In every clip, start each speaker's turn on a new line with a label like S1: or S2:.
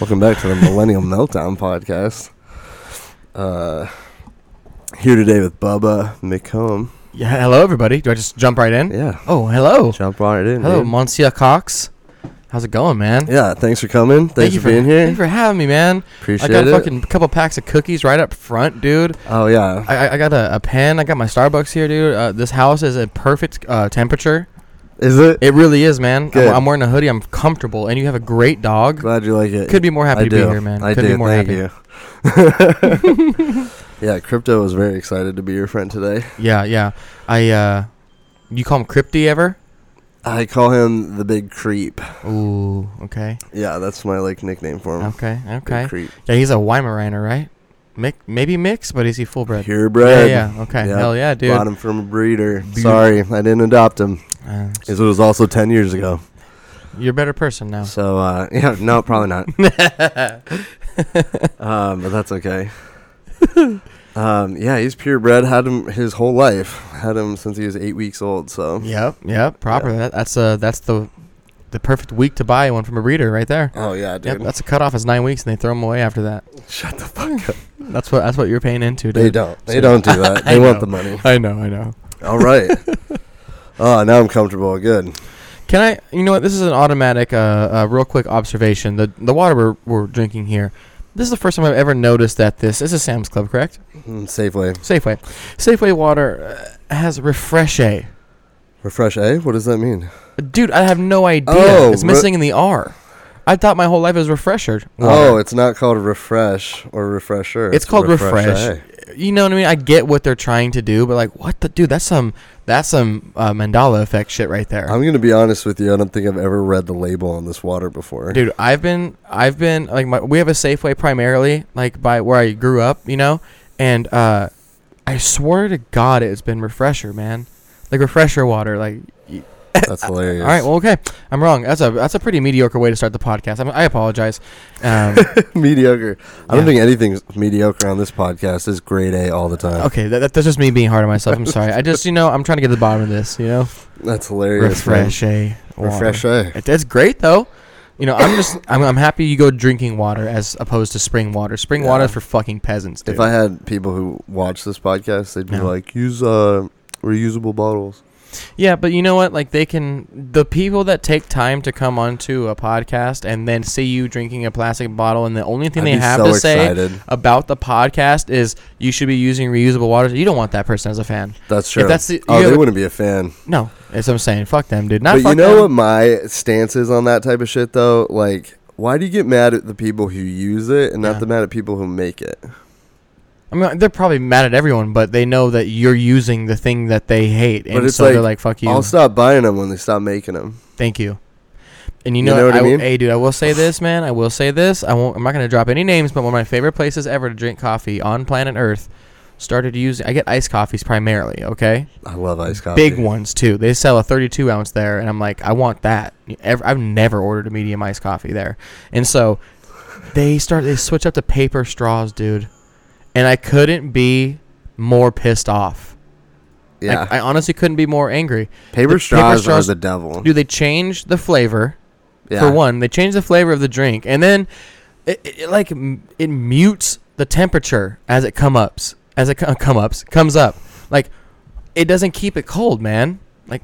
S1: Welcome back to the Millennium Meltdown podcast. Uh, here today with Bubba McComb.
S2: Yeah, hello everybody. Do I just jump right in?
S1: Yeah,
S2: Oh, hello.
S1: jump right in.
S2: Hello,
S1: dude.
S2: Monsieur Cox. How's it going, man?
S1: yeah, thanks for coming. Thanks
S2: you
S1: for being here.
S2: Thank you for having me, man.
S1: Appreciate
S2: I got
S1: it.
S2: a fucking couple packs of cookies right up front, dude.
S1: oh yeah,
S2: I, I- I got a, a pen. I got my Starbucks here, dude. Uh, this house is at perfect uh, temperature.
S1: is it?
S2: It really is, man.
S1: Good.
S2: I'm, I'm wearing a hoodie. I'm comfortable, and you have a great dog.
S1: Glad you like it.
S2: Could be more happy
S1: I
S2: to
S1: do.
S2: be here, man.
S1: I
S2: Could
S1: do.
S2: be more
S1: Thank
S2: happy.
S1: you. yeah, crypto was very excited to be your friend today.
S2: Yeah, yeah. I uh, you call him Crypty ever?
S1: I call him the Big Creep.
S2: Ooh, okay,
S1: Yeah, that's my like nickname for him.
S2: okay,
S1: Big
S2: Oh, okay.
S1: Creep.
S2: Yeah, he's a Weimaraner, right? Mix, maybe mix, but is he full bred?
S1: Pure bred.
S2: Yeah, yeah. Okay.
S1: Yeah.
S2: Hell yeah, dude.
S1: Bought him from a breeder.
S2: Beautiful.
S1: Sorry, I didn't adopt him.
S2: Uh,
S1: It was also ten years ago.
S2: you're a better person now.
S1: So uh, yeah, no, probably not. um, but that's okay. um, yeah, he's purebred. Had him his whole life. Had him since he was eight weeks old. So
S2: Yep. Yep. Proper. That, that's uh that's the the perfect week to buy one from a breeder right there.
S1: Oh yeah,
S2: Yep.
S1: dude.
S2: That's a cutoff is nine weeks, and they throw them away after that.
S1: Shut the fuck up.
S2: That's what that's what you're paying into, dude.
S1: They don't. They
S2: So-
S1: don't do that. They
S2: I
S1: want
S2: know.
S1: the money.
S2: I know. I know.
S1: All right. Oh, now I'm comfortable. Good.
S2: Can I? You know what? This is an automatic, uh, uh real quick observation. The the water we're we're drinking here. This is the first time I've ever noticed that this. This is Sam's Club, correct?
S1: Mm, Safeway.
S2: Safeway. Safeway water uh, has refreshe.
S1: Refresh A. What does that mean?
S2: Dude, I have no idea.
S1: Oh,
S2: it's
S1: re-
S2: missing in the R. I thought my whole life it was refresher.
S1: Oh,
S2: water.
S1: it's not called refresh or refresher.
S2: It's called
S1: refresh.
S2: you know what I mean? I get what they're trying to do, but like, what the dude? That's some that's some uh, mandala effect shit right there,
S1: I'm gonna be honest with you. I don't think I've ever read the label on this water before.
S2: dude. I've been I've been like my, we have a Safeway primarily like by where I grew up, you know, and uh, I swear to God, it's been refresher, man, like refresher water, like. y-
S1: That's hilarious.
S2: All right, well, okay. I'm wrong. That's a that's a pretty mediocre way to start the podcast. I'm, I apologize. Um,
S1: mediocre. I don't
S2: Yeah.
S1: think anything's mediocre on this podcast. It's grade A all the time.
S2: Okay, that, that, that's just me being hard on myself. I'm sorry. I just, you know, I'm trying to get to the bottom of this, you know?
S1: That's hilarious. man.
S2: Oh, Refresh a
S1: Refresh
S2: water.
S1: A.
S2: It- It's great, though. You know, I'm just, I'm, I'm happy you go drinking water as opposed to spring water. Spring
S1: Yeah.
S2: water is for fucking peasants, dude.
S1: If I had people who watch this podcast, they'd be
S2: No.
S1: like, use uh, reusable bottles.
S2: yeah, but you know what? Like, they can, the people that take time to come onto a podcast and then see you drinking a plastic bottle, and the only thing
S1: I'd
S2: they
S1: be
S2: have
S1: so
S2: to say
S1: excited.
S2: about the podcast is you should be using reusable water. You don't want that person as a fan.
S1: That's true.
S2: that's the-
S1: oh,
S2: you
S1: they
S2: have-
S1: wouldn't be a fan.
S2: No, that's what I'm saying. Fuck them, dude. Not
S1: but
S2: fuck
S1: you know
S2: them.
S1: what my stance is on that type of shit, though? Like, why do you get mad at the people who use it and not
S2: Yeah.
S1: the mad at people who make it?
S2: I mean, they're probably mad at everyone, but they know that you're using the thing that they hate, and
S1: But it's
S2: so they're
S1: like,
S2: like, "Fuck you,
S1: I'll stop buying them when they stop making them.
S2: thank you." And you
S1: You
S2: know,
S1: know what
S2: what
S1: I
S2: w-
S1: mean?
S2: hey, dude, I will say this, man. I will say this. I won't. I'm not gonna drop any names, but one of my favorite places ever to drink coffee on planet Earth started using. I get iced coffees primarily. Okay,
S1: I love iced coffee.
S2: big ones too. They sell a 32 ounce there, and I'm like, I want that. Ev- I've never ordered a medium iced coffee there, and so they start. They switch up to paper straws, dude, and I couldn't be more pissed off.
S1: Yeah.
S2: Like, I honestly couldn't be more angry.
S1: paper,
S2: paper
S1: straws
S2: straws-
S1: are the devil.
S2: Do they change the flavor
S1: yeah.
S2: for one? They change the flavor of the drink, and then it, it, it like m- it mutes the temperature as it come ups, as it co- come ups comes up. Like it doesn't keep it cold, man. Like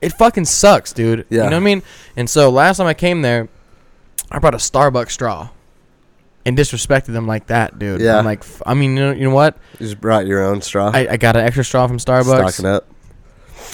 S2: it fucking sucks, dude.
S1: Yeah.
S2: You know what I mean? And so last time I came there, I brought a Starbucks straw. And disrespected them like that, dude.
S1: Yeah.
S2: I'm like, f- I mean, you know, you know what?
S1: You just brought your own straw.
S2: I, I got an extra straw from Starbucks.
S1: Stocking up.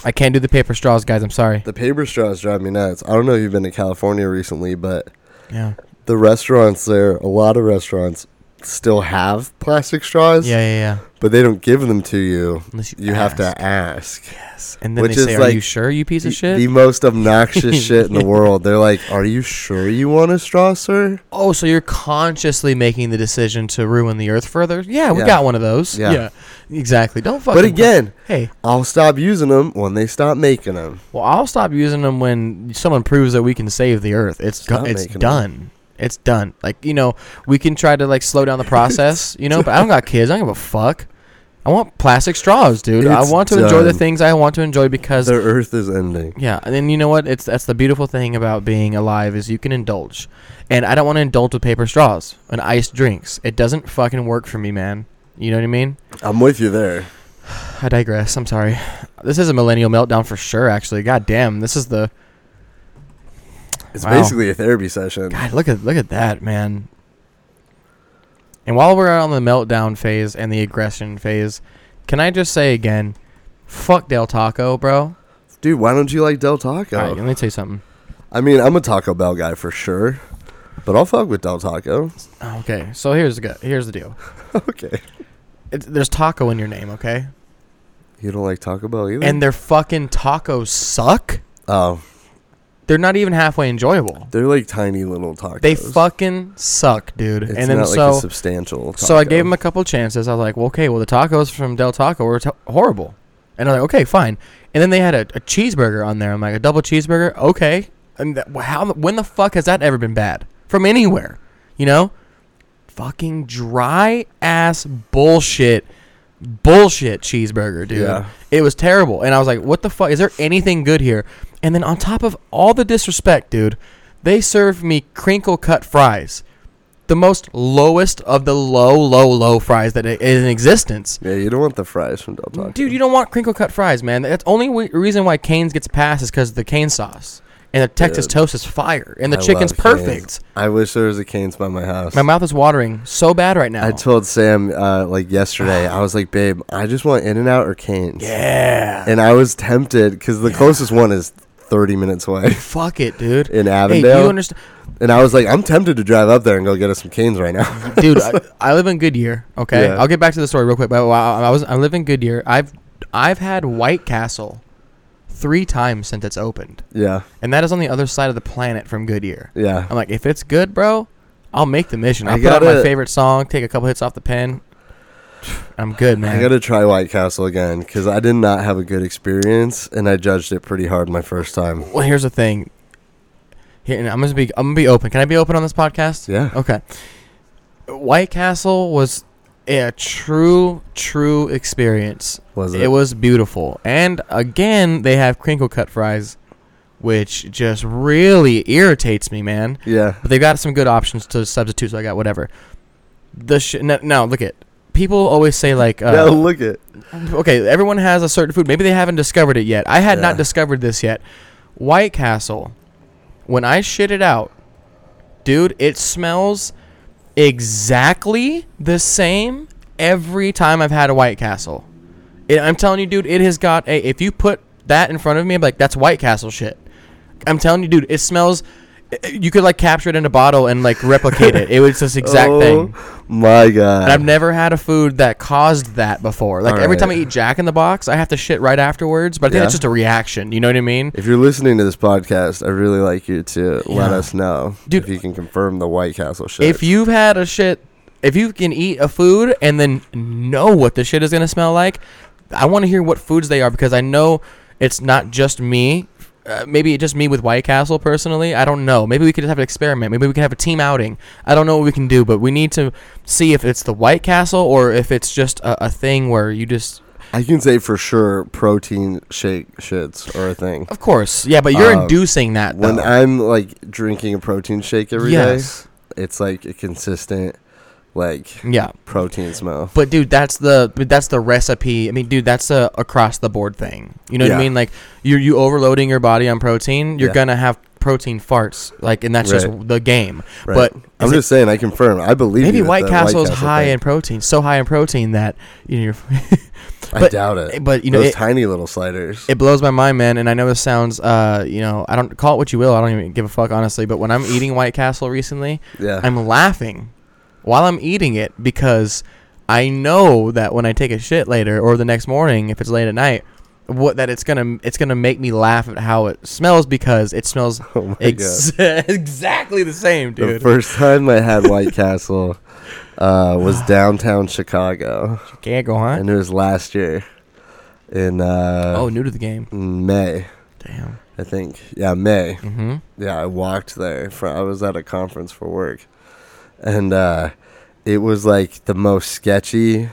S2: I can't do the paper straws, guys. I'm sorry.
S1: The paper straws drive me nuts. I don't know if you've been to California recently, but
S2: Yeah.
S1: the restaurants there, a lot of restaurants still have plastic straws,
S2: Yeah, yeah, yeah.
S1: but they don't give them to you.
S2: Unless
S1: You have to ask.
S2: ask. And then
S1: which
S2: they
S1: is
S2: say, "Are
S1: like
S2: you sure, you piece
S1: The,
S2: of shit?"
S1: the most obnoxious shit in the world. They're like, "Are you sure you want a straw, sir?"
S2: oh, so you're consciously making the decision to ruin the earth further? Yeah, we
S1: Yeah.
S2: got one of those.
S1: Yeah.
S2: Yeah, exactly. Don't fucking.
S1: But again,
S2: hey,
S1: I'll stop using them when they stop making them.
S2: well, I'll stop using them when someone proves that we can save the earth. It's go-
S1: Stop
S2: it's
S1: making 'em.
S2: done. It's done. Like you know, we can try to like slow down the process, you know. But I don't got kids. I don't give a fuck. I want plastic straws, dude. I
S1: It's
S2: want to enjoy the
S1: done.
S2: things I want to enjoy because
S1: The earth is ending.
S2: yeah, and then you know what? It's that's the beautiful thing about being alive is you can indulge. And I don't want to indulge with paper straws and iced drinks. It doesn't fucking work for me, man. You know what I mean?
S1: I'm with you there.
S2: I digress. I'm sorry. This is a millennial meltdown for sure. Actually, god damn, this is the
S1: It's
S2: Wow.
S1: basically a therapy session.
S2: God, look at look at that, man. And while we're on the meltdown phase and the aggression phase, can I just say again, fuck Del Taco, bro.
S1: Dude, why don't you like Del Taco?
S2: All right, let me tell you something.
S1: I mean, I'm a Taco Bell guy for sure, but I'll fuck with Del Taco.
S2: Okay, so here's the go- here's the deal.
S1: okay.
S2: It's, there's taco in your name, okay?
S1: You don't like Taco Bell either?
S2: And their fucking tacos suck.
S1: oh,
S2: They're not even halfway enjoyable.
S1: they're like tiny little tacos.
S2: They fucking suck, dude.
S1: It's
S2: and then
S1: not
S2: so
S1: like a substantial.
S2: So I
S1: taco.
S2: gave him a couple chances. I was like, well, okay, well, the tacos from Del Taco were t- horrible. And I'm like, okay, fine. And then they had a, a cheeseburger on there. I'm like, a double cheeseburger? Okay. And th- wh- how, when the fuck has that ever been bad? From anywhere, you know? Fucking dry ass bullshit, bullshit cheeseburger, dude.
S1: Yeah.
S2: It was terrible. And I was like, what the fuck? Is there anything good here? And then on top of all the disrespect, dude, they served me crinkle cut fries. The most lowest of the low, low, low fries that i- is in existence.
S1: Yeah, you don't want the fries from Del Taco.
S2: Dude, you don't want crinkle cut fries, man. That's only w- reason why Cane's gets passed is because of the cane sauce. And the Texas
S1: Dude.
S2: toast is fire. And the
S1: I
S2: chicken's
S1: love Cane's.
S2: perfect.
S1: I wish there was a Canes by my house.
S2: My mouth is watering so bad right now.
S1: I told Sam uh, like yesterday. I was like, "Babe, I just want In and Out or Canes."
S2: yeah.
S1: And I was tempted because the closest one is 30 minutes away
S2: Fuck it, dude.
S1: in
S2: Hey,
S1: Avondale.
S2: you understand?
S1: and I was like, "I'm tempted to drive up there and go get us some Canes right now."
S2: dude. I, I live in Goodyear. Okay,
S1: Yeah.
S2: I'll get back to the story real quick. But I, I was I live in Goodyear. I've I've had White Castle three times since it's opened,
S1: yeah,
S2: and that is on the other side of the planet from Goodyear.
S1: yeah.
S2: I'm like, if it's good, bro, I'll make the mission.
S1: I
S2: I'll put out my
S1: gotta-
S2: favorite song, take a couple hits off the pen. I'm good, man.
S1: I gotta try White Castle again because I did not have a good experience, and I judged it pretty hard my first time.
S2: well, here's the thing. Here, and I'm gonna be I'm gonna be open. Can I be open on this podcast?
S1: Yeah,
S2: Okay. White Castle was a true, true experience.
S1: was it?
S2: It was beautiful. And again, they have crinkle cut fries, which just really irritates me, man.
S1: yeah,
S2: But they've got some good options to substitute, so I got whatever. The sh- no, no, look at people always say like, uh,
S1: yeah. Look it.
S2: okay, everyone has a certain food. Maybe they haven't discovered it yet. I had
S1: Yeah.
S2: not discovered this yet. White Castle, when I shit it out, dude, it smells exactly the same every time I've had a White Castle. It, I'm telling you, dude, it has got a. If you put that in front of me, I'm like, that's White Castle shit. I'm telling you, dude, it smells. You could like capture it in a bottle and like replicate it. It was this exact
S1: oh,
S2: thing.
S1: My God.
S2: And I've never had a food that caused that before. Like
S1: All
S2: every
S1: right.
S2: time I eat Jack in the Box, I have to shit right afterwards. But I think
S1: Yeah.
S2: it's just a reaction. You know what I mean?
S1: If you're listening to this podcast, I really like you to let
S2: Yeah.
S1: us know
S2: Dude.
S1: if you can confirm the White Castle shit.
S2: If you've had a shit, if you can eat a food and then know what the shit is gonna smell like, I want to hear what foods they are because I know it's not just me. Uh, maybe just me with White Castle personally. I don't know. Maybe we could have an experiment. Maybe we could have a team outing. I don't know what we can do, but we need to see if it's the White Castle or if it's just a, a thing where you just
S1: I can say for sure, protein shake shits are a thing.
S2: Of course, yeah, but you're
S1: Um,
S2: inducing that
S1: When
S2: though.
S1: I'm like drinking a protein shake every day,
S2: Oh. yes,
S1: it's like a consistent like
S2: yeah,
S1: protein smell.
S2: but dude, that's the but that's the recipe. I mean, dude, that's a across the board thing. You know what I
S1: Yeah.
S2: mean? Like you're you overloading your body on protein, you're
S1: Yeah.
S2: gonna have protein farts. Like, and that's
S1: Right.
S2: just the game.
S1: Right.
S2: But
S1: I'm
S2: is it-
S1: just saying, I confirm. I believe
S2: maybe
S1: you with
S2: White
S1: the
S2: Castle is
S1: Castle
S2: high
S1: thing.
S2: in protein, so high in protein that you know, you're-
S1: I
S2: but-
S1: doubt it.
S2: but you know,
S1: those
S2: it,
S1: tiny little sliders.
S2: it blows my mind, man. And I know this sounds, uh, you know, I don't call it what you will. I don't even give a fuck, honestly. But when I'm eating White Castle recently,
S1: yeah,
S2: I'm laughing while I'm eating it because I know that when I take a shit later or the next morning, if it's late at night, what that it's gonna it's gonna make me laugh at how it smells because it smells
S1: Oh my
S2: ex- exactly the same,
S1: the
S2: dude.
S1: first time I had White Castle uh, was downtown Chicago.
S2: Can't go on.
S1: and it was last year in
S2: Oh,
S1: uh
S2: new to the game.
S1: May,
S2: Damn.
S1: I think. Yeah, May.
S2: Mm-hmm.
S1: Yeah, I walked there. For, I was at a conference for work, and uh, it was like the most sketchy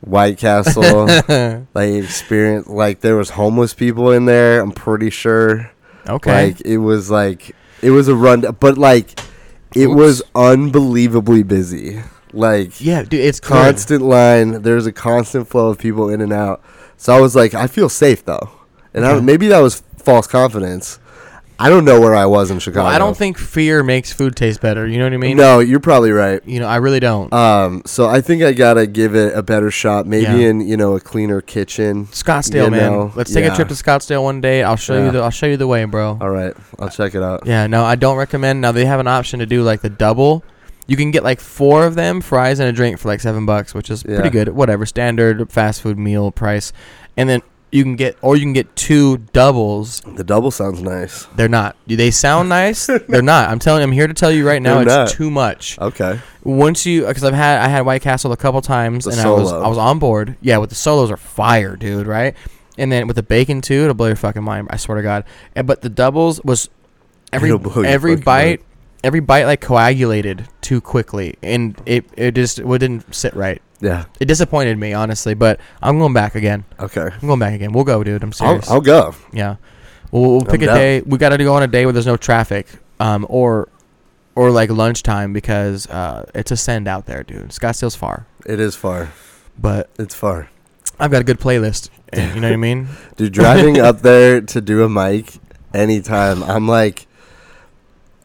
S1: White Castle. like experience, like there was homeless people in there. I'm pretty sure.
S2: okay.
S1: Like it was like it was a run, but like it
S2: Oops.
S1: was unbelievably busy. Like
S2: yeah, dude, it's good.
S1: constant line. There's a constant flow of people in and out. So I was like, I feel safe though, and I,
S2: Okay.
S1: maybe that was false confidence. I don't know where I was in Chicago.
S2: Well, I don't think fear makes food taste better. You know what I mean?
S1: No, you're probably right.
S2: You know, I really don't.
S1: Um, so I think I gotta give it a better shot. Maybe
S2: Yeah.
S1: in you know a cleaner kitchen.
S2: Scottsdale,
S1: you
S2: man.
S1: know,
S2: Let's take
S1: yeah.
S2: a trip to Scottsdale one day. I'll show
S1: Yeah.
S2: you the I'll show you the way, bro.
S1: All right, I'll check it out.
S2: Yeah, no, I don't recommend. Now they have an option to do like the double. You can get like four of them, fries and a drink for like seven bucks, which is
S1: Yeah.
S2: pretty good. Whatever standard fast food meal price, and then you can get or you can get two doubles.
S1: The double sounds nice.
S2: They're not. Do They sound nice. They're not. I'm telling. I'm here to tell you right now.
S1: They're
S2: It's
S1: not.
S2: too much.
S1: Okay.
S2: Once you, because I've had I had White Castle a couple times,
S1: The
S2: and I was
S1: solo.
S2: I was on board. Yeah, with the solos are fire, dude. Right, and then with the bacon too, it'll blow your fucking mind. I swear to God. And, but the doubles was every
S1: It'll blow your
S2: every
S1: fucking
S2: bite, every bite like coagulated too quickly, and it it just it didn't sit right.
S1: Yeah.
S2: It disappointed me honestly, but I'm going back again.
S1: Okay.
S2: I'm going back again. We'll go, dude. I'm
S1: I'll,
S2: serious.
S1: I'll go.
S2: Yeah, we'll, we'll
S1: I'm
S2: pick a
S1: down.
S2: day. We got to go on a day where there's no traffic, um, or or like lunchtime because uh, it's a send out there, dude. Scottsdale's far,
S1: It is far.
S2: but
S1: It's far.
S2: I've got a good playlist. and you know what I mean?
S1: Dude, driving up there to do a mic anytime, I'm like,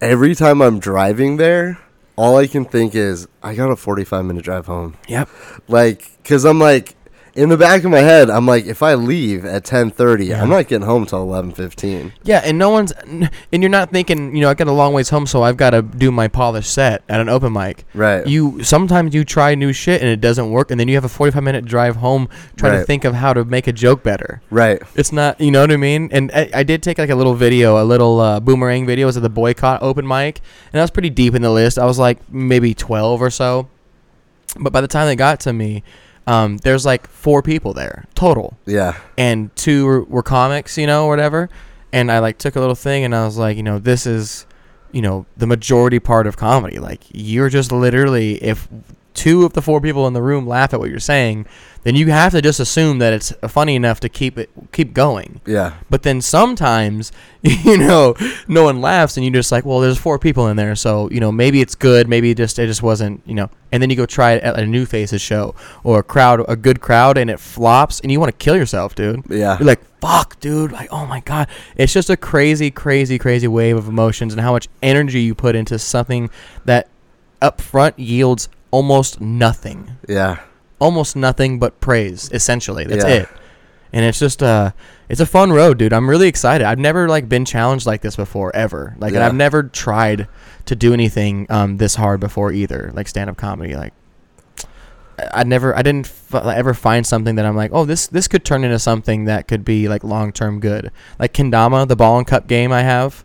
S1: every time I'm driving there, all I can think is, I got a 45 minute drive home.
S2: Yep.
S1: Like, cause I'm like, in the back of my head, I'm like, if I leave at 10:30,
S2: Yeah.
S1: I'm not getting home till 11:15.
S2: Yeah, and no one's n- and you're not thinking. You know, I got a long ways home, so I've got to do my polished set at an open mic.
S1: Right.
S2: You sometimes you try new shit and it doesn't work, and then you have a 45 minute drive home trying to
S1: Right.
S2: think of how to make a joke better.
S1: right.
S2: It's not, you know what I mean? And I, I did take like a little video, a little uh, boomerang video. It was at the boycott open mic. And I was pretty deep in the list. I was like maybe 12 or so. But by the time they got to me, um, there's like four people there total.
S1: Yeah.
S2: And two were, were comics, you know, or whatever. And I like took a little thing and I was like, you know, this is, you know, the majority part of comedy. Like, you're just literally, if two of the four people in the room laugh at what you're saying, then you have to just assume that it's funny enough to keep it keep going.
S1: Yeah.
S2: But then sometimes, you know, no one laughs, and you're just like, well, there's four people in there, so you know, maybe it's good, maybe it just it just wasn't, you know. And then you go try it at a new faces show or a crowd, a good crowd, and it flops, and you want to kill yourself, dude.
S1: Yeah.
S2: You're like, fuck, dude. Like, oh my god, it's just a crazy, crazy, crazy wave of emotions, and how much energy you put into something that up front yields almost nothing
S1: Yeah.
S2: almost nothing but praise essentially that's
S1: Yeah.
S2: it and it's just uh it's a fun road dude i'm really excited i've never like been challenged like this before ever like and
S1: Yeah.
S2: i've never tried to do anything um this hard before either like stand-up comedy like I- I never, I didn't f- ever find something that I'm like, oh, this this could turn into something that could be like long term good. Like kendama, the ball and cup game I have,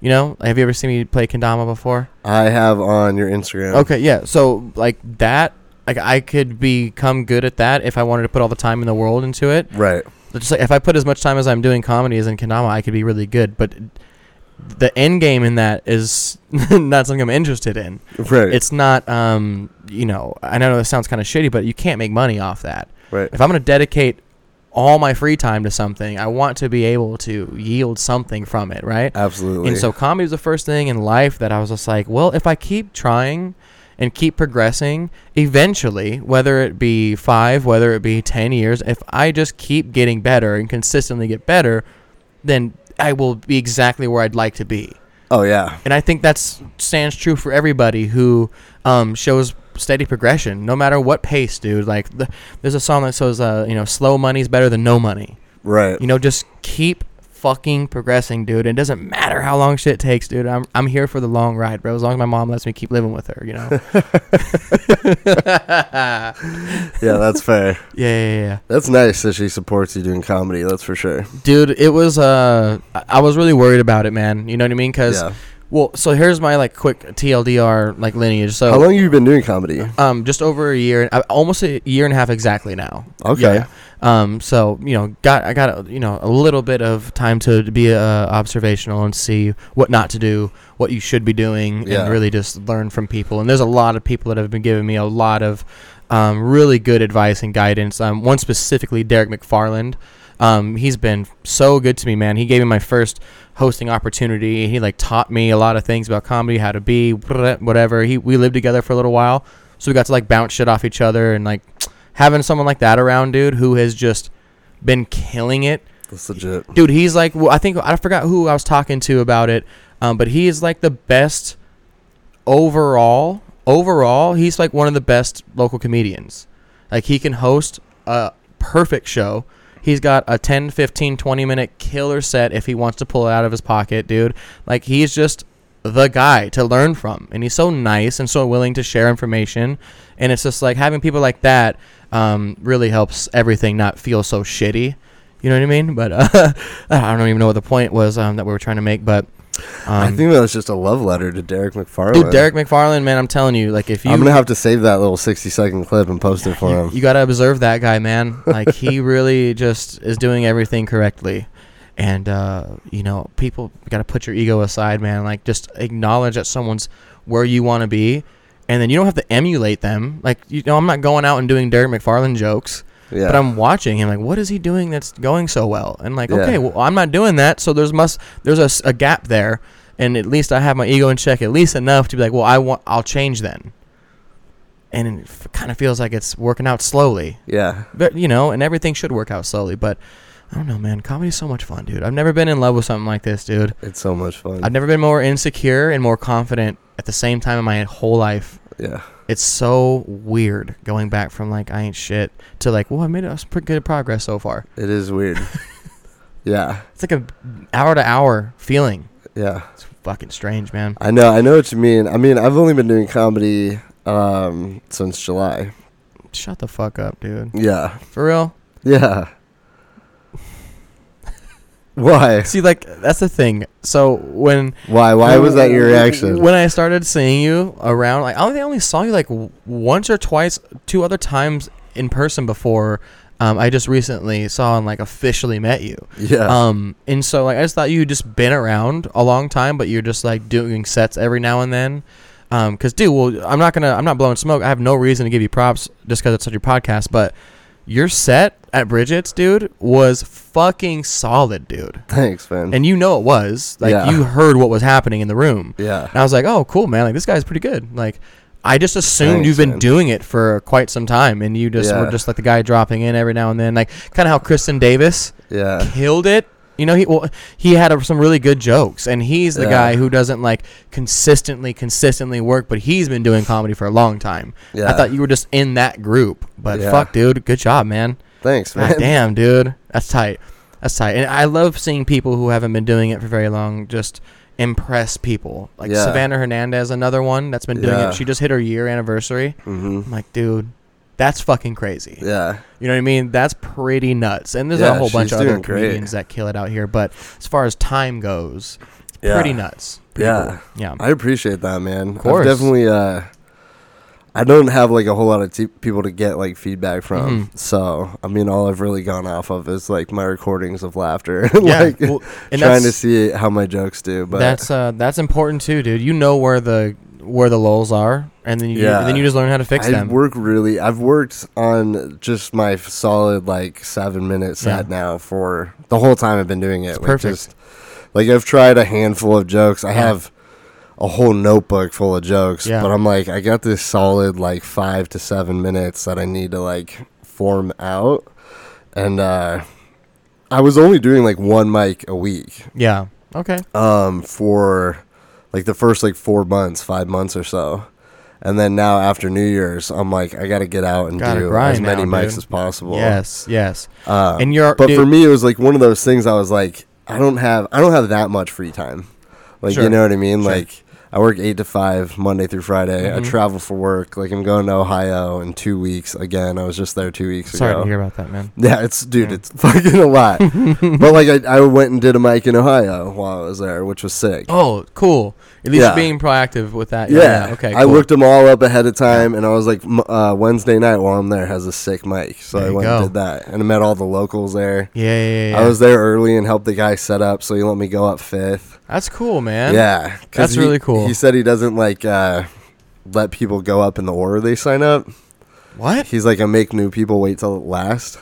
S2: you know. Have you ever seen me play kendama before?
S1: I have on your Instagram.
S2: Okay, yeah. So like that, like I could become good at that if I wanted to put all the time in the world into it.
S1: Right.
S2: Just like if I put as much time as I'm doing comedy as in Kanama, I could be really good. But the end game in that is not something I'm interested in.
S1: Right.
S2: It's not, um, you know, I know that sounds kind of shitty, but you can't make money off that.
S1: right.
S2: If I'm going to dedicate all my free time to something, I want to be able to yield something from it, right?
S1: Absolutely.
S2: And so comedy was the first thing in life that I was just like, well, if I keep trying and keep progressing, eventually, whether it be five, whether it be 10 years, if I just keep getting better and consistently get better, then I will be exactly where I'd like to be.
S1: oh yeah.
S2: And I think that's stands true for everybody who um, shows steady progression, no matter what pace, dude. Like, the, there's a song that says, uh, you know, slow money's better than no money.
S1: Right.
S2: You know, just keep fucking progressing, dude. It doesn't matter how long shit takes, dude. I'm I'm here for the long ride, bro. As long as my mom lets me keep living with her, you know. yeah,
S1: yeah, that's fair.
S2: yeah, yeah,
S1: That's nice that she supports you doing comedy. That's for sure.
S2: yeah. Dude, it was uh I I was really worried about it, man. You know what I mean? Cuz
S1: Yeah.
S2: well, so here's my like quick TLDR like lineage. So
S1: How long have you been doing comedy?
S2: um just over a year, uh, almost a year and a half exactly now.
S1: Okay.
S2: Yeah. Um. So you know, got I got you know a little bit of time to be uh, observational and see what not to do, what you should be doing,
S1: Yeah.
S2: and really just learn from people. And there's a lot of people that have been giving me a lot of um, really good advice and guidance. Um, one specifically, Derek McFarland. Um, he's been so good to me, man. He gave me my first hosting opportunity. He like taught me a lot of things about comedy, how to be, whatever. He we lived together for a little while, so we got to like bounce shit off each other and like having someone like that around, dude, who has just been killing it
S1: That's legit.
S2: dude he's like well, i think i forgot who i was talking to about it um, but he is like the best overall overall he's like one of the best local comedians like he can host a perfect show he's got a 10 15 20 minute killer set if he wants to pull it out of his pocket dude like he's just the guy to learn from and he's so nice and so willing to share information and it's just like having people like that um, really helps everything not feel so shitty you know what I mean? But uh, I don't even know what the point was um, that we were trying to make. But um,
S1: I think that was just a love letter to Derek McFarland.
S2: dude, Derek McFarland, man, I'm telling you, like if you
S1: I'm gonna have to save that little 60 second clip and post it for
S2: you,
S1: him.
S2: you got to observe that guy, man. Like he really just is doing everything correctly. And uh, you know, people got to put your ego aside, man. Like just acknowledge that someone's where you want to be, and then you don't have to emulate them. Like you know, I'm not going out and doing Derek McFarland jokes.
S1: yeah.
S2: But I'm watching him like, what is he doing that's going so well? And like,
S1: Yeah.
S2: okay, well, I'm not doing that, so there's must there's a, s- a gap there, and at least I have my ego in check at least enough to be like, well, I want I'll change then. And it f- kind of feels like it's working out slowly,
S1: yeah.
S2: but you know, and everything should work out slowly. But I don't know, man, comedy's so much fun, dude. I've never been in love with something like this, dude.
S1: It's so much fun.
S2: I've never been more insecure and more confident at the same time in my whole life
S1: yeah.
S2: it's so weird going back from like I ain't shit to like well I made us pretty good progress so far.
S1: It is weird. yeah.
S2: It's like a hour to hour feeling.
S1: Yeah.
S2: It's fucking strange, man.
S1: I know. I know what you mean. I mean, I've only been doing comedy um since July.
S2: Shut the fuck up, dude.
S1: Yeah.
S2: For real.
S1: Yeah. Why?
S2: See, like that's the thing. So when
S1: Why? Why was that your reaction?
S2: When I started seeing you around, like I only, I only saw you like w- once or twice, two other times in person before. Um, I just recently saw and like officially met you.
S1: Yeah.
S2: Um, and so like I just thought you had just been around a long time, but you're just like doing sets every now and then. Um, cause dude, well, I'm not gonna, I'm not blowing smoke. I have no reason to give you props just cause it's such your podcast, but your set at Bridget's, dude, was fucking solid, dude.
S1: Thanks, man.
S2: And you know it was. Like
S1: Yeah.
S2: you heard what was happening in the room.
S1: yeah.
S2: And I was like, oh, cool, man. Like this guy's pretty good. Like I just assumed
S1: Thanks,
S2: you've been
S1: man.
S2: doing it for quite some time, and you just
S1: Yeah.
S2: were just like the guy dropping in every now and then, like kind of how Kristen Davis
S1: Yeah.
S2: killed it. You know, he well, he had uh some really good jokes, and he's the
S1: Yeah.
S2: guy who doesn't like consistently, consistently work, but he's been doing comedy for a long time.
S1: Yeah.
S2: I thought you were just in that group, but
S1: Yeah.
S2: fuck, dude, good job, man.
S1: Thanks,
S2: God
S1: man.
S2: damn, dude, that's tight. That's tight, and I love seeing people who haven't been doing it for very long just impress people. Like
S1: Yeah.
S2: Savannah Hernandez, another one that's been doing
S1: Yeah.
S2: it. She just hit her year anniversary. I'm
S1: Mm-hmm.
S2: like, dude, that's fucking crazy.
S1: Yeah.
S2: You know what I mean? That's pretty nuts. And there's a
S1: Yeah,
S2: whole bunch
S1: she's
S2: of other
S1: doing great.
S2: comedians that kill it out here, but as far as time goes, it's
S1: Yeah.
S2: pretty nuts. Pretty
S1: Yeah.
S2: cool. Yeah.
S1: I appreciate that, man. Of
S2: course.
S1: I've definitely. Uh, I don't have like a whole lot of t- people to get like feedback from,
S2: Mm-hmm.
S1: so I mean, all I've really gone off of is like my recordings of laughter, and,
S2: yeah.
S1: like
S2: well, and
S1: trying to
S2: that's-
S1: see how my jokes do. But
S2: that's uh that's important too, dude. You know where the where the lulls are and then you
S1: Yeah.
S2: then you just learn how to fix
S1: I
S2: them.
S1: work really. I've worked on just my f- solid like seven minute set
S2: Yeah.
S1: now for the whole time I've been doing it. like,
S2: perfect.
S1: Just, like I've tried a handful of jokes. I
S2: Yeah.
S1: have a whole notebook full of jokes,
S2: Yeah.
S1: but I'm like, I got this solid like five to seven minutes that I need to like form out, and uh, I was only doing like one mic a week
S2: yeah. Okay.
S1: um, for like the first like four months, five months or so. And then now after New Year's, I'm like, I gotta get out and
S2: Gotta
S1: do
S2: grind
S1: as many
S2: now,
S1: mics
S2: dude.
S1: as possible.
S2: Yes, yes.
S1: Uh,
S2: And you're
S1: but
S2: dude,
S1: for me, it was like one of those things. I was like, I don't have, I don't have that much free time. Like
S2: Sure.
S1: you know what I mean?
S2: Sure.
S1: Like I work eight to five Monday through Friday. I
S2: Mhm.
S1: travel for work. Like I'm going to Ohio in two weeks again. I was just there two weeks
S2: sorry
S1: ago.
S2: to hear about that, man.
S1: Yeah, it's dude,
S2: Yeah.
S1: it's fucking a lot. but like I, I went and did a mic in Ohio while I was there, which was sick.
S2: Oh, cool. At least
S1: Yeah.
S2: you're being proactive with that.
S1: Yeah.
S2: Okay.
S1: I
S2: cool.
S1: looked them all up ahead of time, and I was like, m- uh, Wednesday night while I'm there has a sick mic, so
S2: There
S1: I
S2: you
S1: went
S2: go.
S1: and did that, and I met all the locals there.
S2: Yeah, yeah, yeah.
S1: I
S2: yeah.
S1: was there early and helped the guy set up, so he let me go up fifth.
S2: That's cool, man.
S1: yeah, 'cause
S2: That's
S1: he-
S2: really cool.
S1: He said he doesn't like uh, let people go up in the order they sign up.
S2: What?
S1: He's like, I make new people wait till last,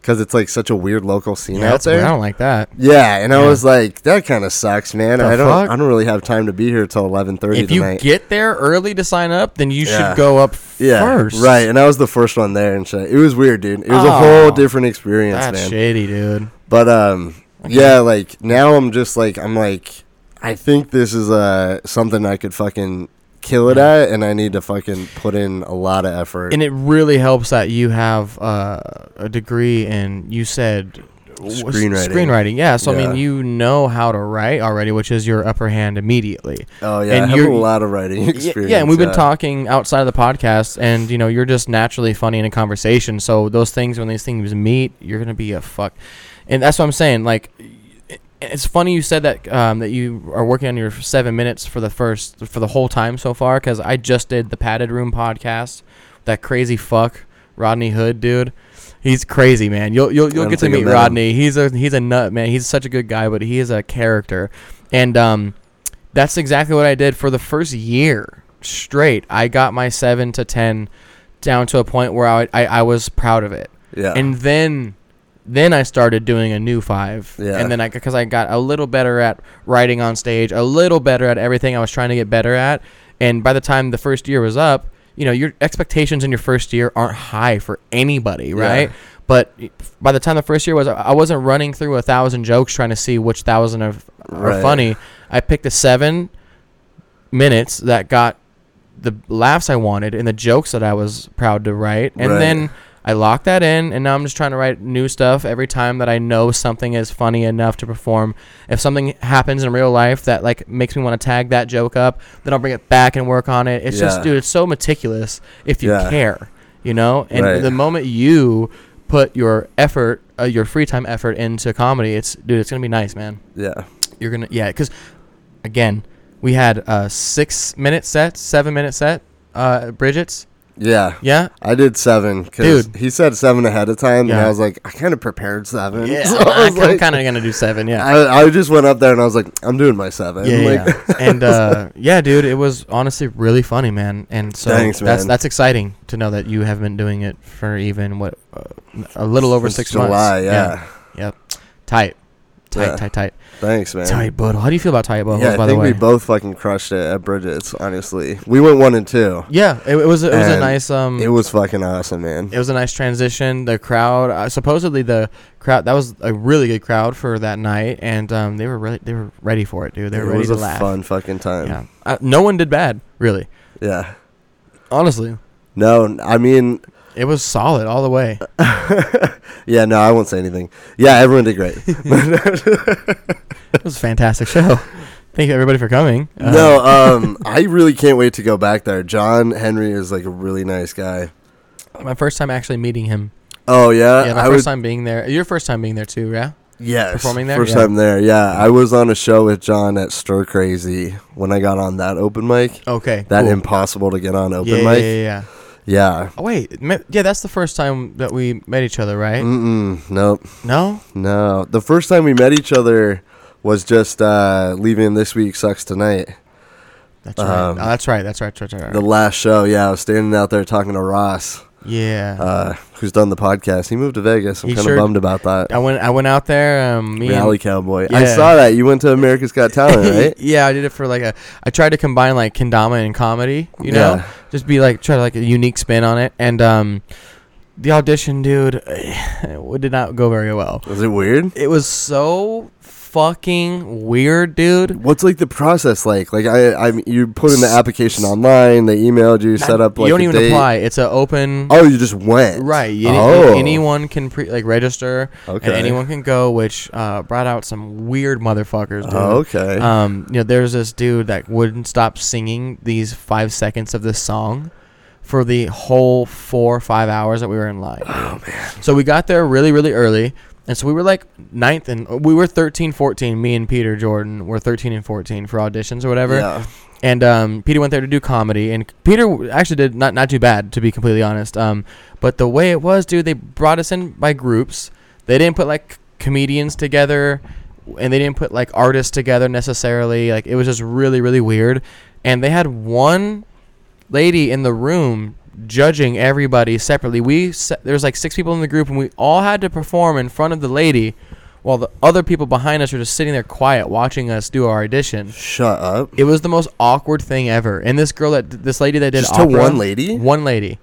S1: because it's like such a weird local scene
S2: Yeah,
S1: out
S2: that's weird.
S1: there.
S2: I don't like that.
S1: Yeah, and I
S2: Yeah.
S1: was like, that kind of sucks, man.
S2: The
S1: I don't,
S2: fuck?
S1: I don't really have time to be here till eleven thirty
S2: If you
S1: tonight.
S2: get there early to sign up, then you
S1: Yeah.
S2: should go up
S1: yeah,
S2: first.
S1: right. And I was the first one there, and shit. It was weird, dude. It was a
S2: Oh,
S1: whole different experience,
S2: That's
S1: man.
S2: shady, dude.
S1: But um, yeah, like now I'm just like I'm like I think this is uh something I could fucking kill it at, and I need to fucking put in a lot of effort.
S2: And it really helps that you have uh, a degree in, you said, what's-
S1: Screenwriting.
S2: Screenwriting, yeah. So, I
S1: Yeah.
S2: mean, you know how to write already, which is your upper hand immediately.
S1: oh yeah,
S2: and
S1: I have a
S2: you're-
S1: lot of writing
S2: Y-
S1: experience.
S2: Yeah, and we've been talking outside of the podcast, and you know, you're just naturally funny in a conversation. So those things, when these things meet, you're gonna be a fuck, and that's what I'm saying. Like, i- it's funny you said that um, that you are working on your seven minutes for the first for the whole time so far, because I just did the padded room podcast. That crazy fuck, Rodney Hood, dude. He's crazy, man. You'll you'll, you'll
S1: don't
S2: get to
S1: think I
S2: meet
S1: met him.
S2: Rodney. He's a he's a nut, man. He's such a good guy, but he is a character. And um, that's exactly what I did for the first year straight. I got my seven to ten down to a point where I I, I was proud of it,
S1: Yeah,
S2: and then then I started doing a new five,
S1: Yeah.
S2: and then I because I got a little better at writing on stage, a little better at everything I was trying to get better at, and by the time the first year was up, you know your expectations in your first year aren't high for anybody, right?
S1: Yeah.
S2: But by the time the first year was, I wasn't running through a thousand jokes trying to see which thousand are, are
S1: Right.
S2: funny. I picked the seven minutes that got the laughs I wanted and the jokes that I was proud to write, and
S1: Right.
S2: then I locked that in, and now I'm just trying to write new stuff every time that I know something is funny enough to perform. If something happens in real life that like makes me want to tag that joke up, then I'll bring it back and work on it. It's just,
S1: Yeah.
S2: dude, it's so meticulous if you
S1: Yeah.
S2: care, you know. And
S1: Right.
S2: the moment you put your effort, uh, your free time effort into comedy, it's dude, it's gonna be nice, man.
S1: yeah,
S2: You're gonna yeah, because again, we had uh six minute set, seven minute set, uh Bridget's.
S1: yeah.
S2: Yeah.
S1: I did seven because
S2: Dude.
S1: he said seven ahead of time, and
S2: Yeah.
S1: I was like, I kind of prepared seven. So I
S2: I'm
S1: was like,
S2: kind of gonna do seven. Yeah.
S1: I, I just went up there and I was like, I'm doing my seven.
S2: yeah,
S1: like,
S2: yeah. and uh, yeah, dude, it was honestly really funny, man. And so
S1: Thanks,
S2: that's
S1: man.
S2: that's exciting to know that you have been doing it for even what uh, a little over
S1: Since
S2: six
S1: July,
S2: months.
S1: yeah.
S2: Yep. Tight. Tight,
S1: Yeah.
S2: tight, tight.
S1: Thanks, man.
S2: Tight butthole. How do you feel about tight butthole?
S1: yeah,
S2: by
S1: I
S2: the
S1: think
S2: way.
S1: we both fucking crushed it at Bridget's. Honestly, we went one and two.
S2: yeah, it, it was it was a
S1: And
S2: nice um.
S1: It was fucking awesome, man.
S2: it was a nice transition. The crowd, uh, supposedly the crowd, that was a really good crowd for that night, and um, they were really, they were ready for it, dude. They were
S1: it
S2: ready
S1: was
S2: to
S1: a
S2: laugh.
S1: fun fucking time. Yeah.
S2: Yeah, uh, no one did bad, really. Honestly,
S1: No, n- I mean,
S2: it was solid all the way.
S1: yeah, no, I won't say anything. Yeah, everyone did great.
S2: It was a fantastic show. Thank you everybody for coming. Uh,
S1: no, um, I really can't wait to go back there. John Henry is like a really nice guy.
S2: my first time actually meeting him.
S1: Oh yeah,
S2: yeah, my
S1: I
S2: first
S1: was
S2: time being there. Your first time being there too, yeah.
S1: yes,
S2: performing there?
S1: First
S2: Yeah.
S1: time there. Yeah, I was on a show with John at Stir Crazy when I got on that open mic.
S2: Okay.
S1: That
S2: cool.
S1: impossible to get on open
S2: yeah, yeah,
S1: mic.
S2: yeah, yeah.
S1: Yeah.
S2: Oh wait, ma- yeah, that's the first time that we met each other, right?
S1: Mm. Mm-mm. Nope.
S2: No.
S1: No. The first time we met each other was just uh, leaving this week sucks tonight.
S2: That's right.
S1: Um,
S2: oh, that's right. That's right. That's right. That's right.
S1: The last show. Yeah, I was standing out there talking to Ross,
S2: yeah.
S1: uh, who's done the podcast. He moved to Vegas. I'm
S2: He
S1: kind of
S2: sure-
S1: bummed about that.
S2: I went I went out there. Um, me
S1: Rally
S2: and,
S1: Cowboy. I
S2: Yeah.
S1: saw that. You went to America's Got Talent, right?
S2: yeah, I did it for like a. I tried to combine like kendama and comedy. You know,
S1: Yeah.
S2: just be like try to like a unique spin on it. And um, the audition, dude, it did not go very well.
S1: Was it weird?
S2: It was so fucking weird, dude.
S1: What's like the process like? Like I, I, you put in the application online. They emailed you, set up like
S2: you don't
S1: a
S2: even
S1: date.
S2: apply. It's an open.
S1: Oh, you just went.
S2: Right. You,
S1: oh.
S2: Anyone can pre like register,
S1: Okay.
S2: and anyone can go, which uh, brought out some weird motherfuckers. Dude.
S1: Oh, okay.
S2: Um, you know, there's this dude that wouldn't stop singing these five seconds of this song for the whole four or five hours that we were in line. Oh man. So we got there really, really early. And so we were like ninth and uh, we were 13, 14. Me and Peter Jordan were 13 and 14 for auditions or whatever.
S1: Yeah.
S2: And um, Peter went there to do comedy, and Peter w- actually did not not too bad to be completely honest. Um, but the way it was, dude, they brought us in by groups. They didn't put like c- comedians together, and they didn't put like artists together necessarily. Like it was just really really weird. And they had one lady in the room judging everybody separately. We se- there was like six people in the group, and we all had to perform in front of the lady, while the other people behind us were just sitting there quiet, watching us do our audition.
S1: Shut up.
S2: It was the most awkward thing ever. And this girl that this lady that did
S1: Just to
S2: opera-
S1: one lady?
S2: one lady.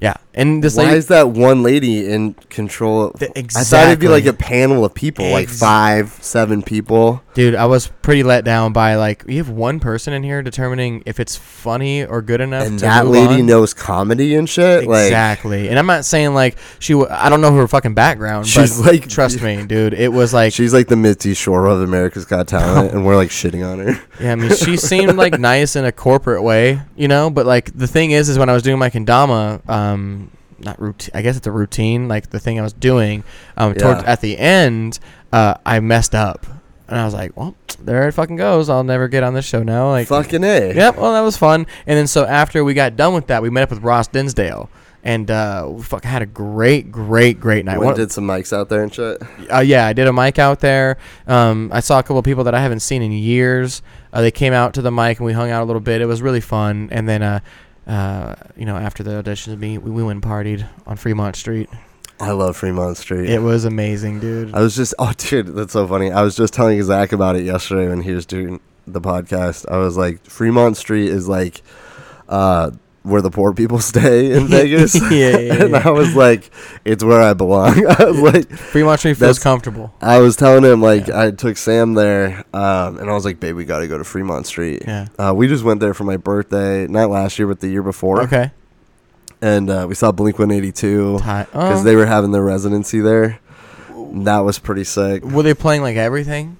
S2: Yeah, and this
S1: Why
S2: lady
S1: is that one lady in control? Of,
S2: The-
S1: I thought it'd be like a
S2: exactly.
S1: panel of people, like
S2: Ex-
S1: five, seven people.
S2: Dude, I was pretty let down by like you have one person in here determining if it's funny or good enough.
S1: And
S2: to
S1: that
S2: move
S1: lady
S2: on.
S1: knows comedy and shit. Like,
S2: exactly. and I'm not saying like she. W- I don't know her fucking background.
S1: She's
S2: but
S1: like-
S2: trust me, dude. It was like,
S1: she's like the Mitzi Shore of America's Got Talent, and we're like shitting on her.
S2: yeah. I mean, she seemed like nice in a corporate way, you know. But like the thing is, is when I was doing my kendama, um, not routine. I guess it's a routine, like the thing I was doing. Um,
S1: Yeah.
S2: towards at the end, uh, I messed up, and I was like, well, there it fucking goes. I'll never get on this show now. Like,
S1: Fucking a.
S2: Yep. Well, that was fun. And then so after we got done with that, we met up with Ross Dinsdale, and uh, we fucking had a great, great, great night.
S1: Went
S2: One-
S1: did some mics out there and shit.
S2: uh, yeah, I did a mic out there. Um, I saw a couple of people that I haven't seen in years. Uh, they came out to the mic and we hung out a little bit. It was really fun. And then, uh, uh, you know, after the auditions, we we went and partied on Fremont Street.
S1: I love Fremont Street.
S2: It was amazing, dude.
S1: I was just, oh, dude, that's so funny. I was just telling Zach about it yesterday when he was doing the podcast. I was like, Fremont Street is like uh, where the poor people stay in Vegas.
S2: Yeah, yeah, yeah,
S1: and
S2: yeah.
S1: I was like, it's where I belong. I was like,
S2: Fremont Street feels
S1: That's-
S2: comfortable.
S1: I was telling him, like, I took Sam there, um, and I was like, babe, we got to go to Fremont Street.
S2: Yeah.
S1: Uh, we just went there for my birthday, not last year, but the year before.
S2: Okay.
S1: And uh, we saw Blink 182
S2: Ti-
S1: because
S2: oh.
S1: they were having their residency there. That was pretty sick.
S2: were they playing like everything?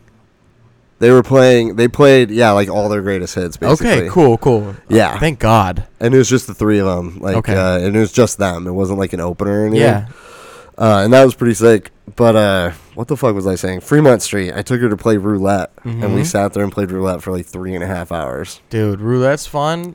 S1: They were playing. They played, yeah, like all their greatest hits, basically.
S2: Okay. Cool. Cool.
S1: Yeah.
S2: Thank God.
S1: And it was just the three of them, like,
S2: Okay.
S1: uh, and it was just them. It wasn't like an opener or anything.
S2: yeah.
S1: Uh, and that was pretty sick. But uh, what the fuck was I saying? Fremont Street. I took her to play roulette, and we
S2: Mhm.
S1: sat there and played roulette for like three and a half hours.
S2: Dude, roulette's fun.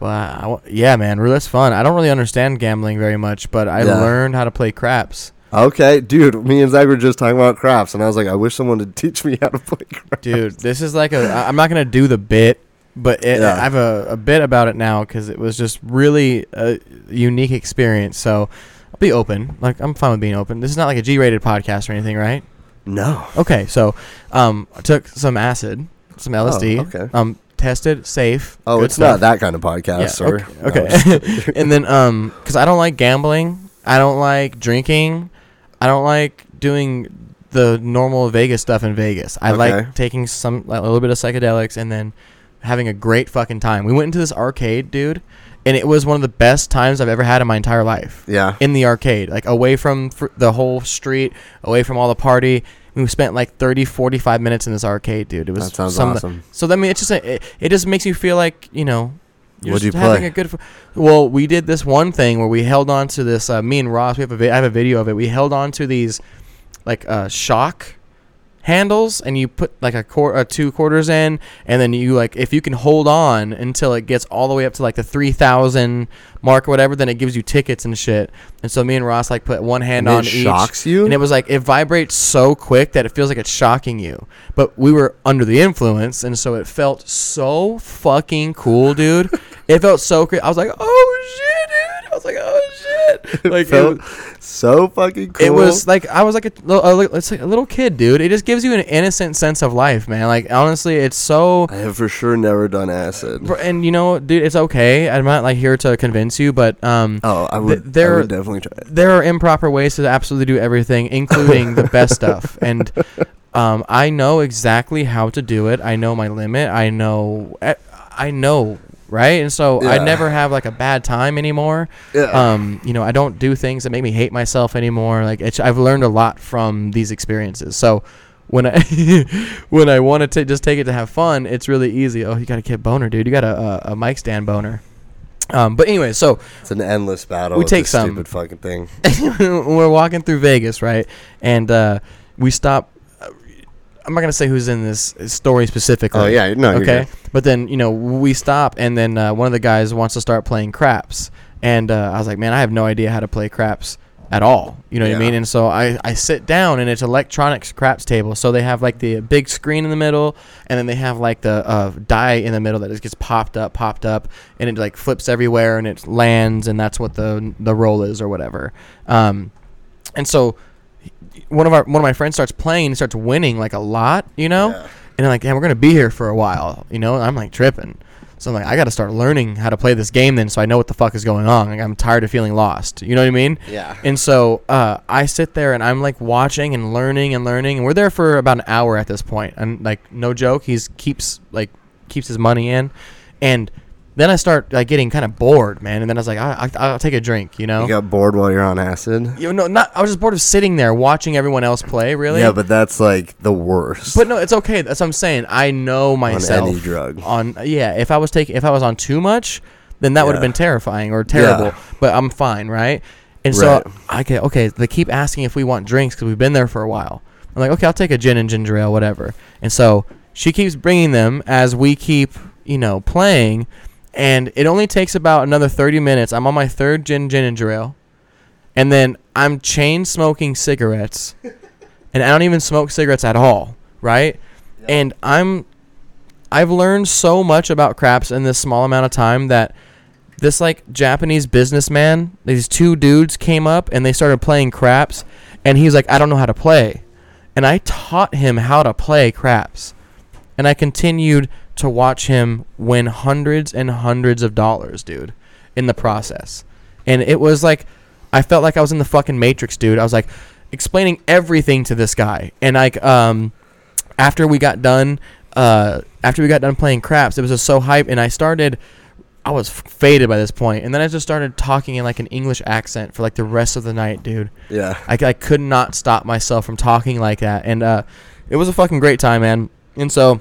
S2: Well, I- I w- yeah, man, roulette's fun. I don't really understand gambling very much, but I
S1: Yeah.
S2: learned how to play craps.
S1: Okay, dude. Me and Zach were just talking about craps, and I was like, I wish someone would teach me how to play craps.
S2: Dude, this is like a. I- I'm not gonna do the bit, but it,
S1: Yeah.
S2: I have a, a bit about it now because it was just really a unique experience. So I'll be open. Like I'm fine with being open. This is not like a G-rated podcast or anything, right?
S1: No.
S2: Okay, so um, I took some acid, some LSD.
S1: Oh, okay.
S2: Um, tested safe.
S1: Oh,
S2: good
S1: it's not
S2: stuff.
S1: that kind of podcast,
S2: Yeah,
S1: sir. No,
S2: Okay.
S1: it's-
S2: okay. and then um cuz I don't like gambling. I don't like drinking. I don't like doing the normal Vegas stuff in Vegas. I
S1: Okay.
S2: like taking some like, a little bit of psychedelics and then having a great fucking time. We went into this arcade, dude, and it was one of the best times I've ever had in my entire life.
S1: yeah.
S2: In the arcade, like away from fr- the whole street, away from all the party. We spent like 30 45 minutes in this arcade, dude. It was
S1: That sounds
S2: some of the-
S1: awesome.
S2: so I mean, it's just a, it, it just makes you feel like you know. you're
S1: What'd
S2: just
S1: you
S2: Having
S1: play?
S2: a good. f- Well, we did this one thing where we held on to this. Uh, me and Ross, we have a vi- I have a video of it. We held on to these, like uh, shock handles, and you put like a quar uh, two quarters in, and then you like if you can hold on until it gets all the way up to like the three thousand mark or whatever, then it gives you tickets and shit. And so me and Ross like put one hand
S1: And it
S2: on each.
S1: shocks you?
S2: and it was like it vibrates so quick that it feels like it's shocking you. But we were under the influence, and so it felt so fucking cool, dude. it felt so. Cre- I was like, oh shit, dude. I was like, oh shit. Like it
S1: Felt
S2: was-
S1: so fucking cool.
S2: it was like I was like a, li- a, li- it's like a little kid, dude. It just gives you an innocent sense of life, man. Like honestly, it's so.
S1: I have for sure never done acid.
S2: br- And you know, dude, it's okay. I'm not like here to convince you, but um,
S1: Oh, I
S2: Th-
S1: would, I
S2: there-
S1: would definitely try it.
S2: there are improper ways to absolutely do everything, including the best stuff. And um, I know exactly how to do it. I know my limit. I know. I- I know. Right. And so
S1: Yeah.
S2: I never have like a bad time anymore.
S1: Yeah.
S2: Um, you know, I don't do things that make me hate myself anymore. Like it's, I've learned a lot from these experiences. So when I when I want to just take it to have fun, it's really easy. Oh, you got a kid boner, dude. You got a, a, a mic stand boner. Um, but anyway, so
S1: It's an endless battle.
S2: We
S1: with
S2: take
S1: this
S2: some.
S1: stupid fucking thing.
S2: we're walking through Vegas, right? And uh, we stop. I'm not gonna say who's in this story specifically.
S1: Oh yeah, no, you're
S2: Okay.
S1: good.
S2: But then you know we stop, and then uh, one of the guys wants to start playing craps, and uh, I was like, man, I have no idea how to play craps. at all. You know what I
S1: Yeah.
S2: mean? And so I, I sit down and it's electronic scraps table. So they have like the big screen in the middle and then they have like the uh, die in the middle that just gets popped up, popped up and it like flips everywhere and it lands and that's what the the roll is or whatever. Um, and so one of our one of my friends starts playing and starts winning like a lot, you know?
S1: Yeah.
S2: And I'm like, yeah, we're gonna be here for a while, you know? And I'm like tripping. So I'm like, I gotta start learning how to play this game then so I know what the fuck is going on. Like I'm tired of feeling lost. You know what I mean?
S1: Yeah.
S2: And so uh, I sit there and I'm like watching and learning and learning and we're there for about an hour at this point. And like no joke, he's keeps like keeps his money in and then I start like getting kind of bored, man. And then I was like, I, I, I'll take a drink, you know.
S1: You got bored while you're on acid.
S2: You know, not I was just bored of sitting there watching everyone else play. Really?
S1: Yeah, but that's like the worst.
S2: But no, it's okay. That's what I'm saying. I know myself
S1: any drug.
S2: on- yeah, if I was taking if I was on too much, then that would have
S1: Yeah.
S2: been terrifying or terrible.
S1: Yeah.
S2: But I'm fine, right? And
S1: Right.
S2: so I get okay. They keep asking if we want drinks because we've been there for a while. I'm like, okay, I'll take a gin and ginger ale, whatever. And so she keeps bringing them as we keep you know playing, and it only takes about another 30 minutes. I'm on my third gin gin ginger ale, and then I'm chain smoking cigarettes and I don't even smoke cigarettes at all, right? And I'm I've learned so much about craps in this small amount of time that this like Japanese businessman, these two dudes came up and they started playing craps and he's like, I don't know how to play. And I taught him how to play craps. And I continued to watch him win hundreds and hundreds of dollars, dude, in the process. And it was like I felt like I was in the fucking Matrix, dude. I was like explaining everything to this guy. And like um after we got done uh after we got done playing craps, it was just so hype and I started I was f- faded by this point, and then I just started talking in like an English accent for like the rest of the night, dude.
S1: yeah.
S2: I, I could not stop myself from talking like that, and uh, it was a fucking great time, man. And so,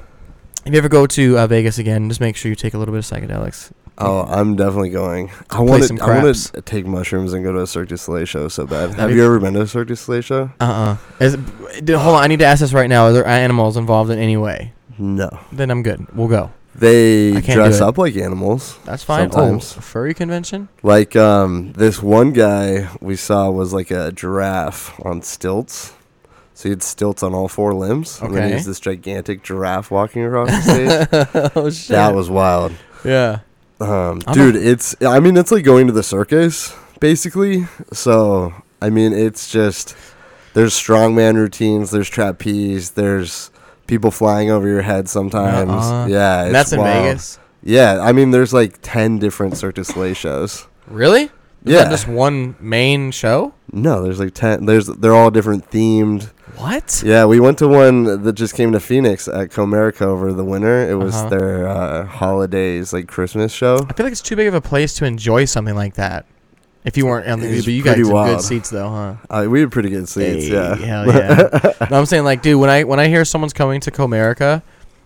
S2: if you ever go to uh, Vegas again, just make sure you take a little bit of psychedelics.
S1: Oh, I'm definitely going. I
S2: play
S1: want
S2: some
S1: to. I want
S2: craps.
S1: to take mushrooms and go to a Cirque du Soleil show so bad. Have
S2: That'd
S1: you ever been to a Cirque du Soleil show?
S2: Uh uh Hold on, I need to ask this right now. Are there uh, animals involved in any way?
S1: No.
S2: Then I'm good. We'll go.
S1: They
S2: I can't
S1: dress
S2: do it.
S1: up like animals.
S2: That's fine.
S1: Sometimes.
S2: Oh, a furry convention?
S1: Like um, this one guy we saw was like a giraffe on stilts. So he had stilts on all four limbs, and then he
S2: Okay.
S1: was this gigantic giraffe walking across the stage.
S2: oh shit.
S1: That was wild,
S2: yeah.
S1: um,
S2: I'm
S1: dude. it's I mean it's like going to the circus basically. So I mean it's just there's strongman routines, there's trapeze, there's people flying over your head sometimes.
S2: Nuh-uh.
S1: Yeah,
S2: Uh-huh. And
S1: it's
S2: that's in
S1: wild.
S2: Vegas.
S1: Yeah, I mean there's like ten different Cirque du Soleil shows.
S2: Really? Is
S1: Yeah.
S2: That just one main show?
S1: No, there's like ten. There's they're all different themed.
S2: What?
S1: Yeah, we went to one that just came to Phoenix at Comerica over the winter. It was
S2: Uh-huh.
S1: their uh, holidays like Christmas show.
S2: I feel like it's too big of a place to enjoy something like that. If you weren't, on the,
S1: It was
S2: but you got
S1: pretty
S2: some good
S1: wild.
S2: seats though, huh?
S1: Uh, we had pretty good seats.
S2: Hey,
S1: yeah, Oh,
S2: Hell yeah. No, I'm saying like, dude, when I when I hear someone's coming to Comerica,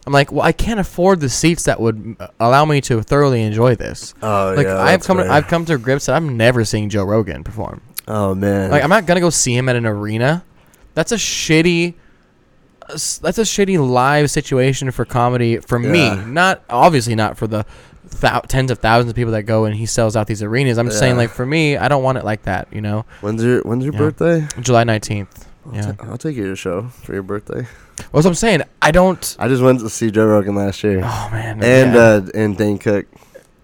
S2: I'm like, well, I can't afford the seats that would uh, allow me to thoroughly enjoy this.
S1: Oh
S2: Like
S1: yeah,
S2: I've
S1: that's
S2: come
S1: fair.
S2: to, I've come to grips that I'm never seeing Joe Rogan perform.
S1: oh man,
S2: Like I'm not gonna go see him at an arena. That's a shitty. That's a shitty live situation for comedy for
S1: Yeah.
S2: me. Not obviously not for the thou- tens of thousands of people that go and he sells out these arenas. I'm just saying
S1: Yeah.
S2: like for me, I don't want it like that. You know,
S1: when's your when's your
S2: Yeah.
S1: birthday?
S2: July 19th.
S1: I'll
S2: Yeah,
S1: ta- I'll take you to a show for your birthday.
S2: well, that's what I'm saying. I don't.
S1: I just went to see Joe Rogan last year,
S2: Oh man.
S1: and
S2: yeah.
S1: uh, and Dane Cook.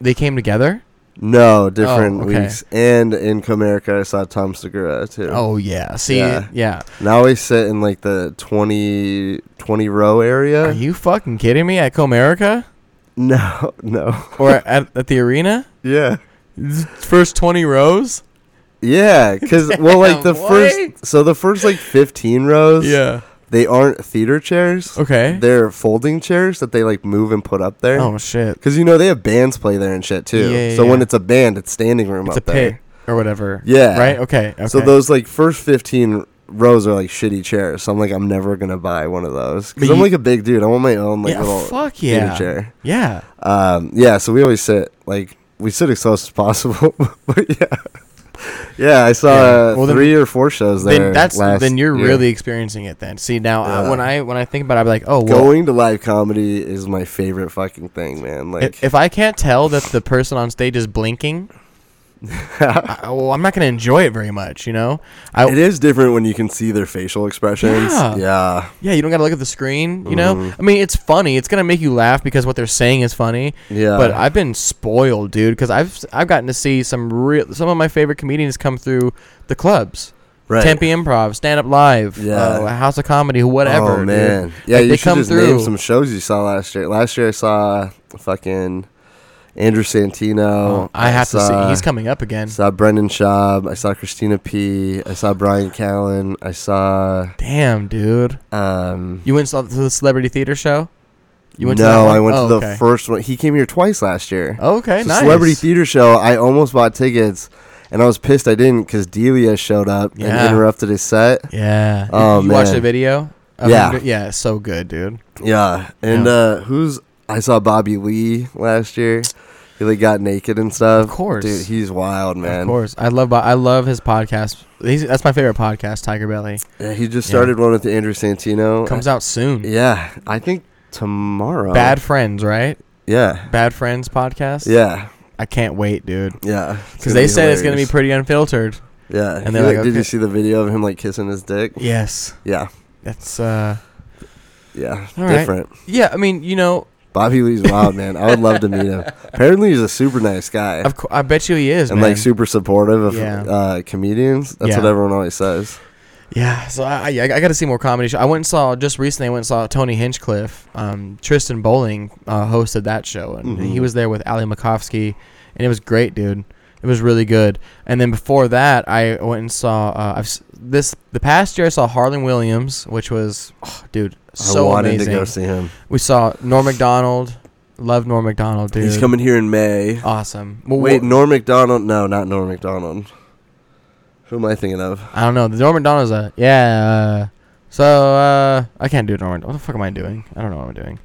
S2: they came together.
S1: No, different
S2: Oh, okay.
S1: weeks. And in Comerica, I saw Tom Segura too.
S2: Oh yeah. See,
S1: Yeah.
S2: yeah.
S1: And I always sit in like the 20, 20 row area.
S2: Are you fucking kidding me? At Comerica
S1: No, no.
S2: or at, at the arena?
S1: Yeah.
S2: First 20 rows.
S1: Yeah, cuz well like the
S2: Damn, what?
S1: first so the first like 15 rows,
S2: Yeah.
S1: they aren't theater chairs.
S2: Okay.
S1: They're folding chairs that they like move and put up there.
S2: Oh shit.
S1: Cuz you know they have bands play there and shit too.
S2: Yeah, yeah,
S1: so when
S2: yeah.
S1: it's a band, it's standing room
S2: It's a
S1: up
S2: pit
S1: there.
S2: or whatever.
S1: Yeah.
S2: Right. Okay. okay.
S1: So those like first 15 rows are like shitty chairs. So I'm like I'm never going to buy one of those cuz
S2: But
S1: I'm
S2: you-
S1: like a big dude. I want my own like
S2: yeah.
S1: little
S2: fuck
S1: theater
S2: yeah.
S1: chair.
S2: Yeah.
S1: Um, yeah, so we always sit like we sit as close as possible. but yeah, yeah, I saw
S2: Yeah.
S1: uh
S2: Well, then-
S1: three or four shows there.
S2: Then that's
S1: last
S2: then you're
S1: year.
S2: really experiencing it. Then see now I-
S1: Yeah.
S2: when I when I think about it, I'm like, oh well.
S1: going to live comedy is my favorite fucking thing, man. Like,
S2: if, if I can't tell that the person on stage is blinking, I, well, I'm not gonna enjoy it very much, you know. I
S1: it is different when you can see their facial expressions.
S2: Oh. Yeah.
S1: yeah.
S2: yeah, you don't gotta look at the screen, you know.
S1: Mhm.
S2: I mean, it's funny. It's gonna make you laugh because what they're saying is funny.
S1: Yeah.
S2: But uh, I've been spoiled, dude, because I've I've gotten to see some real some of my favorite comedians come through the clubs,
S1: right.
S2: Tempe Improv, Stand Up Live,
S1: Yeah.
S2: uh, House of Comedy, whatever.
S1: Oh
S2: dude.
S1: man, yeah,
S2: Like,
S1: you
S2: they
S1: should
S2: come
S1: just
S2: through.
S1: name some shows you saw last year. Last year I saw fucking Andrew Santino.
S2: Oh, I have to see.
S1: saw-
S2: He's coming up again.
S1: Saw Brendan Schaub. I saw Christina P. I saw Brian Callen. I saw.
S2: Damn, dude.
S1: Um,
S2: You went to the celebrity theater show. You
S1: no,
S2: that one?
S1: I went
S2: Oh,
S1: to the
S2: okay.
S1: first one. He came here twice last year.
S2: Okay,
S1: It's a
S2: nice.
S1: Celebrity theater show. I almost bought tickets, and I was pissed I didn't because Delia showed up
S2: Yeah.
S1: and interrupted his set.
S2: Yeah.
S1: Oh,
S2: you, you watched the
S1: man.
S2: video? of
S1: Yeah.
S2: him do- yeah, it's so good, dude.
S1: Yeah, and
S2: Yeah.
S1: uh who's I saw Bobby Lee last year. He like got naked and stuff.
S2: Of course.
S1: dude, he's wild, man.
S2: Of course. I love Bo- I love his podcast. He's, that's my favorite podcast, Tiger Belly.
S1: Yeah, he just
S2: Yeah.
S1: started one with Andrew Santino.
S2: Comes out soon.
S1: Oh, yeah, I think tomorrow.
S2: Bad Friends, right?
S1: Yeah,
S2: Bad Friends podcast.
S1: yeah,
S2: I can't wait, dude.
S1: yeah.
S2: Because they said it's going to be pretty unfiltered.
S1: pretty. Yeah,
S2: and
S1: He,
S2: they're
S1: like,
S2: like,
S1: did
S2: okay.
S1: you see the video of him like kissing his dick?
S2: Yes.
S1: Yeah,
S2: That's, uh,
S1: yeah,
S2: All right.
S1: different.
S2: yeah, I mean, you know,
S1: Bobby Lee's wild, man. I would love to meet him. Apparently, he's a super nice guy
S2: of co- I bet you he is,
S1: and
S2: man.
S1: like super supportive of
S2: Yeah.
S1: uh, comedians. That's what
S2: Yeah.
S1: everyone always says.
S2: Yeah, so I, I, I got to see more comedy. Show. I went and saw just recently. I went and saw Tony Hinchcliffe. Um, Tristan Bowling uh, hosted that show, and
S1: Mhm.
S2: he was there with Ali Makovsky, and it was great, dude. It was really good. And then before that, I went and saw uh, I've s- this the past year. I saw Harlan Williams, which was oh, dude so
S1: I wanted
S2: amazing.
S1: to go see him.
S2: we saw Norm Macdonald. Love Norm Macdonald, dude.
S1: He's coming here in May.
S2: Awesome. Well,
S1: Wait,
S2: wh-
S1: Norm McDonald? No, not Norm McDonald. Who am I thinking of?
S2: I don't know. The Norman Donald's a yeah. Uh, so uh, I can't do Norman. What the fuck am I doing? I don't know what I'm doing.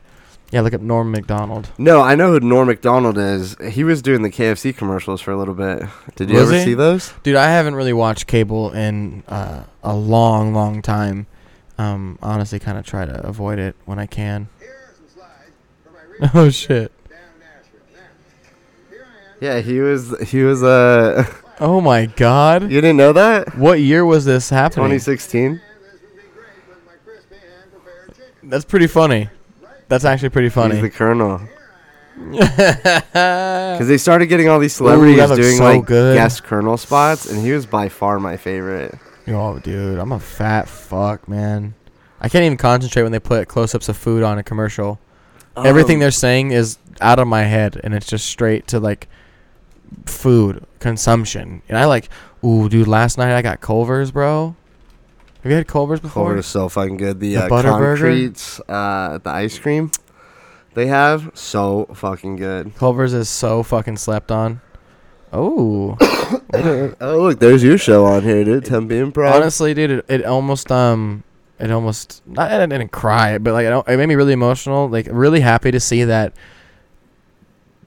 S2: Yeah, look up Norm Macdonald.
S1: No, I know who Norm McDonald is. He was doing the KFC commercials for a little bit. Did you
S2: Was
S1: ever
S2: he?
S1: see those?
S2: Dude, I haven't really watched cable in uh, a long, long time. Um, honestly, kind of try to avoid it when I can. Oh shit.
S1: Yeah, he was. He was. Uh,
S2: Oh my god.
S1: you didn't know that?
S2: What year was this happening?
S1: 2016.
S2: That's pretty funny. That's actually pretty
S1: He's
S2: funny.
S1: the Colonel.
S2: yeah,
S1: Because they started getting all these celebrities
S2: that looks
S1: doing
S2: so
S1: like
S2: good.
S1: guest Colonel spots, and he was by far my favorite.
S2: Yo, dude, I'm a fat fuck, man. I can't even concentrate when they put close-ups of food on a commercial. Everything
S1: Um,
S2: they're saying is out of my head, and it's just straight to like food consumption. And I like, ooh, dude, last night I got Culver's, bro. Have you had Culver's before?
S1: Culver is so fucking good. The,
S2: The
S1: uh,
S2: Butterburger?
S1: concretes, uh, the ice cream they have, so fucking good.
S2: Culver's is so fucking slept on. Oh,
S1: Oh look, there's your show on here, dude. Tempe Improv.
S2: honestly, dude, it, it almost um, it almost not I didn't cry, but like I don't, it made me really emotional. Like really happy to see that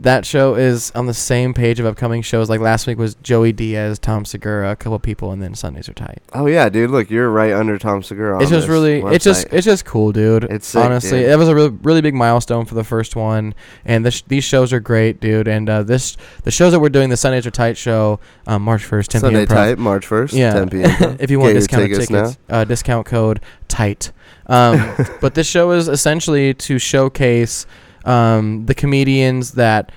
S2: that show is on the same page of upcoming shows. Like last week was Joey Diaz, Tom Segura, a couple people, and then Sundays are tight.
S1: oh yeah, dude. Look, you're right under Tom Segura. on
S2: it's just
S1: this
S2: really it's just
S1: website.
S2: it's just cool dude
S1: It's sick,
S2: honestly
S1: dude.
S2: it was a really, really big milestone for the first one and this these shows are great dude and uh, this the shows that we're doing the sundays are tight show um, march 1st 10
S1: Sunday
S2: p.m. Improv.
S1: type March first.
S2: yeah
S1: Tempe Improv.
S2: if you want
S1: Get your
S2: discounted
S1: tickets
S2: tickets, Uh, discount code tight um, but this show is essentially to showcase um, the comedians that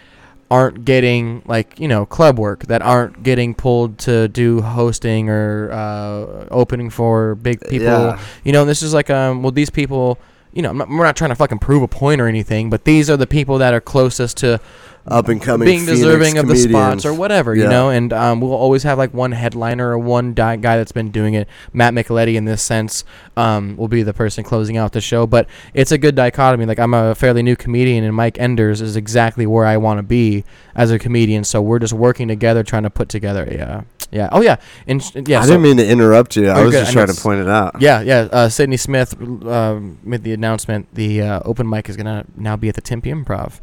S2: aren't getting like you know club work that aren't getting pulled to do hosting or uh, opening for big people
S1: Uh, Yeah.
S2: you know, this is like, um, well, these people, you know, I'm not, we're not trying to fucking prove a point or anything, but these are the people that are closest to
S1: Up and coming
S2: being
S1: Phoenix
S2: deserving of the spots
S1: comedians.
S2: or whatever, you
S1: Yeah.
S2: know. And um, we'll always have like one headliner or one di- guy that's been doing it. Matt Micheletti, in this sense, um, will be the person closing out the show. But it's a good dichotomy. Like I'm a fairly new comedian, and Mike Enders is exactly where I want to be as a comedian. So we're just working together, trying to put together. Yeah, yeah. Oh yeah, and sh- yeah.
S1: I
S2: so-
S1: didn't mean to interrupt you. I
S2: You're
S1: was
S2: good,
S1: just
S2: I know
S1: trying to
S2: it's-
S1: point it out.
S2: yeah, yeah. Uh, Sydney Smith um made the announcement. The uh, open mic is gonna now be at the Tempe Improv.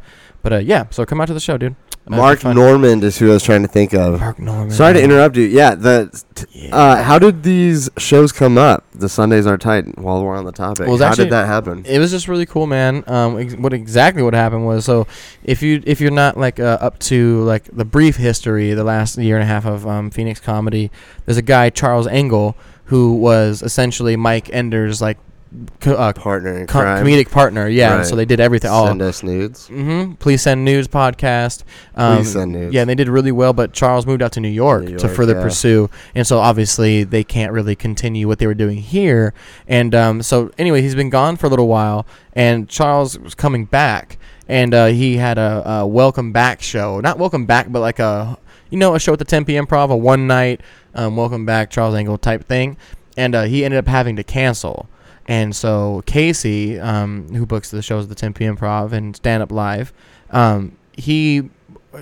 S2: But uh, yeah, so come out to the show, dude. Uh,
S1: Mark
S2: it'd be fun.
S1: Normand is who I was trying to think of.
S2: Mark Norman.
S1: Sorry to interrupt you. Yeah, the
S2: Yeah.
S1: uh, how did these shows come up? the Sundays are tight. While we're on the topic,
S2: Well, it's
S1: how
S2: actually-
S1: did that happen?
S2: It was just really cool, man. Um, ex- what exactly what happened was so if you if you're not like uh, up to like the brief history, the last year and a half of um, Phoenix comedy, there's a guy Charles Engel who was essentially Mike Ender's like co- uh,
S1: Partner in
S2: co-
S1: crime.
S2: comedic partner. Yeah,
S1: Right.
S2: so they did everything. All
S1: Send us nudes.
S2: hmm Please send news podcast. Um,
S1: Please send nudes.
S2: Yeah, and they did really well, but Charles moved out to New York
S1: New
S2: to
S1: York,
S2: further
S1: yeah.
S2: pursue, and so obviously they can't really continue what they were doing here. And um, so anyway, he's been gone for a little while, and Charles was coming back, and uh, he had a, a welcome back show, not welcome back, but like a you know a show at the Tempe Improv, a one night um, welcome back Charles Angle type thing, and uh, he ended up having to cancel. And so Casey, um, who books the shows at the 10 p.m. Improv and Stand Up Live, um, he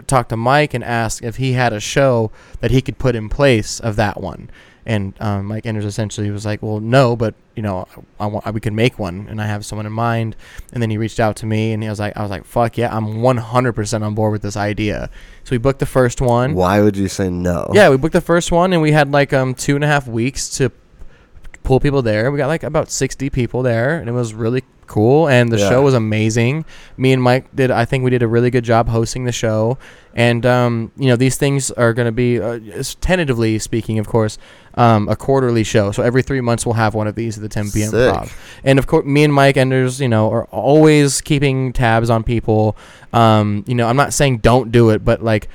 S2: talked to Mike and asked if he had a show that he could put in place of that one. And um, Mike Enders essentially was like, "Well, no, but you know, I, want we can make one, and I have someone in mind." And then he reached out to me, and he was like, "I was like, fuck yeah, I'm 100% on board with this idea." So we booked the first one.
S1: Why would you say no?
S2: Yeah, we booked the first one, and we had like um two and a half weeks to pull people there. We got like about sixty people there, and it was really cool. And the
S1: Yeah.
S2: show was amazing. Me and Mike did. I think we did a really good job hosting the show. And um, you know, these things are going to be uh, s- tentatively speaking, of course, um, a quarterly show. So every three months we'll have one of these at the 10 p.m.
S1: Sick.
S2: Improv. And of course, me and Mike Enders, you know, are always keeping tabs on people. Um, you know, I'm not saying don't do it, but like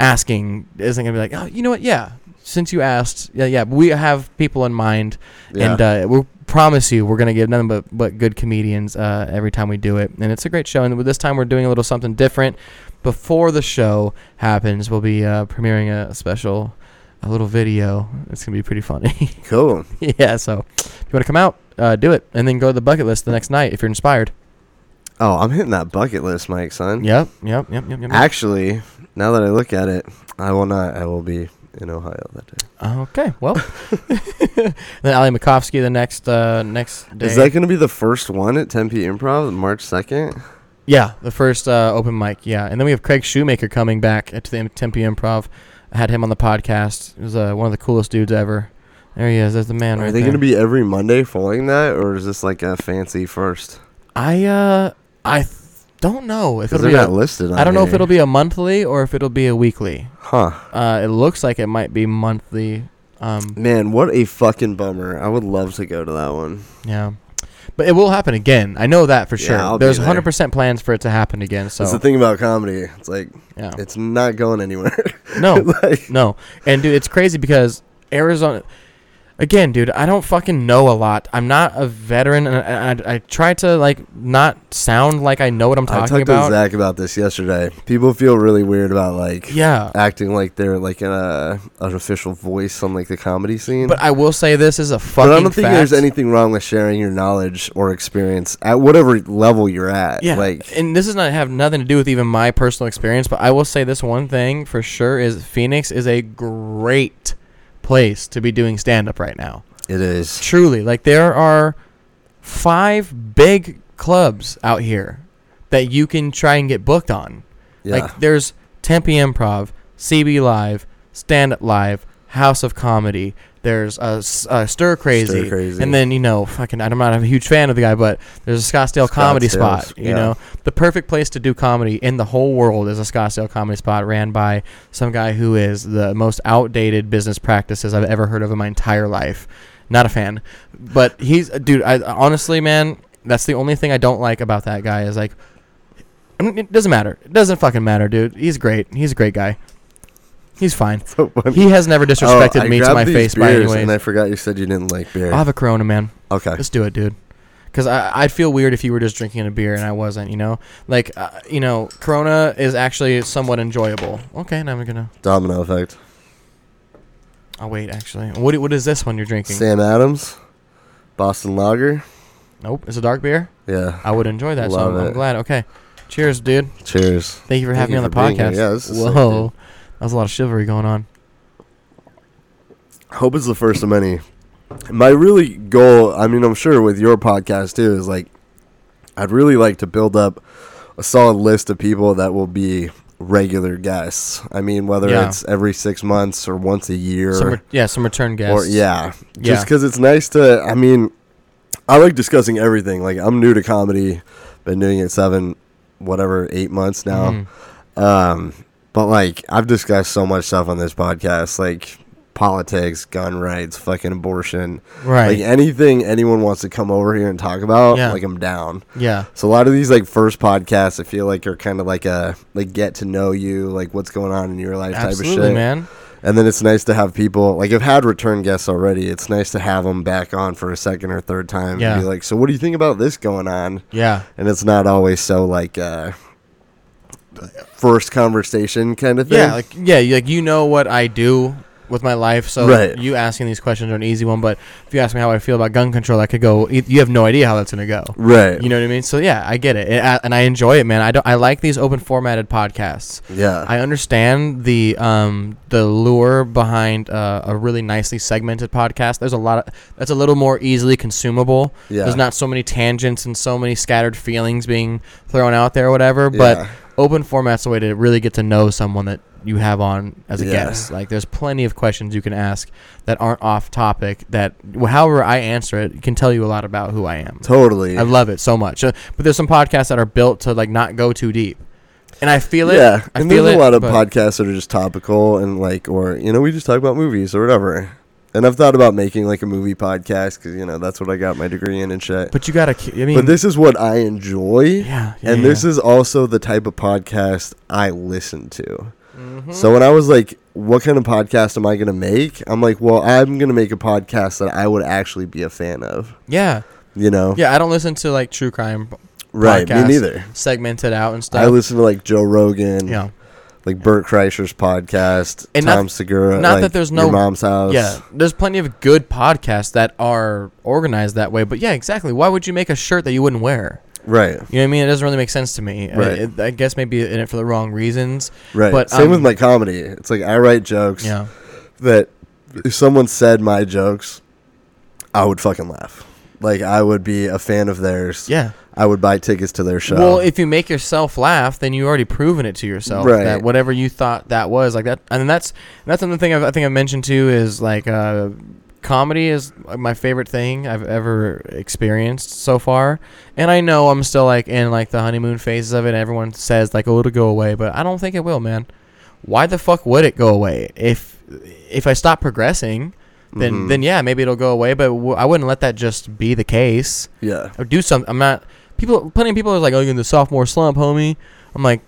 S2: asking isn't gonna be like, oh, you know what? Yeah, since you asked, yeah, yeah, we have people in mind,
S1: Yeah.
S2: and uh, we promise you, we're gonna give nothing but but good comedians uh, every time we do it, and it's a great show. And with this time, we're doing a little something different. Before the show happens, we'll be uh, premiering a special, a little video. It's gonna be pretty funny.
S1: cool.
S2: yeah, so if you want to come out, uh, do it, and then go to the bucket list the next night if you're inspired.
S1: Oh, I'm hitting that bucket list, Mike, son.
S2: Yep, yep, yep, yep, yep. yep.
S1: Actually, now that I look at it, I will not. I will be in Ohio that day.
S2: Ah, Okay, well, then Ali Makovsky the next uh, next day.
S1: Is that going to be the first one at 10 p. Improv, March 2nd?
S2: Yeah, the first uh, open mic. Yeah, and then we have Craig Shoemaker coming back at the Tempe Improv. I had him on the podcast. He was uh, one of the coolest dudes ever. There he is. There's the man.
S1: Are
S2: right
S1: they
S2: there.
S1: going to be every Monday following that, or is this like a fancy first?
S2: I uh, I th- don't know if
S1: Because
S2: it'll
S1: they're
S2: be.
S1: not
S2: A,
S1: listed. On
S2: I don't know if
S1: here.
S2: it'll be a monthly or if it'll be a weekly.
S1: Huh.
S2: Uh, it looks like it might be monthly. Um,
S1: Man, what a fucking bummer. I would love to go to that one.
S2: yeah, but it will happen again. I know that for
S1: Yeah,
S2: sure.
S1: I'll be
S2: There's
S1: there.
S2: 100 percent plans for it to happen again. So Oh.
S1: That's the thing about comedy. It's like
S2: yeah,
S1: it's not going anywhere.
S2: no,
S1: like,
S2: No. And dude, it's crazy because Arizona again, dude, I don't fucking know a lot. I'm not a veteran and I, I, I try to like not sound like I know what I'm
S1: I
S2: talking
S1: talked
S2: about.
S1: to Zach about this yesterday. People feel really weird about like
S2: Yeah.
S1: acting like they're like in a an official voice on like the comedy scene.
S2: But I will say this is a fucking
S1: But I don't think
S2: fact.
S1: there's anything wrong with sharing your knowledge or experience at whatever level you're at.
S2: yeah,
S1: Like
S2: and this does not have nothing to do with even my personal experience, but I will say this one thing for sure is Phoenix is a great place to be doing stand up right now.
S1: it is.
S2: Truly, like there are five big clubs out here that you can try and get booked on.
S1: Yeah.
S2: Like there's Tempe Improv, CB Live, Stand Up Live, House of Comedy. There's uh, S- uh, Stir Crazy,
S1: Stir Crazy.
S2: and then you know, fucking, I'm not a huge fan of the guy, but there's a Scottsdale comedy
S1: Scottsdale's,
S2: spot. You
S1: yeah.
S2: know, the perfect place to do comedy in the whole world is a Scottsdale comedy spot ran by some guy who is the most outdated business practices I've ever heard of in my entire life. Not a fan, but he's dude. I honestly, man, that's the only thing I don't like about that guy is like, I mean, it doesn't matter. It doesn't fucking matter, dude. He's great. He's a great guy. He's fine.
S1: So funny.
S2: He has never disrespected
S1: Oh, I
S2: me to
S1: grabbed
S2: my
S1: these
S2: face by
S1: beers,
S2: any
S1: And
S2: way.
S1: I forgot you said you didn't like beer.
S2: I'll have a Corona, man.
S1: okay.
S2: Let's do it, dude. Because I I'd feel weird if you were just drinking a beer and I wasn't. You know, like uh, you know, Corona is actually somewhat enjoyable. Okay, now I'm gonna.
S1: Domino effect.
S2: I'll wait. Actually, what what is this one you're drinking?
S1: Sam Adams, Boston Lager.
S2: Nope, it's a dark beer.
S1: Yeah.
S2: I would enjoy that. so
S1: Love
S2: I'm, I'm
S1: it.
S2: glad. Okay, cheers, dude.
S1: Cheers.
S2: Thank you for
S1: Thank
S2: having
S1: you
S2: me on
S1: for being
S2: the
S1: here.
S2: podcast.
S1: Yeah, this is sick,
S2: Whoa, that was a lot of chivalry going on.
S1: Hope it's the first of many. My really goal, I mean, I'm sure with your podcast too, is like I'd really like to build up a solid list of people that will be regular guests. I mean, whether
S2: Yeah.
S1: it's every six months or once a year,
S2: Some re- yeah, some return
S1: or
S2: guests.
S1: yeah,
S2: Yeah.
S1: just because it's nice to. I mean, I like discussing everything. Like I'm new to comedy, been doing it seven, whatever, eight months now.
S2: Mhm.
S1: Um, but like I've discussed so much stuff on this podcast, like politics, gun rights, fucking abortion, like
S2: Right.
S1: anything anyone wants to come over here and talk about,
S2: Yeah.
S1: like I'm down.
S2: yeah.
S1: So a lot of these like first podcasts, I feel like are kind of like a like get to know you, like what's going on in your life type of
S2: Absolutely,
S1: shit.
S2: man.
S1: And then it's nice to have people like I've had return guests already. It's nice to have them back on for a second or third time
S2: Yeah.
S1: and be like, so what do you think about this going on?
S2: Yeah.
S1: And it's not always so like uh first conversation kind of thing.
S2: Yeah, like yeah, you- like you know what I do with my life, so
S1: Right.
S2: you asking these questions are an easy one. But if you ask me how I feel about gun control, I could go. You you have no idea how that's gonna go.
S1: right.
S2: You know what I mean? So yeah, I get it, and I, and I enjoy it, man. I don't. I like these open formatted podcasts.
S1: yeah.
S2: I understand the um the lure behind uh, a really nicely segmented podcast. There's a lot of that's a little more easily consumable.
S1: Yeah.
S2: There's not so many tangents and so many scattered feelings being thrown out there, or whatever. But
S1: Yeah.
S2: open format's a way to really get to know someone that you have on as a
S1: Yeah.
S2: guest. Like there's plenty of questions you can ask that aren't off topic. That however I answer it can tell you a lot about who I am.
S1: totally.
S2: I love it so much. Uh, But there's some podcasts that are built to like not go too deep, and I feel it.
S1: yeah,
S2: I
S1: and
S2: feel
S1: there's
S2: it,
S1: a lot of
S2: but-
S1: podcasts that are just topical and like, or you know, we just talk about movies or whatever. And I've thought about making like a movie podcast because you know that's what I got my degree in and shit.
S2: But you gotta. ke- I mean,
S1: but this is what I enjoy,
S2: yeah,
S1: and this is also the type of podcast I listen to.
S2: Mm-hmm.
S1: So when I was like, "What kind of podcast am I gonna make?" I'm like, "Well, I'm gonna make a podcast that I would actually be a fan of."
S2: yeah,
S1: You know,
S2: yeah. I don't listen to like true crime
S1: right?
S2: podcasts.
S1: Me neither.
S2: segmented out and stuff.
S1: I listen to like Joe Rogan,
S2: yeah,
S1: like Bert Kreischer's podcast,
S2: And not-
S1: Tom Segura.
S2: not
S1: like,
S2: that there's
S1: Your
S2: no-
S1: mom's house.
S2: yeah. There's plenty of good podcasts that are organized that way. But yeah, exactly. Why would you make a shirt that you wouldn't wear?
S1: right,
S2: You know what I mean? It doesn't really make sense to me. I-
S1: Right.
S2: it- I, guess maybe in it for the wrong reasons.
S1: right.
S2: But,
S1: Same with
S2: um,
S1: my comedy. It's like I write jokes
S2: Yeah,
S1: that if someone said my jokes, I would fucking laugh. Like I would be a fan of theirs.
S2: yeah.
S1: I would buy tickets to their show.
S2: Well, if you make yourself laugh, then you already proven it to yourself
S1: Right.
S2: that whatever you thought that was like that, and that's that's another thing I've, I think I mentioned too is like uh, comedy is my favorite thing I've ever experienced so far, and I know I'm still like in like the honeymoon phases of it. Everyone says like oh it'll go away, but I don't think it will, man. Why the fuck would it go away if if I stop progressing? Then,
S1: Mhm.
S2: then yeah, maybe it'll go away, but w- I wouldn't let that just be the case
S1: yeah,
S2: or do something. I'm not. People, plenty of people are like, "Oh, you're in the sophomore slump, homie." I'm like,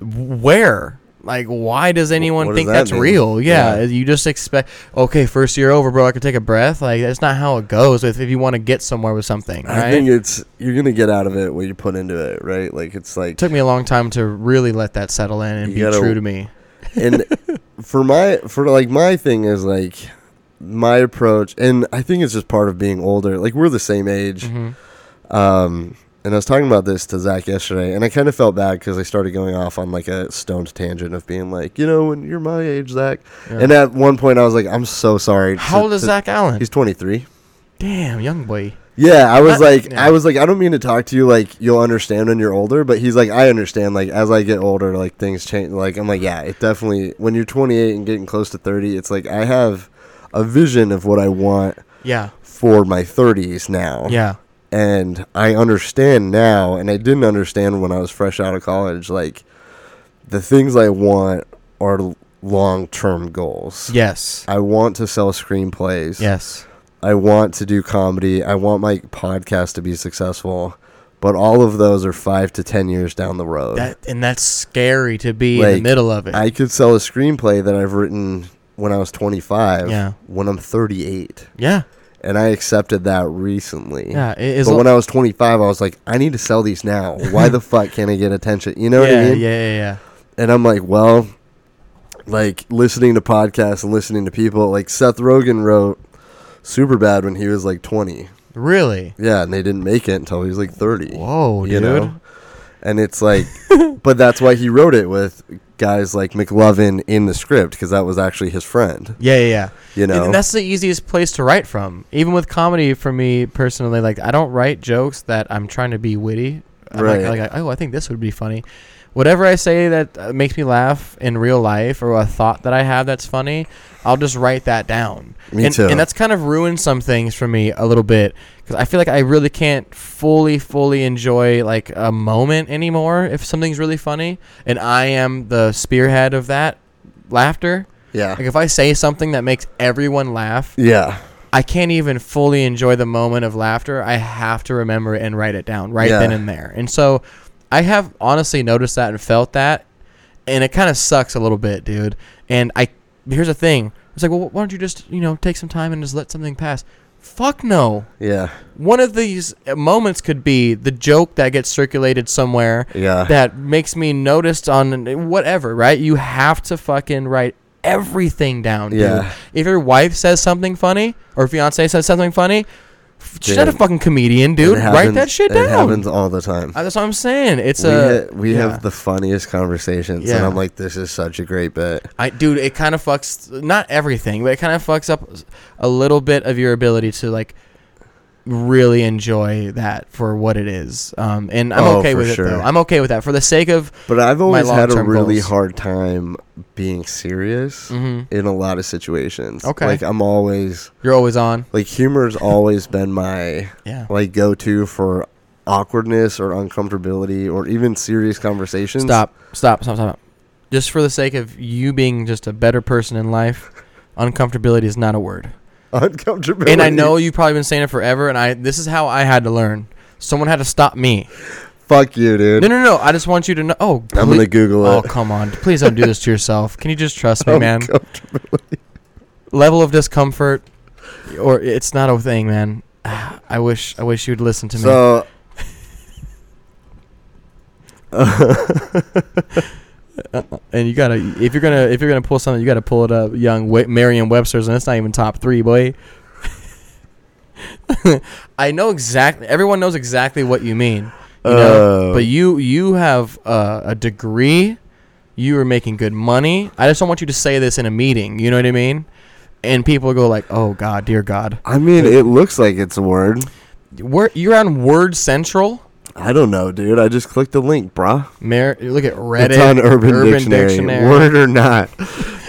S2: where? Like, why does anyone
S1: what does
S2: think
S1: that
S2: that's
S1: mean?
S2: real? Yeah,
S1: Yeah.
S2: you just expect. Okay, first year over, bro. I can take a breath. Like, that's not how it goes. If, if you want to get somewhere with something,
S1: I
S2: right?
S1: think it's you're gonna get out of it what you put into it, right? Like it's like
S2: it took me a long time to really let that settle in and
S1: You
S2: be
S1: gotta-
S2: true to me.
S1: and for my for like my thing is like my approach and i think it's just part of being older like we're the same age
S2: hmm
S1: um and i was talking about this to zach yesterday and i kind of felt bad because i started going off on like a stoned tangent of being like you know when you're my age zach
S2: Yeah.
S1: and at one point i was like i'm so sorry
S2: How old is
S1: to-
S2: Zach Allen?
S1: he's 23
S2: Damn, young boy.
S1: yeah, I was
S2: Not-
S1: like,
S2: yeah.
S1: I was like, I don't mean to talk to you like you'll understand when you're older, but he's like, I understand. Like as I get older, like things change. Like I'm like, yeah, it definitely. When you're 28 and getting close to 30, it's like I have a vision of what I want
S2: Yeah,
S1: for my 30s now.
S2: yeah,
S1: and I understand now, and I didn't understand when I was fresh out of college. Like the things I want are long term goals.
S2: yes,
S1: I want to sell screenplays.
S2: yes,
S1: I want to do comedy. I want my podcast to be successful. But all of those are five to ten years down the road.
S2: that and that's scary to be in the
S1: Like,
S2: middle of it.
S1: I could sell a screenplay that I've written when I was 25
S2: Yeah.
S1: when I'm 38.
S2: yeah,
S1: And I accepted that recently.
S2: yeah. It is.
S1: But when I was 25, I was like, I need to sell these now. Why the fuck can't I get attention? You know
S2: yeah,
S1: what I mean?
S2: yeah, yeah, yeah.
S1: And I'm like, well, like listening to podcasts and listening to people, like Seth Rogen wrote Superbad when he was like 20.
S2: Really?
S1: Yeah, and they didn't make it until he was like 30.
S2: Whoa,
S1: you
S2: dude.
S1: know? And it's like, but that's why he wrote it with guys like McLovin in the script because that was actually his friend,
S2: Yeah, yeah, yeah.
S1: you know?
S2: And that's the easiest place to write from. Even with comedy, for me personally, like I don't write jokes that I'm trying to be witty. I'm like-
S1: Right.
S2: like, oh, I think this would be funny. whatever I say that uh, makes me laugh in real life or a thought that I have that's funny, I'll just write that down.
S1: Me
S2: and,
S1: too.
S2: And that's kind of ruined some things for me a little bit because I feel like I really can't fully, fully enjoy like a moment anymore if something's really funny and I am the spearhead of that laughter.
S1: Yeah.
S2: Like if I say something that makes everyone laugh,
S1: Yeah.
S2: I can't even fully enjoy the moment of laughter. I have to remember it and write it down right
S1: Yeah.
S2: then and there. And so I have honestly noticed that and felt that. And it kind of sucks a little bit, dude. And I here's the thing. It's like, well, why don't you just, you know, take some time and just let something pass? Fuck no.
S1: Yeah.
S2: One of these uh, moments could be the joke that gets circulated somewhere
S1: Yeah.
S2: that makes me noticed on whatever, right? You have to fucking write everything down, dude.
S1: Yeah.
S2: If your wife says something funny or fiance says something funny, f- she's not a
S1: Dude.
S2: fucking comedian, dude.
S1: It
S2: Write that
S1: happens-
S2: shit
S1: It
S2: down.
S1: happens all the time.
S2: Uh, That's what I'm saying. It's
S1: we
S2: a
S1: ha- we
S2: yeah.
S1: have the funniest conversations, and
S2: Yeah.
S1: I'm like, this is such a great bit.
S2: I dude, it kind of fucks not everything, but it kind of fucks up a little bit of your ability to like really enjoy that for what it is. Um, and I'm
S1: Oh,
S2: okay
S1: for
S2: with
S1: sure.
S2: it though. I'm okay with that for the sake of
S1: But I've
S2: My
S1: always had a
S2: long-term
S1: really
S2: goals.
S1: hard time being serious
S2: Mhm.
S1: in a lot of situations.
S2: Okay.
S1: like I'm always
S2: you're always on.
S1: like humor's always been my
S2: Yeah.
S1: like go to for awkwardness or uncomfortability or even serious conversations.
S2: Stop, stop, stop, stop. Just for the sake of you being just a better person in life, uncomfortability is not a word.
S1: uncomfortability.
S2: And I know you've probably been saying it forever, and I this is how I had to learn. Someone had to stop me.
S1: Fuck you, dude.
S2: No, no, no. I just want you to know. Oh,
S1: I'm gonna uh,
S2: please-
S1: Google
S2: Oh,
S1: it.
S2: come on. Please don't do this to yourself. Can you just trust me, man?
S1: Uncomfortability.
S2: Level of discomfort, or it's not a thing, man. I wish, I wish you'd listen to me.
S1: So.
S2: and you gotta, if you're gonna, if you're gonna pull something, you gotta pull it up, young w- Merriam-Webster's, and it's not even top three, boy. I know exactly. Everyone knows exactly what you mean, you know.
S1: Oh.
S2: But you, you have uh, a degree. You are making good money. I just don't want you to say this in a meeting. You know what I mean? And people go like, "Oh God, dear God,
S1: I mean, it looks like it's a word.
S2: Wor- you're on Word Central."
S1: I don't know, dude. I just clicked the link, bruh.
S2: Mer- look at Reddit,
S1: it's on Urban, Dictionary, word or not.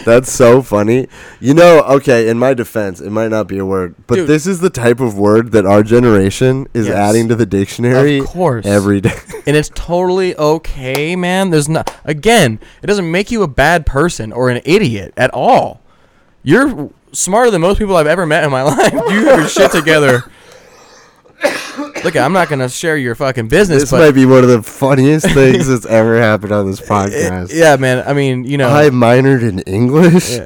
S1: That's so funny. You know, okay, in my defense, it might not be a word, but
S2: Dude.
S1: this is the type of word that our generation is
S2: Yes.
S1: adding to the dictionary
S2: Of course.
S1: every day.
S2: and it's totally okay, man. There's not again, it doesn't make you a bad person or an idiot at all. You're smarter than most people I've ever met in my life. You have your shit together. Look, I'm not gonna share your fucking business,
S1: this might
S2: but
S1: be one of the funniest things that's ever happened on this podcast.
S2: yeah, man. I mean, you know,
S1: I minored in English.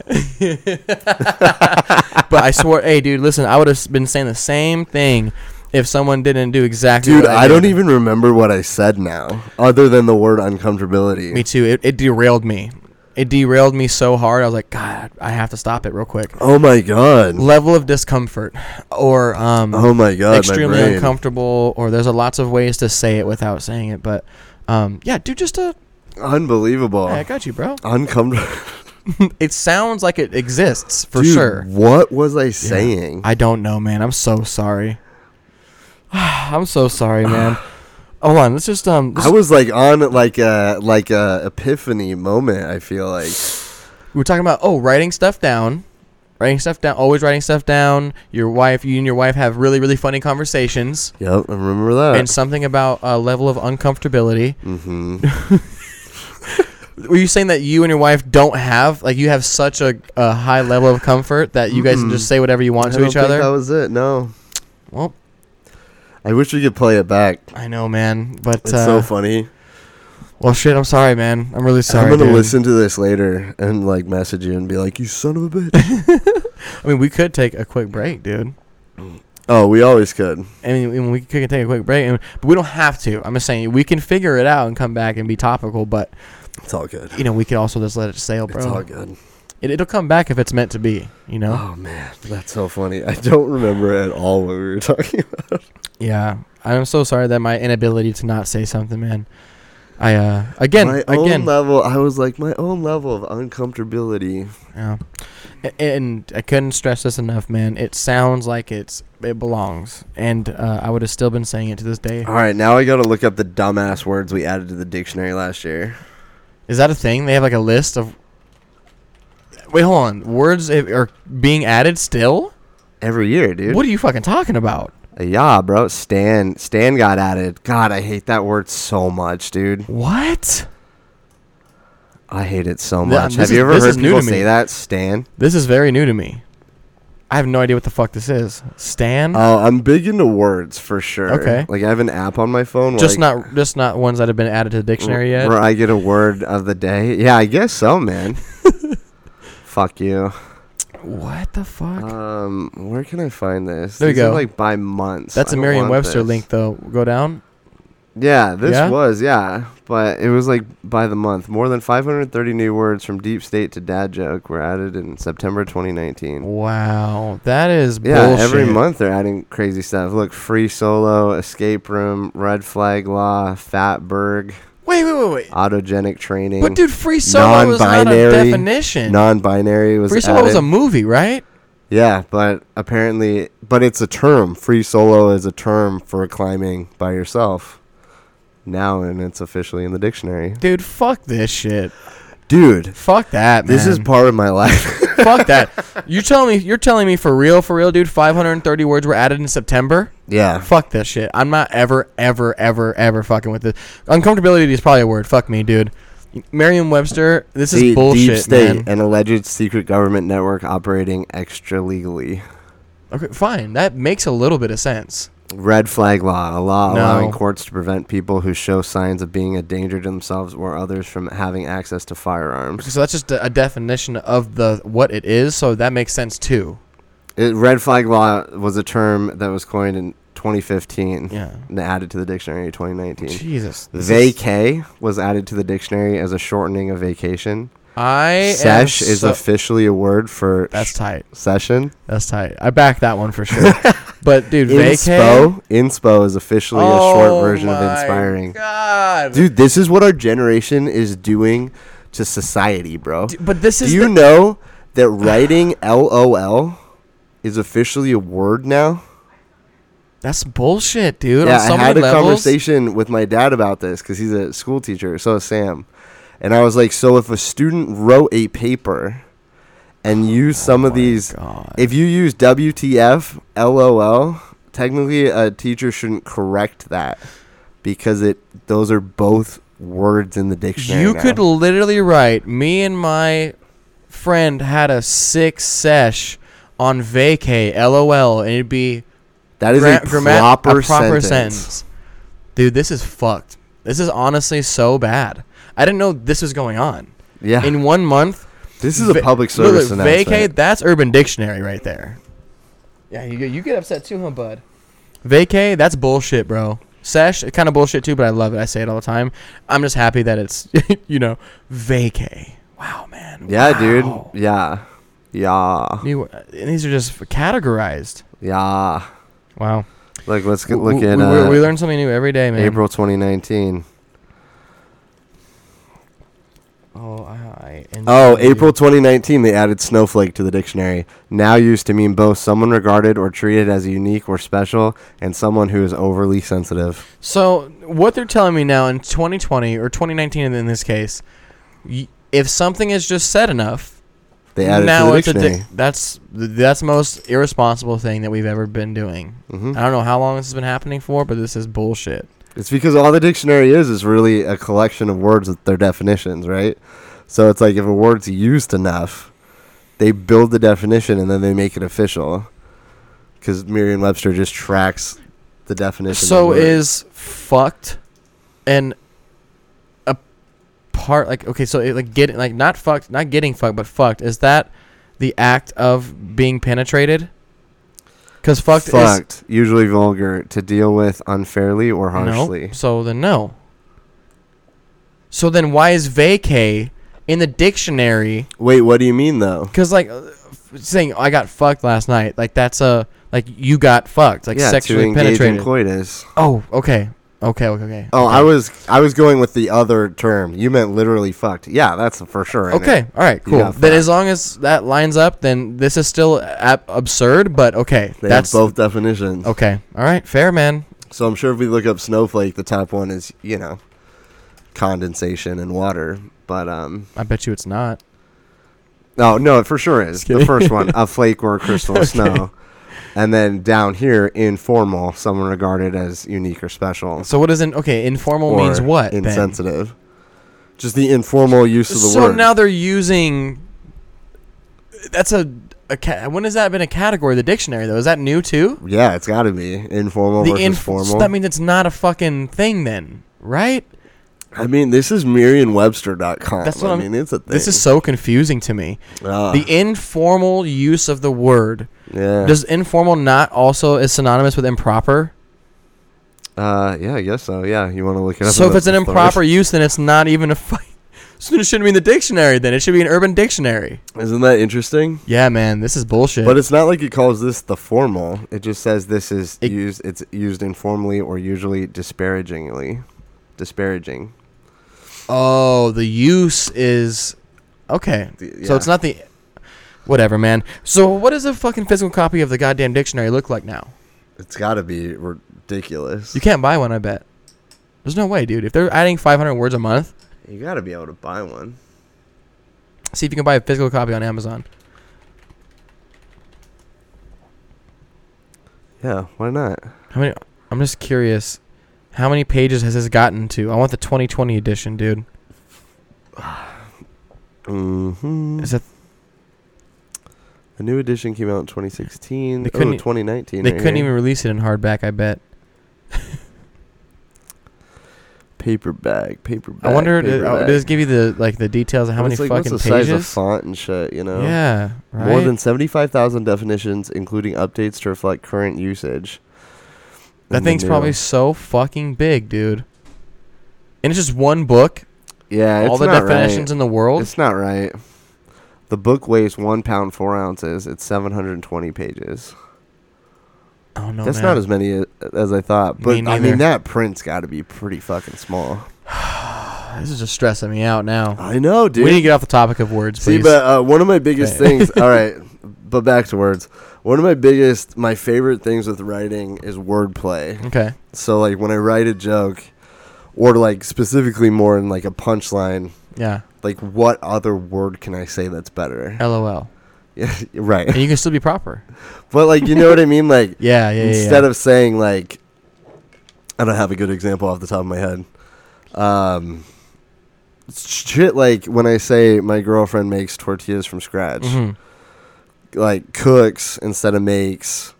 S2: but I swore, hey, dude, listen, I would have been saying the same thing if someone didn't do exactly.
S1: Dude,
S2: what I,
S1: I don't
S2: did.
S1: even remember what I said now, other than the word uncomfortability.
S2: Me too. It, it derailed me. It derailed me so hard. I was like, God, I have to stop it real quick.
S1: Oh my god.
S2: level of discomfort or um
S1: Oh my god.
S2: extremely
S1: my brain.
S2: uncomfortable or there's a lots of ways to say it without saying it but um yeah dude just a
S1: Unbelievable.
S2: hey, i got you bro
S1: Uncomfortable.
S2: Um, it sounds like it exists for
S1: Dude,
S2: sure
S1: What was I saying?
S2: i don't know man i'm so sorry i'm so sorry man hold on let's just um
S1: I
S2: let's-
S1: was like on like a like a epiphany moment. I feel like
S2: we were talking about oh writing stuff down writing stuff down always writing stuff down your wife you and your wife have really really funny conversations
S1: yep, I remember that.
S2: and something about a level of uncomfortability
S1: hmm
S2: Were you saying that you and your wife don't have like you have such a, a high level of comfort that you guys can just say whatever you
S1: I
S2: want to
S1: don't
S2: each
S1: think
S2: other?
S1: That was it. No,
S2: well,
S1: I wish we could play it back.
S2: I know, man, but
S1: It's
S2: uh,
S1: so funny.
S2: well, shit. I'm sorry, man. I'm really sorry.
S1: I'm gonna
S2: dude.
S1: listen to this later and like message you and be like, "You son of a bitch."
S2: I mean, we could take a quick break, dude.
S1: oh, we always could.
S2: I mean, and we could take a quick break, and, but we don't have to. I'm just saying we can figure it out and come back and be topical. But
S1: It's all good.
S2: you know, we could also just let it sail,
S1: It's all
S2: Oh, bro.
S1: good.
S2: It, it'll come back if it's meant to be. You know.
S1: Oh man, that's so funny. I don't remember at all what we were talking about.
S2: Yeah, I'm so sorry that my inability to not say something, man. I uh again
S1: my
S2: again
S1: own level. I was like my own level of uncomfortability.
S2: Yeah. A- And I couldn't stress this enough, man. It sounds like it's it belongs, and uh, I would have still been saying it to this day.
S1: All right, now I gotta look up the dumbass words we added to the dictionary last year.
S2: Is that a thing? They have like a list of. Wait, hold on. Words i- are being added still.
S1: Every year, dude. Uh,
S2: What are you fucking talking about?
S1: Yeah, bro. Stan. Stan got added. God, I hate that word so much, dude.
S2: What?
S1: I hate it so
S2: Yeah,
S1: much.
S2: this
S1: Have
S2: is-
S1: you ever
S2: this
S1: heard
S2: is new
S1: people
S2: to me.
S1: say that? Stan.
S2: This is very new to me. I have no idea what the fuck this is. Stan?
S1: Oh, I'm big into words for sure.
S2: Okay.
S1: Like I have an app on my phone. Where
S2: just
S1: I-
S2: not just not ones that have been added to the dictionary yet.
S1: Where I get a word of the day. Yeah, I guess so, man. Fuck you.
S2: What the fuck?
S1: Um, where can I find this?
S2: There you
S1: These are,
S2: go.
S1: like by months. I
S2: That's a
S1: don't want
S2: Merriam-Webster
S1: this.
S2: link, though. Go down.
S1: Yeah, this
S2: Yeah?
S1: was yeah, but it was like by the month. More than 530 new words from deep state to dad joke were added in September 2019.
S2: Wow, that is
S1: Yeah,
S2: bullshit.
S1: every month they're adding crazy stuff. Look, free solo, escape room, red flag law, fatberg,
S2: Wait, wait, wait, wait.
S1: autogenic training.
S2: But dude, free solo is not a
S1: Non-binary, uh,
S2: definition.
S1: non-binary was
S2: free solo
S1: added.
S2: is a movie, right?
S1: Yeah, but apparently, but it's a term. Free solo is a term for climbing by yourself. Now, and it's officially in the dictionary.
S2: Dude, fuck this shit.
S1: Dude,
S2: Fuck that, man.
S1: this is part of my life.
S2: fuck that. You're telling me you're telling me for real, for real, dude. 530 words were added in September.
S1: yeah.
S2: Fuck this shit. I'm not ever, ever, ever, ever fucking with this. Uncomfortability is probably a word. Fuck me, dude. Merriam-Webster, this is
S1: The
S2: bullshit,
S1: deep state,
S2: man.
S1: an alleged secret government network operating extra legally.
S2: Okay, fine. That makes a little bit of sense.
S1: Red flag law, a law
S2: No.
S1: allowing courts to prevent people who show signs of being a danger to themselves or others from having access to firearms.
S2: So that's just a, a definition of the what it is. So that makes sense too.
S1: It, Uh, red flag law was a term that was coined in 2015
S2: Yeah.
S1: and added to the dictionary in 2019.
S2: Jesus. this is-
S1: Vacay was added to the dictionary as a shortening of vacation.
S2: I am
S1: Sesh is
S2: so-
S1: officially a word for
S2: That's
S1: sh-
S2: tight.
S1: session.
S2: That's tight. I back that one for sure. but dude, vacay.
S1: Inspo. Inspo is officially a
S2: Oh
S1: short version of
S2: my
S1: inspiring.
S2: God.
S1: Dude, this is what our generation is doing to society, bro.
S2: D- but this
S1: Do
S2: is
S1: you
S2: the-
S1: know that writing LOL is officially a word now?
S2: that's bullshit, dude.
S1: yeah,
S2: on so
S1: I had a
S2: many levels.
S1: conversation with my dad about this because he's a school teacher. So is Sam, and I was like, so if a student wrote a paper and used some
S2: Oh
S1: of
S2: my
S1: these,
S2: God.
S1: if you use WTF, LOL, technically a teacher shouldn't correct that because it those are both words in the dictionary.
S2: you
S1: now.
S2: could literally write, me and my friend had a sick sesh on vacay, lol, and it'd be
S1: that is a,
S2: gra- gramma-
S1: proper
S2: a proper
S1: sentence.
S2: sentence. Dude, this is fucked. This is honestly so bad. I didn't know this was going on.
S1: Yeah,
S2: In one month,
S1: this is a
S2: Va-
S1: public
S2: look, look,
S1: service announcement.
S2: Vacay, that's Urban Dictionary right there. Yeah, you, get- you get upset too, huh, bud? Vacay, that's bullshit, bro. Sesh, kind of bullshit too, but I love it. I say it all the time. I'm just happy that it's, you know, vacay. Wow, man.
S1: Yeah,
S2: Wow.
S1: dude. Yeah, yeah,
S2: You, and these are just categorized.
S1: yeah.
S2: Wow.
S1: Look, let's get,
S2: W-
S1: look at
S2: we,
S1: uh,
S2: we, we learn something new every day, man.
S1: April 2019.
S2: Oh, I. I
S1: Oh, April 2019, they added snowflake to the dictionary. Now used to mean both someone regarded or treated as unique or special and someone who is overly sensitive.
S2: So what they're telling me now in 2020 or 2019 in this case, y- if something is just said enough,
S1: They added
S2: now
S1: to the
S2: it's a
S1: dictionary.
S2: di- that's th- that's the most irresponsible thing that we've ever been doing.
S1: Mhm.
S2: I don't know how long this has been happening for, but this is bullshit.
S1: It's because all the dictionary is is really a collection of words with their definitions, right? So it's like if a word's used enough, they build the definition and then they make it official. Because Merriam-Webster just tracks the definition. of
S2: So
S1: words.
S2: is fucked and a part like okay, so it, like getting like not fucked, not getting fucked, but fucked is that the act of being penetrated? Because fucked, is
S1: fucked, usually vulgar, to deal with unfairly or harshly.
S2: No. So then no. So then why is vacay in the dictionary?
S1: Wait, what do you mean though?
S2: Because like uh, f- saying I got fucked last night, like that's a like you got fucked, like sexually penetrated.
S1: in coitus.
S2: oh, okay, okay, okay, okay.
S1: Oh,
S2: okay.
S1: I was I was going with the other term. You meant literally fucked. Yeah, that's for sure. in it.
S2: Okay, all right,
S1: You
S2: cool.
S1: got
S2: Then
S1: fucked.
S2: as long as that lines up, then this is still ab- absurd, but okay,
S1: They
S2: that's
S1: have both definitions.
S2: okay. All right, fair man.
S1: So I'm sure if we look up snowflake, the top one is you know condensation and water. But um,
S2: I bet you it's not.
S1: no, no, it for sure is
S2: Just
S1: the
S2: kidding.
S1: first one a flake or a crystal of snow, and then down here informal, someone regarded as unique or special.
S2: So what is an okay? Informal
S1: or
S2: means what? Ben?
S1: Insensitive. Just the informal use of the
S2: so
S1: word.
S2: now they're using. That's a, a ca- when has that been a category? of The dictionary though is that new too?
S1: yeah, it's got to be informal
S2: the
S1: versus
S2: inf-
S1: formal.
S2: So that means it's not a fucking thing then, right?
S1: I mean, this is Merriam-Webster.com.
S2: That's what
S1: I
S2: I'm-
S1: mean, it's a thing.
S2: This is so confusing to me.
S1: Ah,
S2: the informal use of the word
S1: yeah.
S2: does informal not also is synonymous with improper?
S1: uh, yeah, I guess so. Yeah, you want to look it up?
S2: So
S1: in
S2: if
S1: the
S2: it's an
S1: thesaurus?
S2: improper use, then it's not even a fight. So it shouldn't be in the dictionary. Then it should be an urban dictionary.
S1: isn't that interesting?
S2: Yeah, man, this is bullshit.
S1: But it's not like it calls this the formal. It just says this is
S2: It-
S1: used. It's used informally or usually disparagingly, disparaging.
S2: oh, the use is okay.
S1: The-
S2: So it's
S1: yeah.
S2: not the whatever, man. So what does a fucking physical copy of the goddamn dictionary look like now?
S1: It's got to be ridiculous.
S2: You can't buy one, I bet. There's no way, dude. If they're adding 500 words a month,
S1: you got to be able to buy one.
S2: see if you can buy a physical copy on Amazon.
S1: Yeah, why not?
S2: How many? I'm just curious. How many pages has this gotten to? I want the 2020 edition, dude.
S1: Mm-hmm.
S2: Is that
S1: A new edition came out in 2016.
S2: They
S1: They
S2: couldn't- e-
S1: 2019.
S2: they
S1: right
S2: couldn't
S1: here.
S2: even release it in hardback? I bet.
S1: paperback, paperback.
S2: I wonder. Did,
S1: paperback.
S2: oh, does it give you the like the details of how
S1: And
S2: many
S1: it's like,
S2: fucking
S1: what's the
S2: pages?
S1: size of font and shit? You know.
S2: Yeah, right.
S1: More than 75,000 definitions, including updates to reflect current usage.
S2: that
S1: And the
S2: thing's
S1: new-
S2: probably so fucking big, dude. And it's just one book.
S1: yeah. It's
S2: all the
S1: not
S2: definitions
S1: Right.
S2: in the world.
S1: It's not right. The book weighs one pound four ounces. It's 720 pages.
S2: oh no,
S1: That's
S2: man.
S1: not as many a- as I thought. But
S2: Me
S1: I
S2: neither. Oh.
S1: mean, that print's got to be pretty fucking small.
S2: this is just stressing me out now.
S1: I know, Oh, dude.
S2: We need to get off the topic of words,
S1: See,
S2: please.
S1: but uh, one of my biggest
S2: Okay.
S1: things. all right, but back to words. One of my biggest, my favorite things with writing is wordplay.
S2: okay.
S1: So like when I write a joke, or like specifically more in like a punchline,
S2: Yeah.
S1: like what other word can I say that's better?
S2: LOL.
S1: Yeah, right.
S2: and you can still be proper.
S1: But like you know what I mean? Like
S2: Yeah. Yeah. yeah,
S1: instead
S2: yeah.
S1: of saying like, I don't have a good example off the top of my head. Um, shit like when I say my girlfriend makes tortillas from scratch.
S2: Mhm.
S1: like cooks instead of makes,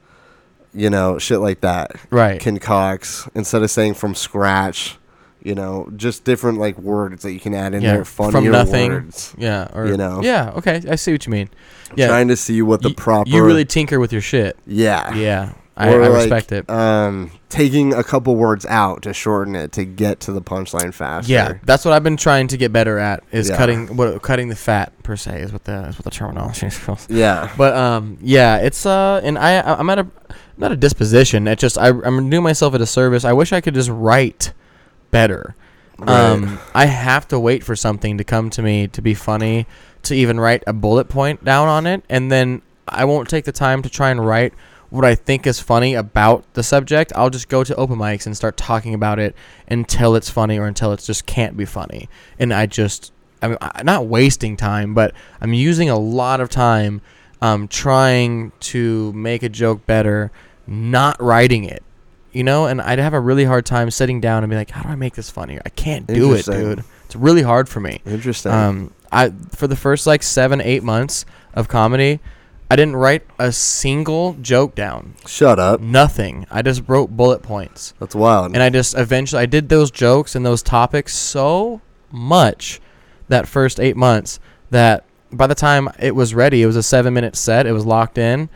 S1: you know, shit like that.
S2: Right.
S1: Concocts instead of saying from scratch, you know, just different like words that you can add in
S2: Yeah,
S1: there. Funnier
S2: from nothing,
S1: words.
S2: yeah. Or
S1: you know.
S2: Yeah. Okay. I see what you mean. Yeah.
S1: Trying to see what the
S2: you,
S1: proper.
S2: You really tinker with your shit.
S1: Yeah.
S2: Yeah. I, I
S1: Or, like,
S2: respect it.
S1: Um, taking a couple words out to shorten it to get to the punchline faster.
S2: Yeah. That's what I've been trying to get better at is
S1: Yeah.
S2: cutting what cutting the fat per se is what the is what the terminology is called.
S1: Yeah.
S2: But um, yeah, it's uh, and I I- I'm at a not a disposition. It's just I I'm doing myself a disservice. I wish I could just write better.
S1: Right.
S2: Um, I have to wait for something to come to me to be funny, to even write a bullet point down on it, and then I won't take the time to try and write what I think is funny about the subject. I'll just go to open mics and start talking about it until it's funny or until it just can't be funny. And I just, I'm I- not wasting time, but I'm using a lot of time um, trying to make a joke better, not writing it you know, and I'd have a really hard time sitting down and be like, how do I make this funnier? I can't do it,
S1: Interesting.
S2: dude. It's really hard for me.
S1: Interesting.
S2: Um, I for the first like seven, eight months of comedy, I didn't write a single joke down.
S1: Shut up.
S2: Nothing. I just wrote bullet points,
S1: That's wild.
S2: mm. and I just eventually I did those jokes and those topics so much that first eight months that by the time it was ready, it was a seven minute set. It was locked in.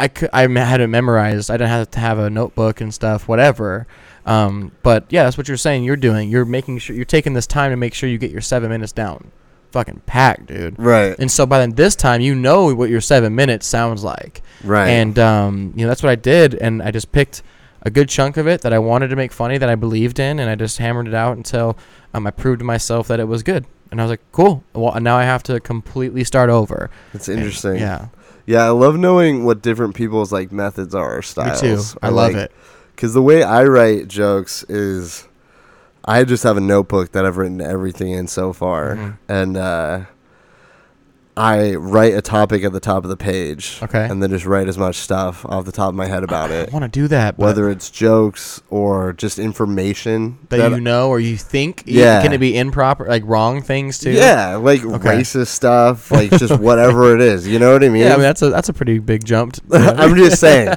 S2: I could, I me- had it memorized. I didn't have to have a notebook and stuff, whatever. Um, but yeah, that's what you're saying. You're doing. You're making sure you're taking this time to make sure you get your seven minutes down. Fucking packed, dude.
S1: right.
S2: And so by then, this time, you know what your seven minutes sounds like.
S1: Right.
S2: And um, you know that's what I did, and I just picked a good chunk of it that I wanted to make funny, that I believed in, and I just hammered it out until um, I proved to myself that it was good. And I was like, cool. Well, and now I have to completely start over.
S1: it's
S2: And-
S1: interesting.
S2: yeah,
S1: Yeah, I love knowing what different people's like methods are or styles.
S2: me too. I
S1: or,
S2: love
S1: like,
S2: it.
S1: Because the way I write jokes is I just have a notebook that I've written everything in so far,
S2: Mhm.
S1: and uh, I write a topic at the top of the page,
S2: Okay.
S1: and then just write as much stuff off the top of my head about
S2: I
S1: it,
S2: want to do that. but
S1: whether it's jokes or just information
S2: that, you know or you think, yeah,
S1: Yeah.
S2: can it be improper, like wrong things too?
S1: Yeah, like
S2: Okay.
S1: racist stuff, like just whatever it is. You know what I mean?
S2: yeah. I mean, that's a that's a pretty big jump. to-
S1: I'm just saying,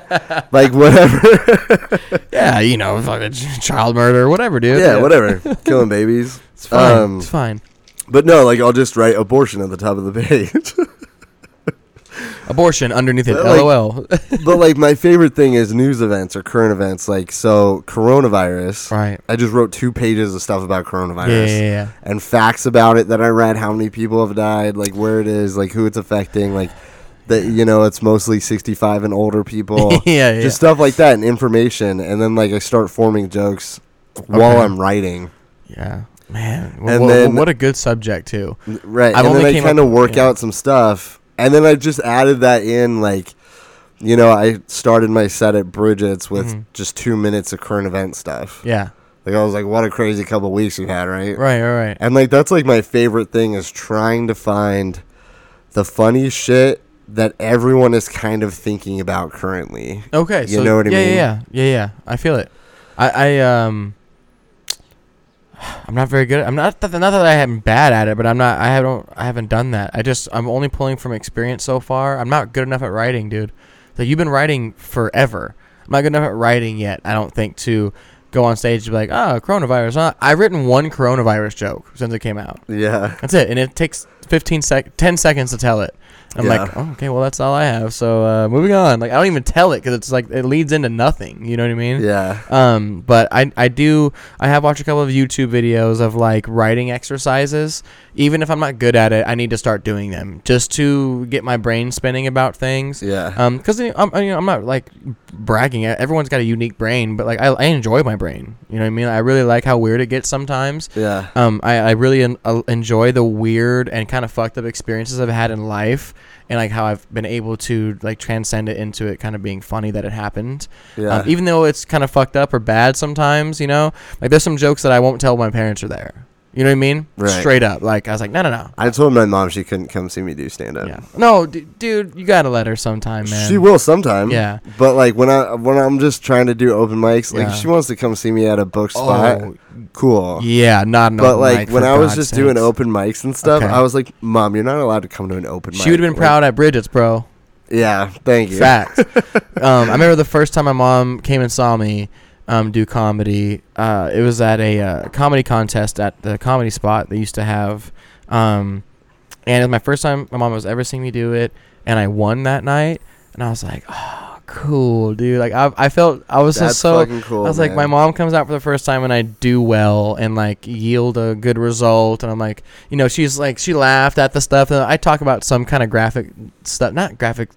S1: like whatever.
S2: yeah, you know, fucking ch- child murder, whatever, dude.
S1: yeah, whatever. Killing babies.
S2: It's fine.
S1: Um,
S2: it's fine.
S1: But no, like I'll just write abortion at the top of the page.
S2: Abortion underneath it.
S1: but, like-
S2: LOL.
S1: but like my favorite thing is news events or current events. Like so, coronavirus.
S2: right.
S1: I just wrote two pages of stuff about
S2: Yeah,
S1: coronavirus
S2: yeah, yeah, yeah.
S1: and facts about it that I read. How many people have died? Like where it is? Like who it's affecting? Like that you know it's mostly 65 and older people.
S2: yeah, yeah.
S1: just stuff like that and information and then like i start forming jokes while
S2: Okay.
S1: i'm writing
S2: yeah. Man, wh-
S1: And
S2: wh-
S1: then-
S2: what a good subject too.
S1: right
S2: I've
S1: and
S2: only
S1: then i
S2: came up-
S1: kind of work
S2: yeah.
S1: out some stuff and then i just added that in like you know i started my set at bridget's with
S2: Mhm.
S1: just two minutes of current event stuff
S2: Yeah,
S1: like i was like what a crazy couple weeks we've had right?
S2: right, right, right.
S1: and like that's like my favorite thing is trying to find the funny shit that everyone is kind of thinking about currently
S2: Okay,
S1: You
S2: so
S1: know what I
S2: yeah,
S1: mean?
S2: yeah, yeah, yeah, yeah. I feel it. I, I um, I'm not very good. At, I'm not that, not that I am bad at it, but I'm not. I haven't. I haven't done that. I just I'm only pulling from experience so far. I'm not good enough at writing, dude. Like you've been writing forever. I'm not good enough at writing yet. I don't think to go on stage and be like, oh, coronavirus. Huh? I've written one coronavirus joke since it came out.
S1: yeah
S2: That's it, and it takes 15 sec, 10 seconds to tell it. I'm
S1: Yeah.
S2: like, oh, okay, well that's all I have. So uh, moving on. Like I don't even tell it because it's like it leads into nothing. You know what I mean?
S1: yeah
S2: Um, but I I do I have watched a couple of YouTube videos of like writing exercises. Even if I'm not good at it, I need to start doing them just to get my brain spinning about things.
S1: yeah
S2: Um, because I'm I- you know, I'm not like bragging. e-, Everyone's got a unique brain, but like I, I enjoy my brain. You know what I mean? I really like how weird it gets sometimes.
S1: yeah
S2: Um, I, I really en- uh, enjoy the weird and kind of fucked up experiences I've had in life, and like how I've been able to like transcend it into it kind of being funny that it happened.
S1: yeah
S2: Um, even though it's kind of fucked up or bad sometimes, you know, like there's some jokes that I won't tell when my parents are there. You know what I mean?
S1: Right.
S2: Straight up, like I was like, no, no, no.
S1: I told my mom she couldn't come see me do stand up.
S2: Yeah. No, d- dude, you gotta let her sometime, man.
S1: She will sometime.
S2: Yeah.
S1: But like when I when I'm just trying to do open mics, like
S2: Yeah.
S1: if she wants to come see me at a book spot.
S2: Oh,
S1: cool.
S2: yeah, not an
S1: But
S2: open
S1: like
S2: mic,
S1: when
S2: for
S1: I was
S2: God's
S1: just doing
S2: sakes.
S1: open mics and stuff,
S2: Okay.
S1: I was like, "Mom, you're not allowed to come to an open mic."
S2: She would have been
S1: Like,
S2: proud at Bridget's, bro.
S1: Yeah, thank you.
S2: Fact. um, I remember the first time my mom came and saw me um, do comedy. Uh, it was at a uh, comedy contest at the comedy spot they used to have, um, and it was my first time my mom was ever seeing me do it, and I won that night, and I was like, oh, cool, dude. Like I, I felt I was
S1: That's
S2: just so.
S1: fucking cool.
S2: I was like,
S1: man.
S2: my mom comes out for the first time and I do well and like yield a good result. And I'm like, you know, she's like, she laughed at the stuff. And I talk about some kind of graphic stuff, not graphic,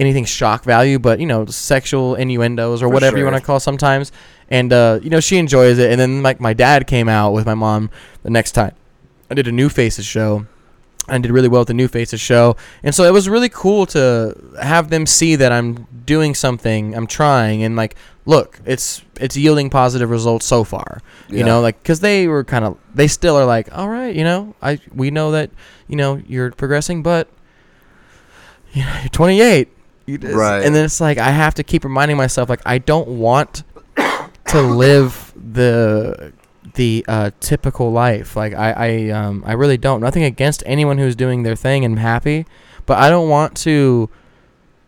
S2: anything shock value, but you know, sexual innuendos or
S1: For
S2: whatever you
S1: sure.
S2: want to call sometimes. And, uh, you know, she enjoys it. And then like my dad came out with my mom the next time. I did a New Faces show. I did really well at the New Faces show. And so it was really cool to have them see that I'm doing something, I'm trying, and like, look, it's it's yielding positive results so far. You
S1: Yeah.
S2: know, like, because they were kind of, they still are like, all right, you know, I we know that, you know, you're progressing, but you know, you're 28. You just-
S1: Right.
S2: And then it's like I have to keep reminding myself, like, I don't want to live the the uh, typical life. Like I, I, um, I really don't. Nothing against anyone who's doing their thing and happy, but I don't want to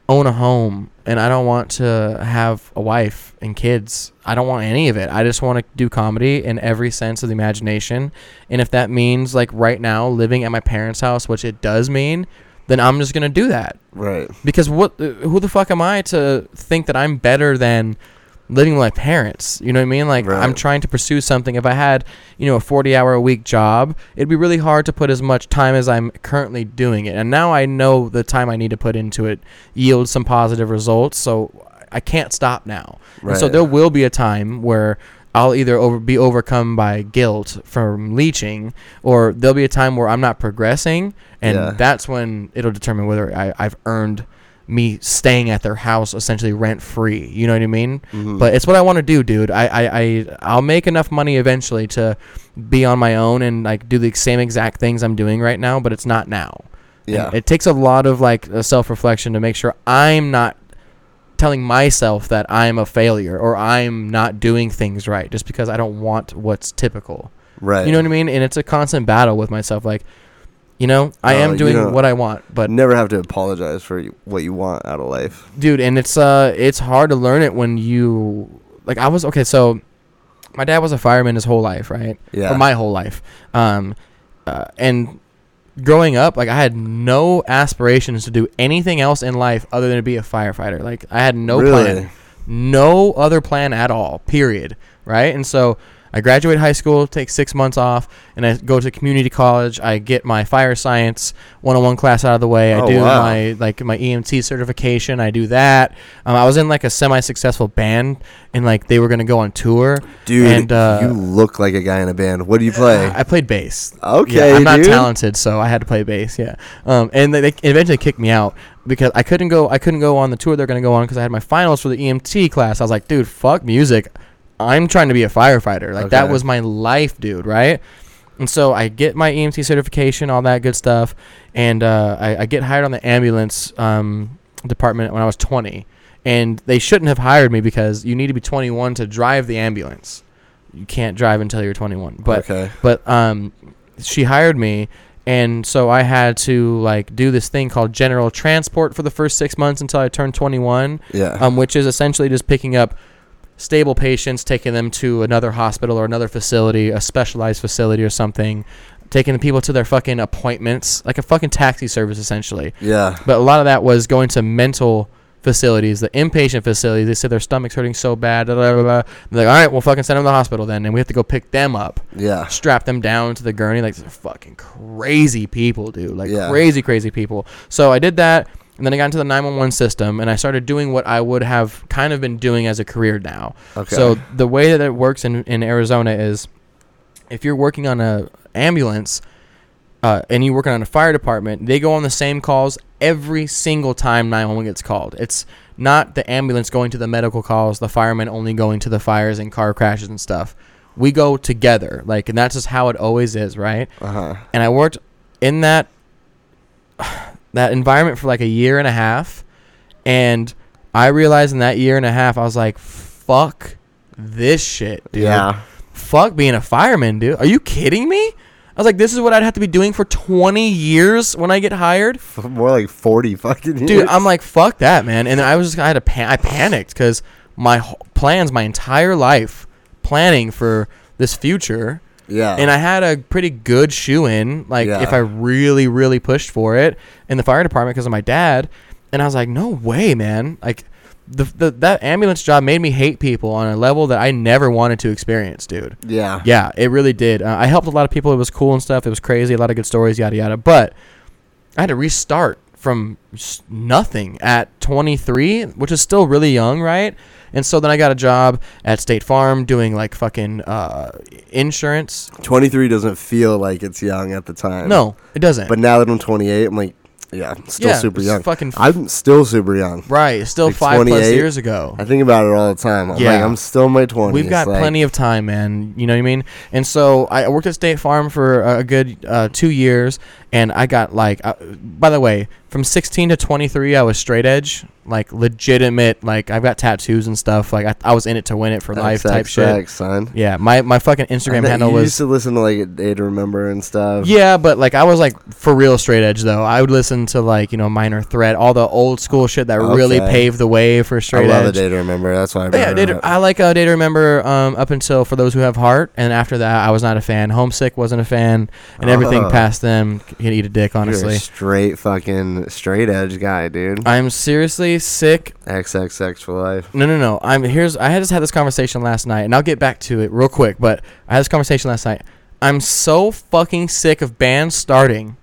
S2: own a home and I don't want to have a wife and kids. I don't want any of it. I just want to do comedy in every sense of the imagination. And if that means like right now living at my parents' house, which it does mean, then I'm just gonna do that
S1: right?
S2: because what uh, who the fuck am I to think that I'm better than living with my parents? You know what I mean? Like
S1: Right.
S2: I'm trying to pursue something. If I had, you know, a 40-hour a week job, it'd be really hard to put as much time as I'm currently doing it. And now I know the time I need to put into it yields some positive results, so I can't stop now. And so
S1: Right.
S2: there will be a time where I'll either over, be overcome by guilt from leeching, or there'll be a time where I'm not progressing, and
S1: Yeah.
S2: that's when it'll determine whether I, I've earned me staying at their house essentially rent free. You know what I mean?
S1: Mhm.
S2: But it's what I want to do, dude. I, I, I, I'll make enough money eventually to be on my own and like do the same exact things I'm doing right now, but it's not now. And
S1: yeah,
S2: it takes a lot of like self reflection to make sure I'm not telling myself that I'm a failure or I'm not doing things right just because I don't want what's typical.
S1: right.
S2: You know what I mean? And it's a constant battle with myself. Like, you know, I
S1: Oh,
S2: am
S1: you
S2: doing
S1: know-
S2: what I want, but
S1: never have to apologize for y- what you want out of life.
S2: dude and it's uh it's hard to learn it when you like i was okay so my dad was a fireman his whole life right
S1: Yeah.
S2: or my whole life um uh, and growing up like i had no aspirations to do anything else in life other than to be a firefighter like i had no plan
S1: Really?
S2: no other plan at all period right and so i graduate high school take six months off and i go to community college i get my fire science 101 class out of the way i
S1: Oh,
S2: do
S1: wow.
S2: my like my emt certification i do that um, i was in like a semi-successful band and like they were gonna go on tour
S1: Dude,
S2: and uh,
S1: you look like a guy in a band. What do you play?
S2: I played bass.
S1: Okay,
S2: Yeah, I'm not
S1: dude.
S2: talented, so I had to play bass. Yeah. Um, and they, they eventually kicked me out because I couldn't go. I couldn't go on the tour they're gonna go on because I had my finals for the EMT class. I was like, dude, fuck music. I'm trying to be a firefighter. Like that
S1: Okay.
S2: was my life, dude. Right. And so I get my EMT certification, all that good stuff, and uh, I, I get hired on the ambulance um, department when I was 20. And they shouldn't have hired me because you need to be 21 to drive the ambulance. You can't drive until you're 21. But
S1: okay.
S2: but um, she hired me, and so I had to like do this thing called general transport for the first six months until I turned 21,
S1: Yeah.
S2: um, which is essentially just picking up stable patients, taking them to another hospital or another facility, a specialized facility or something, taking the people to their fucking appointments, like a fucking taxi service essentially.
S1: yeah.
S2: But a lot of that was going to mental facilities, the inpatient facilities. They said their stomach's hurting so bad. Da, da, da, da. They're like, all right, we'll fucking send them to the hospital then, and we have to go pick them up
S1: Yeah.
S2: strap them down to the gurney. Like they're fucking crazy people, dude. Like
S1: Yeah.
S2: crazy, crazy people. So I did that, and then I got into the 911 system, and I started doing what I would have kind of been doing as a career now.
S1: Okay.
S2: So the way that it works in in Arizona is, if you're working on a ambulance, uh, and you're working on a fire department, they go on the same calls every single time 911 gets called. It's not the ambulance going to the medical calls, the firemen only going to the fires and car crashes and stuff. We go together, like, and that's just how it always is, right?
S1: Uh huh.
S2: And I worked in that that environment for like a year and a half, and I realized in that year and a half, I was like, "Fuck this shit, dude."
S1: Yeah.
S2: fuck being a fireman, dude. Are you kidding me? I was like, this is what I'd have to be doing for 20 years when I get hired,
S1: F- More like forty fucking years.
S2: dude. I'm like, fuck that, man. And then I was just, I had a pan- I panicked because my wh- plans, my entire life, planning for this future,
S1: yeah.
S2: and I had a pretty good shoe in, like
S1: Yeah.
S2: if I really, really pushed for it in the fire department because of my dad. And I was like, no way, man. Like, the, the that ambulance job made me hate people on a level that I never wanted to experience, dude.
S1: yeah.
S2: Yeah, it really did. Uh, I helped a lot of people. It was cool and stuff. It was crazy. A lot of good stories, yada yada. But I had to restart from s- nothing at 23, which is still really young, right? And so then I got a job at State Farm doing like fucking uh, insurance.
S1: Twenty three doesn't feel like it's young at the time.
S2: No, it doesn't.
S1: But now that I'm twenty eight, I'm like, yeah, I'm still
S2: Yeah,
S1: super
S2: it's
S1: young.
S2: fucking-
S1: I'm still super young.
S2: right, it's still
S1: like
S2: five plus
S1: 28.
S2: years ago.
S1: I think about it all the time. I'm like,
S2: Yeah.
S1: I'm still in my twenties.
S2: We've got
S1: like,
S2: plenty of time, man. You know what I mean? And so I I worked at State Farm for a good uh, two years, and I got like, uh, by the way, from 16 to 23, I was straight edge, like legitimate. Like I've got tattoos and stuff. Like I, I was in it to win it for life type shit.
S1: XXX, son.
S2: Yeah, my my fucking
S1: I
S2: Instagram
S1: bet
S2: handle
S1: you
S2: was
S1: used to listen to like a Day to Remember and stuff.
S2: yeah, but like I was like for real straight edge though. I would listen to like you know Minor Threat, all the old school shit that really
S1: Okay.
S2: paved the way for
S1: I
S2: straight
S1: love
S2: edge.
S1: a Day to Remember. That's why I
S2: Yeah,
S1: remember.
S2: Day to,
S1: it.
S2: I like uh, Day to Remember um, up until For Those Who Have Heart, and after that, I was not a fan. Homesick wasn't a fan, and everything
S1: Oh.
S2: past them c- can eat a dick,
S1: You're a
S2: honestly. Uh,
S1: straight fucking straight edge guy, dude.
S2: I'm seriously sick.
S1: XXX for life.
S2: No, no, no. I'm here's. I had just had this conversation last night, and I'll get back to it real quick. But I had this conversation last night. I'm so fucking sick of bands starting,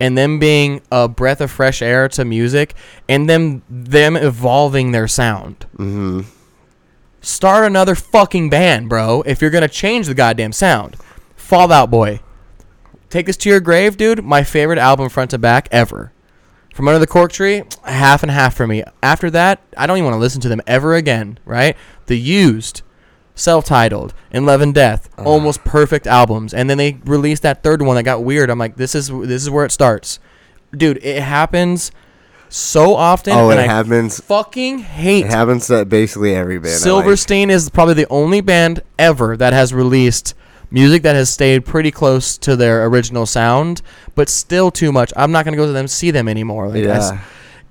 S2: and them being a breath of fresh air to music, and them them evolving their sound.
S1: hmm
S2: Start another fucking band, bro, if you're gonna change the goddamn sound. Fallout Boy. Take this to your grave, dude. My favorite album front to back ever. From under the cork tree, half and half for me. After that, I don't even want to listen to them ever again. Right? The used, self-titled, and Love and Death,
S1: Uh-huh.
S2: almost perfect albums, and then they released that third one that got weird. I'm like, this is this is where it starts, dude. It happens so often,
S1: Oh,
S2: and
S1: it
S2: I
S1: happens.
S2: fucking hate
S1: It happens to basically every band. I like.
S2: Silverstein is probably the only band ever that has released music that has stayed pretty close to their original sound, but still too much. I'm not gonna go to them see them anymore. Like, I s-
S1: Yeah.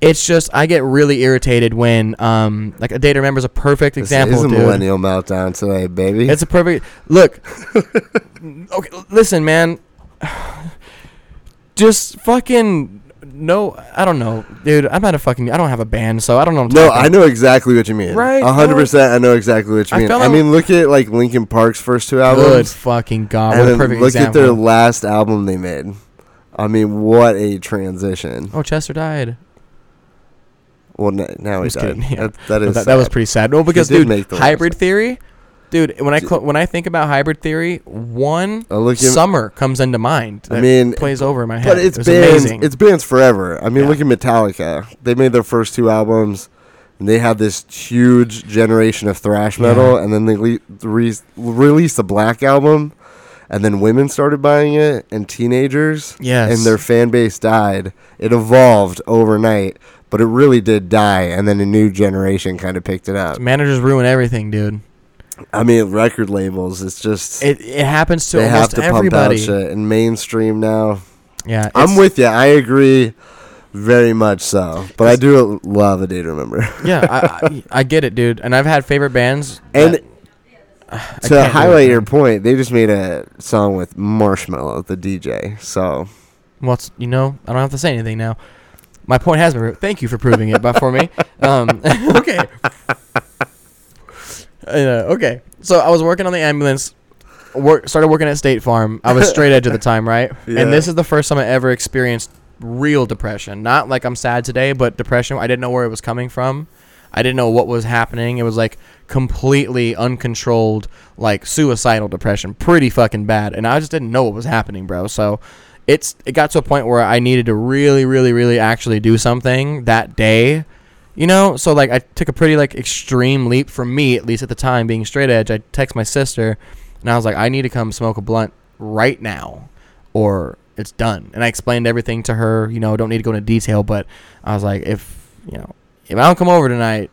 S2: it's just I get really irritated when um like a day to remember is a perfect
S1: This
S2: example.
S1: is a
S2: dude.
S1: millennial meltdown today, baby.
S2: It's a perfect look. okay, l- listen, man. Just fucking no. I don't know, dude. I'm not a fucking. I don't have a band, so I don't know. what I'm
S1: no,
S2: talking
S1: I know exactly what you mean.
S2: Right,
S1: A hundred percent. I know exactly what you
S2: I
S1: mean.
S2: felt
S1: I
S2: like-
S1: mean, look at like Linkin Park's first two
S2: Good
S1: albums,
S2: fucking god! What a
S1: and then
S2: perfect
S1: look at
S2: example.
S1: their last album they made. I mean, what a transition.
S2: Oh, Chester died.
S1: Well, n- now he's
S2: Just
S1: died.
S2: kidding, yeah.
S1: That, that
S2: But
S1: is
S2: that, that was
S1: sad.
S2: pretty sad. No, because
S1: did
S2: dude,
S1: make the last
S2: hybrid theory, dude. When I
S1: Ju-
S2: cl- when I think about hybrid theory, one
S1: Uh, look at-
S2: summer comes into mind.
S1: I
S2: that
S1: mean,
S2: plays over in my head.
S1: But it's
S2: it was
S1: bands.
S2: amazing.
S1: It's bands forever. I mean,
S2: Yeah.
S1: look at Metallica. They made their first two albums, and they had this huge generation of thrash metal, and then they le- re- released the Black album, and then women started buying it, and teenagers,
S2: Yes.
S1: and their fan base died. It evolved overnight, but it really did die, and then a new generation kind of picked it up.
S2: managers ruin everything, dude.
S1: I mean, record labels. It's just.
S2: It it happens to
S1: they have
S2: almost
S1: to pump out
S2: everybody.
S1: shit and mainstream now.
S2: Yeah,
S1: I'm
S2: it's-
S1: with you. I agree very much so. But I do love a day to remember.
S2: yeah. I, I I get it, dude. And I've had favorite bands.
S1: And
S2: that- I
S1: to
S2: can't do
S1: highlight
S2: it,
S1: your
S2: man.
S1: point, they just made a song with Marshmallow, the DJ. So
S2: what's you know, I don't have to say anything now. My point has been. proved. Thank you for proving it, but for me, um, okay, Uh, okay. So I was working on the ambulance. Work started working at State Farm. I was straight edge at the time, right?
S1: Yeah.
S2: And this is the first time I ever experienced real depression. Not like I'm sad today, but depression. I didn't know where it was coming from. I didn't know what was happening. It was like completely uncontrolled, like suicidal depression, pretty fucking bad. And I just didn't know what was happening, bro. So it's it got to a point where I needed to really, really, really actually do something that day. You know, so like I took a pretty like extreme leap for me, at least at the time, being straight edge. I text my sister and I was like, I need to come smoke a blunt right now or it's done. And I explained everything to her, you know, don't need to go into detail, but I was like, if you know, if I don't come over tonight,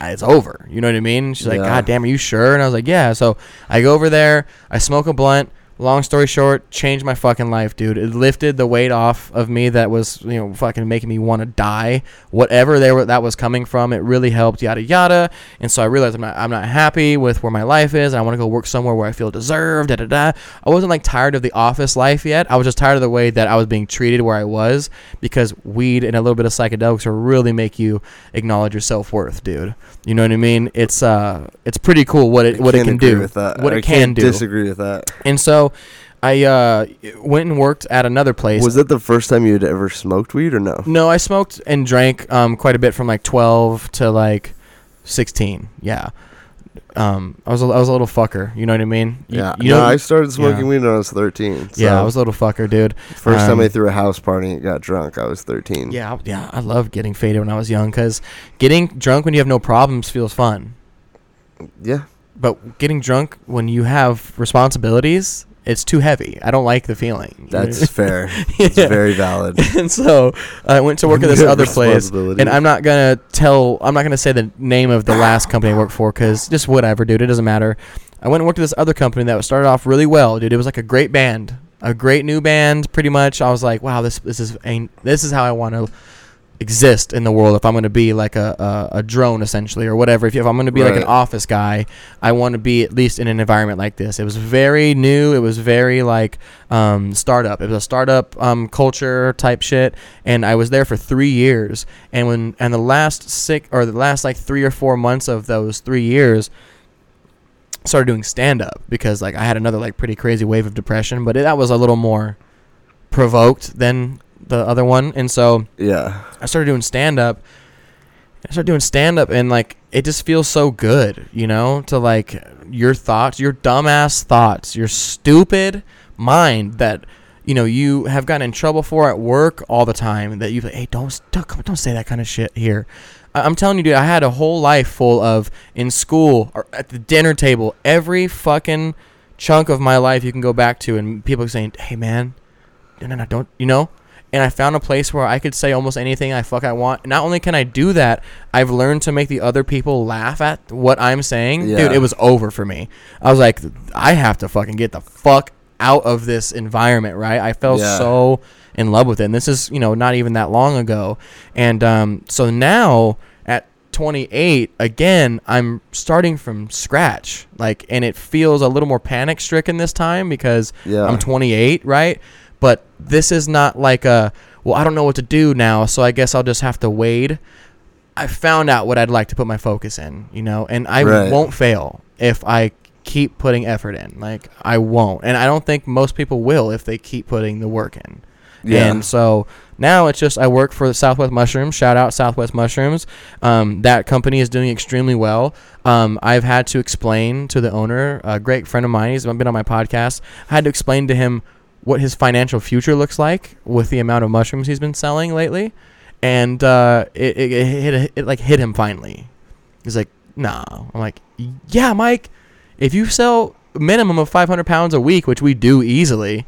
S2: it's over. You know what I mean? She's like,
S1: Yeah.
S2: God damn, are you sure? And I was like, Yeah. So I go over there, I smoke a blunt. Long story short, changed my fucking life, dude. It lifted the weight off of me that was, you know, fucking making me want to die. Whatever they were that was coming from, it really helped, yada yada. And so I realized I'm not I'm not happy with where my life is. And I want to go work somewhere where I feel deserved, da da da. I wasn't like tired of the office life yet. I was just tired of the way that I was being treated where I was because weed and a little bit of psychedelics will really make you acknowledge your self worth, dude. You know what I mean? It's uh it's pretty cool what it
S1: I
S2: what it
S1: can't
S2: can
S1: agree
S2: do.
S1: with that.
S2: What
S1: I
S2: it can
S1: can't
S2: do.
S1: Disagree with that.
S2: And so I uh went and worked at another place.
S1: Was that the first time you had ever smoked weed or no?
S2: No, I smoked and drank um, quite a bit from like 12 to like 16. Yeah. Um, I was a, I was a little fucker. You know what I mean? You-
S1: yeah.
S2: You
S1: no,
S2: know,
S1: I started smoking
S2: yeah.
S1: weed when I was 13. So
S2: yeah, I was a little fucker, dude.
S1: first time I
S2: um,
S1: threw a house party and got drunk, I was 13.
S2: Yeah, I- yeah, I loved getting faded when I was young because getting drunk when you have no problems feels fun,
S1: Yeah.
S2: but getting drunk when you have responsibilities, it's too heavy. I don't like the feeling.
S1: That's fair. It's
S2: Yeah.
S1: very valid.
S2: and so I went to work at this
S1: You have
S2: other place, and
S1: responsibilities.
S2: I'm not gonna tell. I'm not gonna say the name of the last company I worked for because just whatever, dude. It doesn't matter. I went and worked at this other company that started off really well, dude. It was like a great band, a great new band, pretty much. I was like, wow, this this is ain't, this is how I want to exist in the world if I'm going to be like a, a, a drone essentially or whatever. If, if I'm going to be like an
S1: Right.
S2: office guy, I want to be at least in an environment like this. It was very new. It was very like um, startup. It was a startup um, culture type shit. And I was there for three years. And when and the last six or the last like three or four months of those three years, started doing stand up because like I had another like pretty crazy wave of depression, but it, that was a little more provoked than the other one. And so
S1: Yeah.
S2: I started doing stand up. I started doing stand up and like it just feels so good, you know, to like your thoughts, your dumbass thoughts, your stupid mind that you know you have gotten in trouble for at work all the time that you like, hey don't don't don't say that kind of shit here. I- I'm telling you, dude, I had a whole life full of in school or at the dinner table every fucking chunk of my life you can go back to and people saying, hey man, no no no don't you know. And I found a place where I could say almost anything I fuck I want. Not only can I do that, I've learned to make the other people laugh at what I'm saying.
S1: Yeah.
S2: Dude, it was over for me. I was like, I have to fucking get the fuck out of this environment, right? I fell
S1: Yeah.
S2: so in love with it. And this is, you know, not even that long ago. And um, so now at 28, again, I'm starting from scratch. Like, and it feels a little more panic stricken this time because
S1: Yeah.
S2: I'm 28, right? But this is not like a, well, I don't know what to do now, so I guess I'll just have to wade. I found out what I'd like to put my focus in, you know, and I
S1: Right.
S2: won't fail if I keep putting effort in. Like I won't, and I don't think most people will if they keep putting the work in.
S1: Yeah.
S2: And so now it's just I work for Southwest Mushrooms. Shout out Southwest Mushrooms. Um, that company is doing extremely well. Um, I've had to explain to the owner, a great friend of mine. He's been on my podcast. I had to explain to him what his financial future looks like with the amount of mushrooms he's been selling lately, and uh, it, it, it hit it like hit him finally. He's like, "No." I'm like, "Yeah, Mike. If you sell minimum of 500 pounds a week, which we do easily,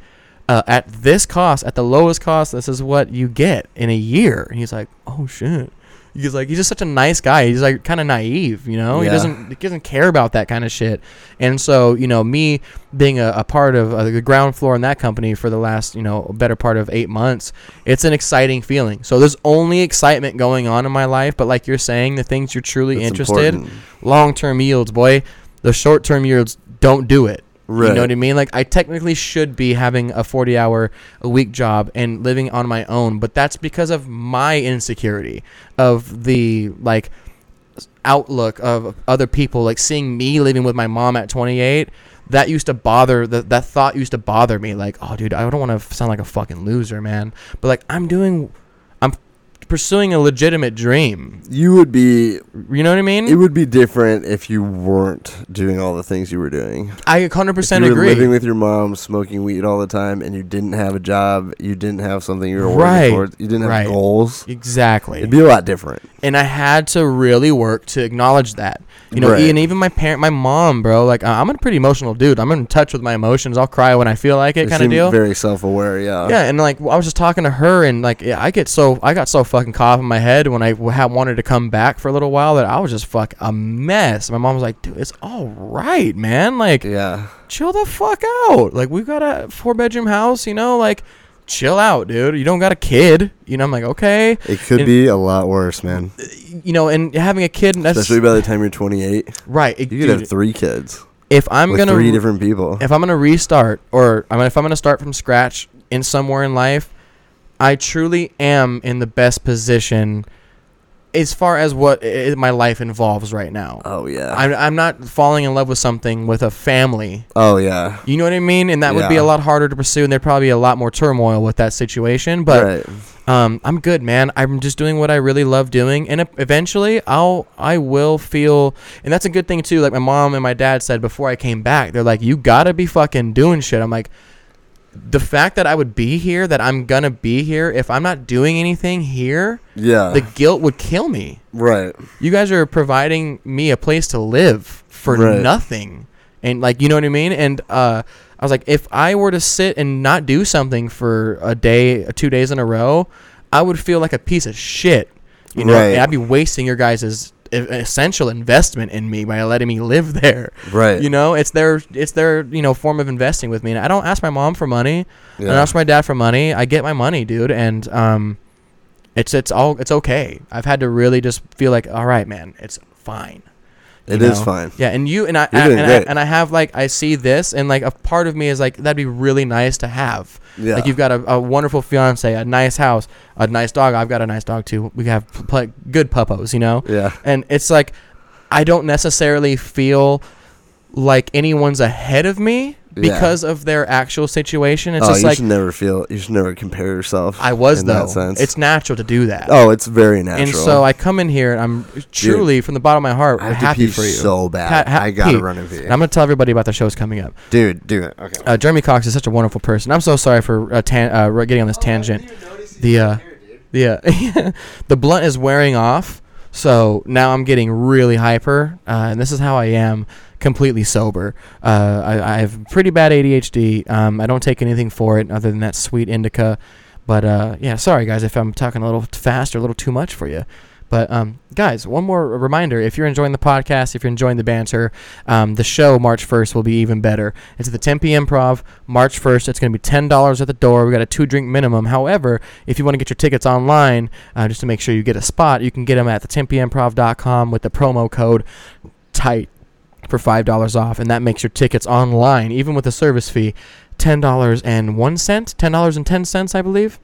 S2: uh, at this cost, at the lowest cost, this is what you get in a year." And he's like, "Oh shit." He's like, he's just such a nice guy. He's like kind of naive, you know. He
S1: Yeah.
S2: doesn't he doesn't care about that kind of shit. And so, you know, me being a, a part of uh, the ground floor in that company for the last, you know, better part of eight months, it's an exciting feeling. So there's only excitement going on in my life. But like you're saying, the things you're truly
S1: That's
S2: interested,
S1: important.
S2: long term yields, boy. The short term yields don't do it. You
S1: Right.
S2: know what I mean? Like I technically should be having a 40 hour a week job and living on my own, but that's because of my insecurity of the like outlook of other people like seeing me living with my mom at 28 that used to bother that that thought used to bother me like oh dude I don't want to sound like a fucking loser man but like I'm doing I'm pursuing a legitimate dream
S1: You would be.
S2: you know what I mean
S1: It would be different if you weren't doing all the things you were doing.
S2: I 100%
S1: you were
S2: agree
S1: living with your mom, smoking weed all the time, and you didn't have a job. You didn't have something you were
S2: Right.
S1: working towards. You didn't have
S2: Right.
S1: goals.
S2: exactly
S1: It'd be a lot different.
S2: and I had to really work to acknowledge that. You know,
S1: Right.
S2: and even my parent, my mom, bro. Like I- I'm a pretty emotional dude. I'm in touch with my emotions. I'll cry when I feel like it,
S1: They
S2: kind of
S1: seem
S2: deal.
S1: Very self-aware. Yeah.
S2: yeah, and like I was just talking to her, and like yeah, I get so I got so fucking caught up in my head when I w- ha- wanted to come back for a little while that I was just fuck a mess. My mom was like, "Dude, it's all right, man. Like,
S1: Yeah.
S2: chill the fuck out. Like we've got a four bedroom house, you know. Like, chill out, dude. You don't got a kid, you know." I'm like, okay,
S1: It could
S2: And-
S1: be a lot worse, man.
S2: you know, and having a kid, that's
S1: Especially by the time you're 28,
S2: right. It,
S1: you could
S2: dude,
S1: have three kids
S2: if I'm
S1: with
S2: gonna
S1: three different people.
S2: if I'm gonna restart or I mean, if I'm gonna start from scratch in somewhere in life, I truly am in the best position as far as what i- my life involves right now.
S1: Oh yeah.
S2: I'm, I'm not falling in love with something with a family.
S1: oh yeah.
S2: You know what I mean? And that would be
S1: Yeah.
S2: a lot harder to pursue, and there'd probably be a lot more turmoil with that situation. But
S1: right.
S2: um, I'm good, man. I'm just doing what I really love doing, and e- eventually, I'll I will feel, and that's a good thing too. Like my mom and my dad said before I came back, they're like, "You gotta be fucking doing shit." I'm like, the fact that I would be here, that I'm gonna be here, if I'm not doing anything here,
S1: Yeah.
S2: the guilt would kill me.
S1: right.
S2: You guys are providing me a place to live for
S1: Right.
S2: nothing. And like you know what I mean? And uh I was like if I were to sit and not do something for a day, uh, two days in a row, I would feel like a piece of shit. You know,
S1: Right.
S2: and I'd be wasting your guys' essential investment in me by letting me live there.
S1: Right.
S2: You know, it's their it's their, you know, form of investing with me. And I don't ask my mom for money. I don't
S1: Yeah.
S2: ask my dad for money. I get my money, dude, and um it's it's all it's okay. I've had to really just feel like, all right, man, it's fine.
S1: It is
S2: you know?
S1: fine.
S2: Yeah, and you and I,
S1: You're
S2: I-
S1: doing
S2: and, I
S1: great.
S2: and I have like I see this and like a part of me is like that'd be really nice to have.
S1: Yeah.
S2: Like you've got a, a wonderful fiance, a nice house, a nice dog. I've got a nice dog too. We have pl- good puppos, you know.
S1: Yeah.
S2: And it's like I don't necessarily feel like anyone's ahead of me,
S1: Yeah.
S2: because of their actual situation. It's
S1: oh,
S2: just
S1: you
S2: like
S1: should never feel. You should never compare yourself.
S2: I was
S1: in
S2: though.
S1: That sense.
S2: It's natural to do that.
S1: oh, it's very natural.
S2: and so I come in here and I'm truly from the bottom of my heart
S1: I have
S2: happy
S1: to pee
S2: for you.
S1: so bad.
S2: Ha- ha-
S1: I gotta
S2: pee.
S1: run and pee.
S2: and I'm gonna tell everybody about the shows coming up.
S1: Dude, do it. Okay.
S2: Uh, Jeremy Cox is such a wonderful person. I'm so sorry for uh, tan- uh, we're getting on this tangent. The uh, yeah, the blunt is wearing off, so now I'm getting really hyper, uh, and this is how I am completely sober. Uh, I, I have pretty bad ADHD. Um, I don't take anything for it other than that sweet indica. But uh, yeah, sorry guys if I'm talking a little t- fast or a little too much for you. But um, guys, one more reminder: if you're enjoying the podcast, if you're enjoying the banter, um, the show March 1st will be even better. It's at the Tempe Improv, March 1st. It's going to be ten dollars at the door. We got a two-drink minimum. However, if you want to get your tickets online, uh, just to make sure you get a spot, you can get them at the TempeImprov.com with the promo code tight for five dollars off, and that makes your tickets online, even with the service fee, ten dollars and one cent, ten dollars and ten cents, I believe.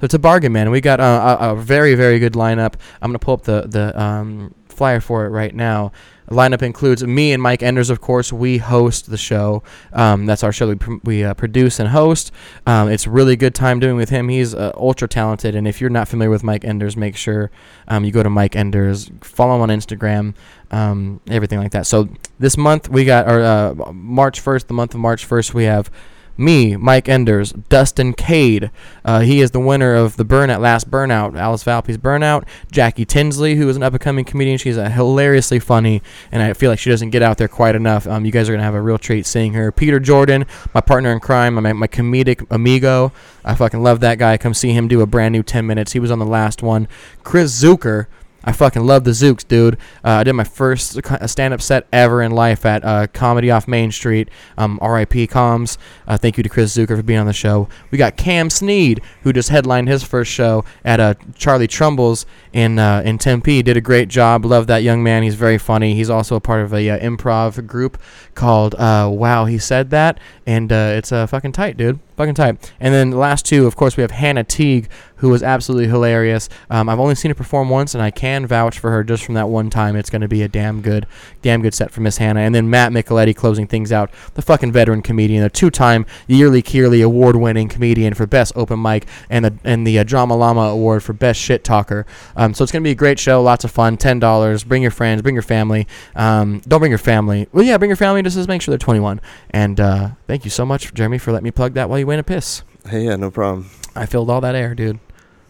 S2: So it's a bargain, man. We got uh, a, a very, very good lineup. I'm gonna pull up the the um, flyer for it right now. The lineup includes me and Mike Enders, of course. We host the show. Um, that's our show that we, pr- we uh, produce and host. Um, it's really good time doing with him. He's uh, ultra talented, and if you're not familiar with Mike Enders, make sure um, you go to Mike Enders, follow him on Instagram, um, everything like that. So this month we got or uh, March 1st, the month of March 1st, we have me, Mike Enders, Dustin Cade. Uh, he is the winner of the Burnout Last Burnout, Alice Valpy's Burnout. Jackie Tinsley, who is an up and coming comedian, she's uh, hilariously funny, and I feel like she doesn't get out there quite enough. Um, you guys are gonna have a real treat seeing her. Peter Jordan, my partner in crime, my my comedic amigo. I fucking love that guy. Come see him do a brand new 10 minutes. He was on the last one. Chris Zucker. I fucking love the Zooks, dude. Uh, I did my first stand up set ever in life at uh, Comedy Off Main Street. Um, RIP comms. Uh, thank you to Chris Zucker for being on the show. We got Cam Sneed, who just headlined his first show at uh, Charlie Trumbull's in uh, in Tempe. Did a great job. Love that young man. He's very funny. He's also a part of a uh, improv group called uh, Wow He Said That, and uh, it's uh, fucking tight, dude. Fucking tight. And then the last two, of course, we have Hannah Teague, who was absolutely hilarious. Um, I've only seen her perform once, and I can vouch for her just from that one time. It's going to be a damn good, damn good set for Miss Hannah. And then Matt Micheletti closing things out, the fucking veteran comedian, the two-time yearly Kearley award-winning comedian for best open mic and the and the uh, Drama Llama award for best shit talker. Um, so it's going to be a great show, lots of fun. Ten dollars. Bring your friends. Bring your family. Um, don't bring your family. Well, yeah, bring your family. Just to make sure they're 21. And uh, thank you so much, Jeremy, for letting me plug that while you went a piss.
S1: Hey, yeah, no problem.
S2: I filled all that air, dude.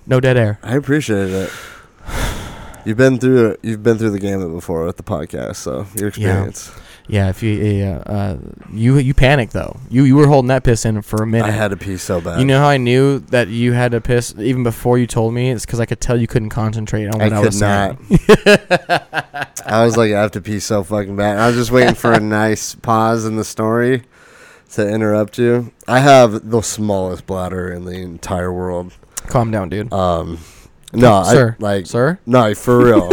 S2: No dead air.
S1: I appreciate it. You've been through you've been through the gamut before with the podcast, so your experience.
S2: Yeah, if you yeah, uh, you you panicked though. You you were holding that piss in for a minute.
S1: I had to pee so bad.
S2: you know how I knew that you had to piss even before you told me? It's because I could tell you couldn't concentrate on
S1: I
S2: what I,
S1: could
S2: was
S1: not.
S2: saying.
S1: I was like, I have to pee so fucking bad. I was just waiting for a nice pause in the story to interrupt you. I have the smallest bladder in the entire world.
S2: Calm down, dude.
S1: Um, no,
S2: Sir.
S1: I like
S2: Sir,
S1: no for real.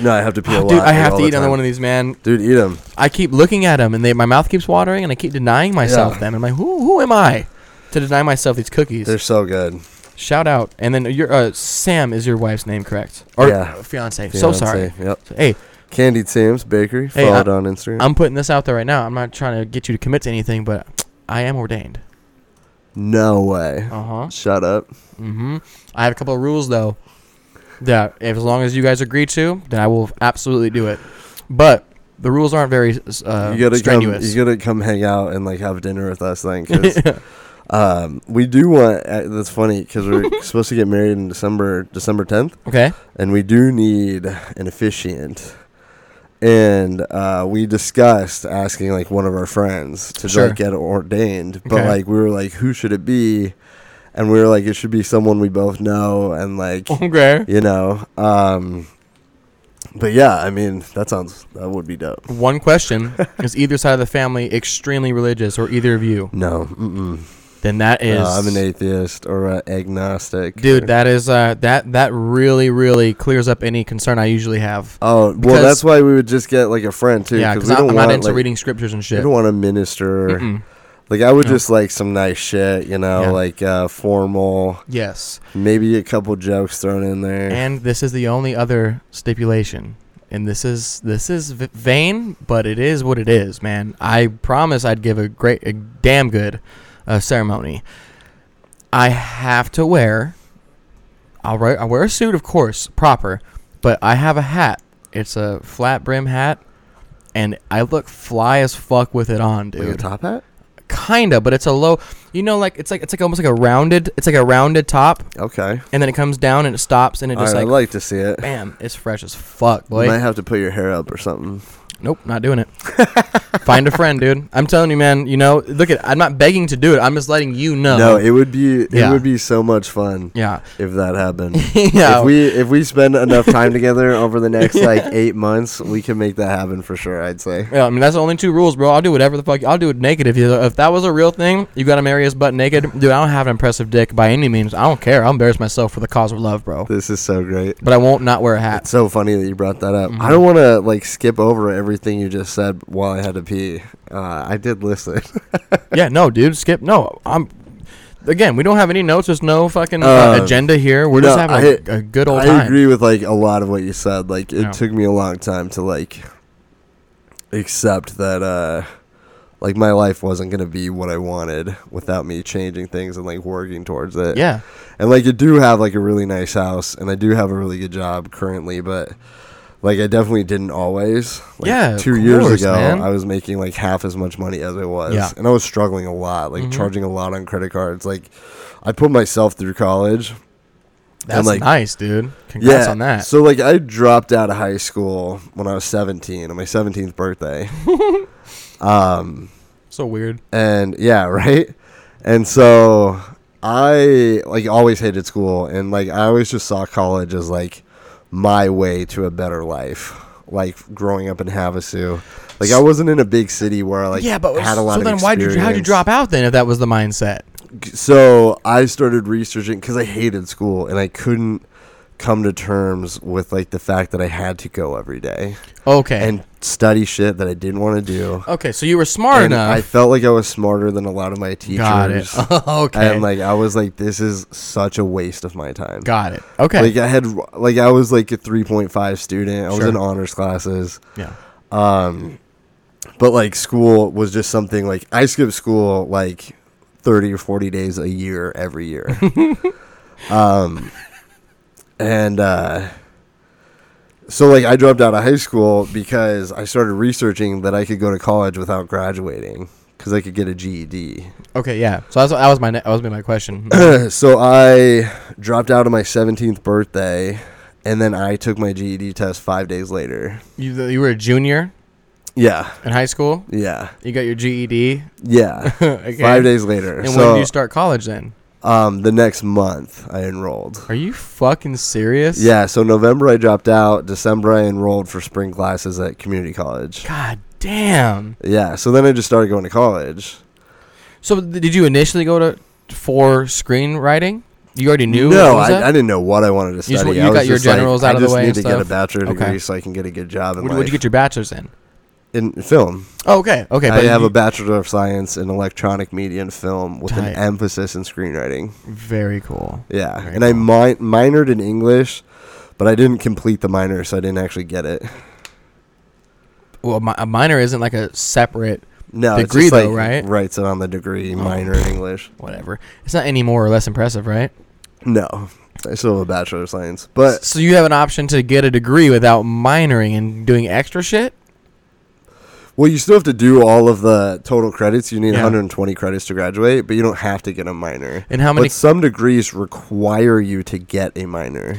S1: no, I have to pee a lot.
S2: dude, I
S1: like,
S2: have
S1: all
S2: to
S1: the
S2: eat another
S1: time.
S2: one of these, man.
S1: Dude, eat them.
S2: I keep looking at them, and they, my mouth keeps watering, and I keep denying myself
S1: Yeah.
S2: them. I'm like, who who am I to deny myself these cookies?
S1: They're so good.
S2: Shout out, and then your uh, Sam is your wife's name, correct? Or
S1: Yeah.
S2: fiance. So sorry.
S1: Fiancé, Yep.
S2: Hey,
S1: Candied Sam's Bakery.
S2: Hey,
S1: followed
S2: I-
S1: on Instagram.
S2: I'm putting this out there right now. I'm not trying to get you to commit to anything, but I am ordained.
S1: no way.
S2: Uh huh.
S1: Shut up.
S2: Mm-hmm. I have a couple of rules though. That if as long as you guys agree to, then I will absolutely do it. But the rules aren't very uh,
S1: you gotta
S2: strenuous.
S1: come. You gotta come hang out and like have dinner with us then, 'cause, um, we do want. Uh, that's funny because we're supposed to get married in December, December 10th,
S2: okay.
S1: and we do need an officiant. And uh, we discussed asking like one of our friends to
S2: Sure.
S1: like get ordained, but
S2: Okay.
S1: like we were like, who should it be? And we were like, it should be someone we both know and like
S2: Okay.
S1: you know um but yeah i mean that sounds that would be dope
S2: One question: Is either side of the family extremely religious, or either of you?
S1: no mm-mm.
S2: Then that is.
S1: No, Uh, i'm an atheist or a agnostic
S2: Dude, that is uh, that that really really clears up any concern I usually have.
S1: oh well
S2: because-
S1: that's why we would just get like a friend too
S2: yeah,
S1: we
S2: because
S1: don't
S2: I'm
S1: want
S2: not into
S1: like,
S2: reading scriptures and
S1: we
S2: shit.
S1: don't want a minister
S2: Mm-mm.
S1: like i would
S2: No.
S1: just like some nice shit you know
S2: Yeah.
S1: like uh formal
S2: Yes,
S1: maybe a couple jokes thrown in there
S2: and this is the only other stipulation: and this is this is v- vain, but it is what it is, man. I promise I'd give a great, a damn good uh, ceremony. I have to wear. I'll wear, I wear a suit, of course, proper, but I have a hat. It's a flat brim hat, and I look fly as fuck with it on, dude
S1: Like a top hat?
S2: kinda, but it's a low. You know, like it's like it's like almost like a rounded. It's like a rounded top,
S1: Okay.
S2: and then it comes down and it stops, and it
S1: All
S2: just
S1: right, I'd
S2: like,
S1: like to see it.
S2: bam, it's fresh as fuck.
S1: You might
S2: Boy.
S1: have to put your hair up or something.
S2: Nope, not doing it. Find a friend, dude. I'm telling you, man. You know, look at. I'm not begging to do it. I'm just letting you know.
S1: No, it would be it
S2: Yeah.
S1: would be so much fun
S2: yeah,
S1: if that happened.
S2: yeah.
S1: If we if we spend enough time together over the next like eight months, we can make that happen for sure. I'd say.
S2: yeah, I mean that's the only two rules, bro. I'll do whatever the fuck. I'll do it naked if you. If that was a real thing, you gotta marry us butt naked, dude. I don't have an impressive dick by any means. I don't care. I'll embarrass myself for the cause of love, bro.
S1: This is so great.
S2: But I won't not wear a hat.
S1: It's so funny that you brought that
S2: Mm-hmm.
S1: up. I don't want to like skip over everything you just said while I had to pee. Uh, I did listen.
S2: yeah, no, dude, skip. No, I'm. Again, we don't have any notes. There's no fucking uh,
S1: Uh,
S2: agenda here. We're just
S1: no,
S2: having a, a good old
S1: I
S2: time.
S1: agree with like a lot of what you said. Like it
S2: Yeah.
S1: took me a long time to like accept that uh like my life wasn't gonna be what I wanted without me changing things and like working towards it.
S2: Yeah,
S1: And like I do have like a really nice house and I do have a really good job currently, but like I definitely didn't always. Like
S2: Yeah, of
S1: two years
S2: course,
S1: ago
S2: man.
S1: I was making like half as much money as I was.
S2: Yeah.
S1: And I was struggling a lot, like
S2: Mhm.
S1: charging a lot on credit cards. Like I put myself through college.
S2: that's
S1: like-
S2: nice, dude. Congrats on that.
S1: So like I dropped out of high school when I was 17 on my 17th birthday. um
S2: So weird.
S1: and yeah, right? And so I like always hated school and like I always just saw college as like my way to a better life. Like growing up in Havasu. Like I wasn't in a big city where I like
S2: yeah, but
S1: had a lot
S2: so
S1: of
S2: then why did you how'd you
S1: experience.
S2: drop out then if that was the mindset?
S1: so I started researching because I hated school and I couldn't come to terms with like the fact that I had to go every day
S2: Okay.
S1: and study shit that I didn't want to do.
S2: okay, so you were smart
S1: And I
S2: enough.
S1: felt like I was smarter than a lot of my teachers.
S2: Got it. okay.
S1: And like I was like, this is such a waste of my time.
S2: Got it. Okay.
S1: Like I had like I was like a three point five student. I was
S2: Sure.
S1: in honors classes.
S2: yeah.
S1: Um, but like school was just something like I skipped school like thirty or forty days a year every year. um, and uh, so like I dropped out of high school because I started researching that I could go to college without graduating because I could get a E GED.
S2: Okay. Yeah. So that's, that was my ne- that was my question.
S1: so I dropped out of my 17th birthday, and then I took my GED test five days later.
S2: you you were a junior
S1: Yeah,
S2: in high school.
S1: yeah,
S2: You got your GED.
S1: yeah.
S2: okay.
S1: Five days later.
S2: And when
S1: so
S2: did you start college then?
S1: um, the next month I enrolled.
S2: Are you fucking serious?
S1: Yeah, so November I dropped out. December I enrolled for spring classes at community college.
S2: God damn.
S1: Yeah, so then I just started going to college.
S2: So th- did you initially go to for screenwriting? You already knew.
S1: no,
S2: what was
S1: I,
S2: that?
S1: I didn't know what I wanted to
S2: just-
S1: study.
S2: you
S1: I was
S2: got your
S1: just like,
S2: generals out
S1: I
S2: of the
S1: just
S2: way
S1: need
S2: and
S1: to get a
S2: stuff?
S1: bachelor
S2: Okay.
S1: degree so I can get a good job in
S2: What-
S1: life.
S2: what'd you get your bachelor's in?
S1: in film.
S2: Oh, Okay, okay.
S1: I have
S2: you-
S1: a bachelor of science in electronic media and film with an
S2: Tight.
S1: emphasis in screenwriting.
S2: very cool.
S1: Yeah,
S2: Very
S1: and I
S2: cool.
S1: mi- minored in English, but I didn't complete the minor, so I didn't actually get it.
S2: Well, a mi- a minor isn't like a separate
S1: No,
S2: Degree,
S1: it's just,
S2: though,
S1: like,
S2: right?
S1: Writes it on the degree,
S2: Oh.
S1: minor in English.
S2: whatever. It's not any more or less impressive, right?
S1: No, I still have a bachelor of science, but
S2: so you have an option to get a degree without minoring and doing extra shit.
S1: well, you still have to do all of the total credits. You need
S2: Yeah.
S1: 120 credits to graduate, but you don't have to get a minor.
S2: And how many?
S1: But some degrees require you to get a minor.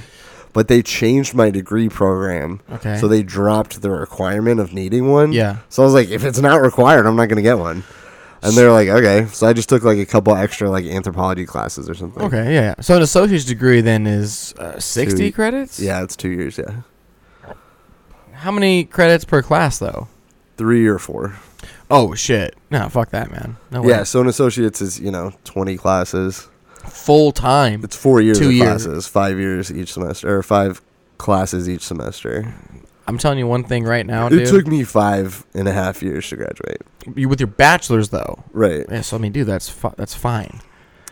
S1: But they changed my degree program
S2: okay.
S1: So they dropped the requirement of needing one.
S2: yeah.
S1: So I was like, if it's not required, I'm not gonna get one. And they're like, okay. So I just took like a couple extra like anthropology classes or something.
S2: Okay. Yeah. yeah. So an associate's degree then is uh, sixty
S1: Two-
S2: credits.
S1: Yeah, it's two years. Yeah,
S2: How many credits per class though?
S1: three or four.
S2: Oh shit! No, fuck that, man. No way.
S1: yeah. So an associate's is you know 20 classes.
S2: Full time.
S1: It's four years.
S2: Two
S1: of
S2: years.
S1: classes, five years each semester, or five classes each semester.
S2: I'm telling you one thing right now,
S1: it
S2: dude.
S1: took me five and a half years to graduate.
S2: you with your bachelor's though.
S1: Right.
S2: Yeah, so I mean, dude, that's fi- that's fine.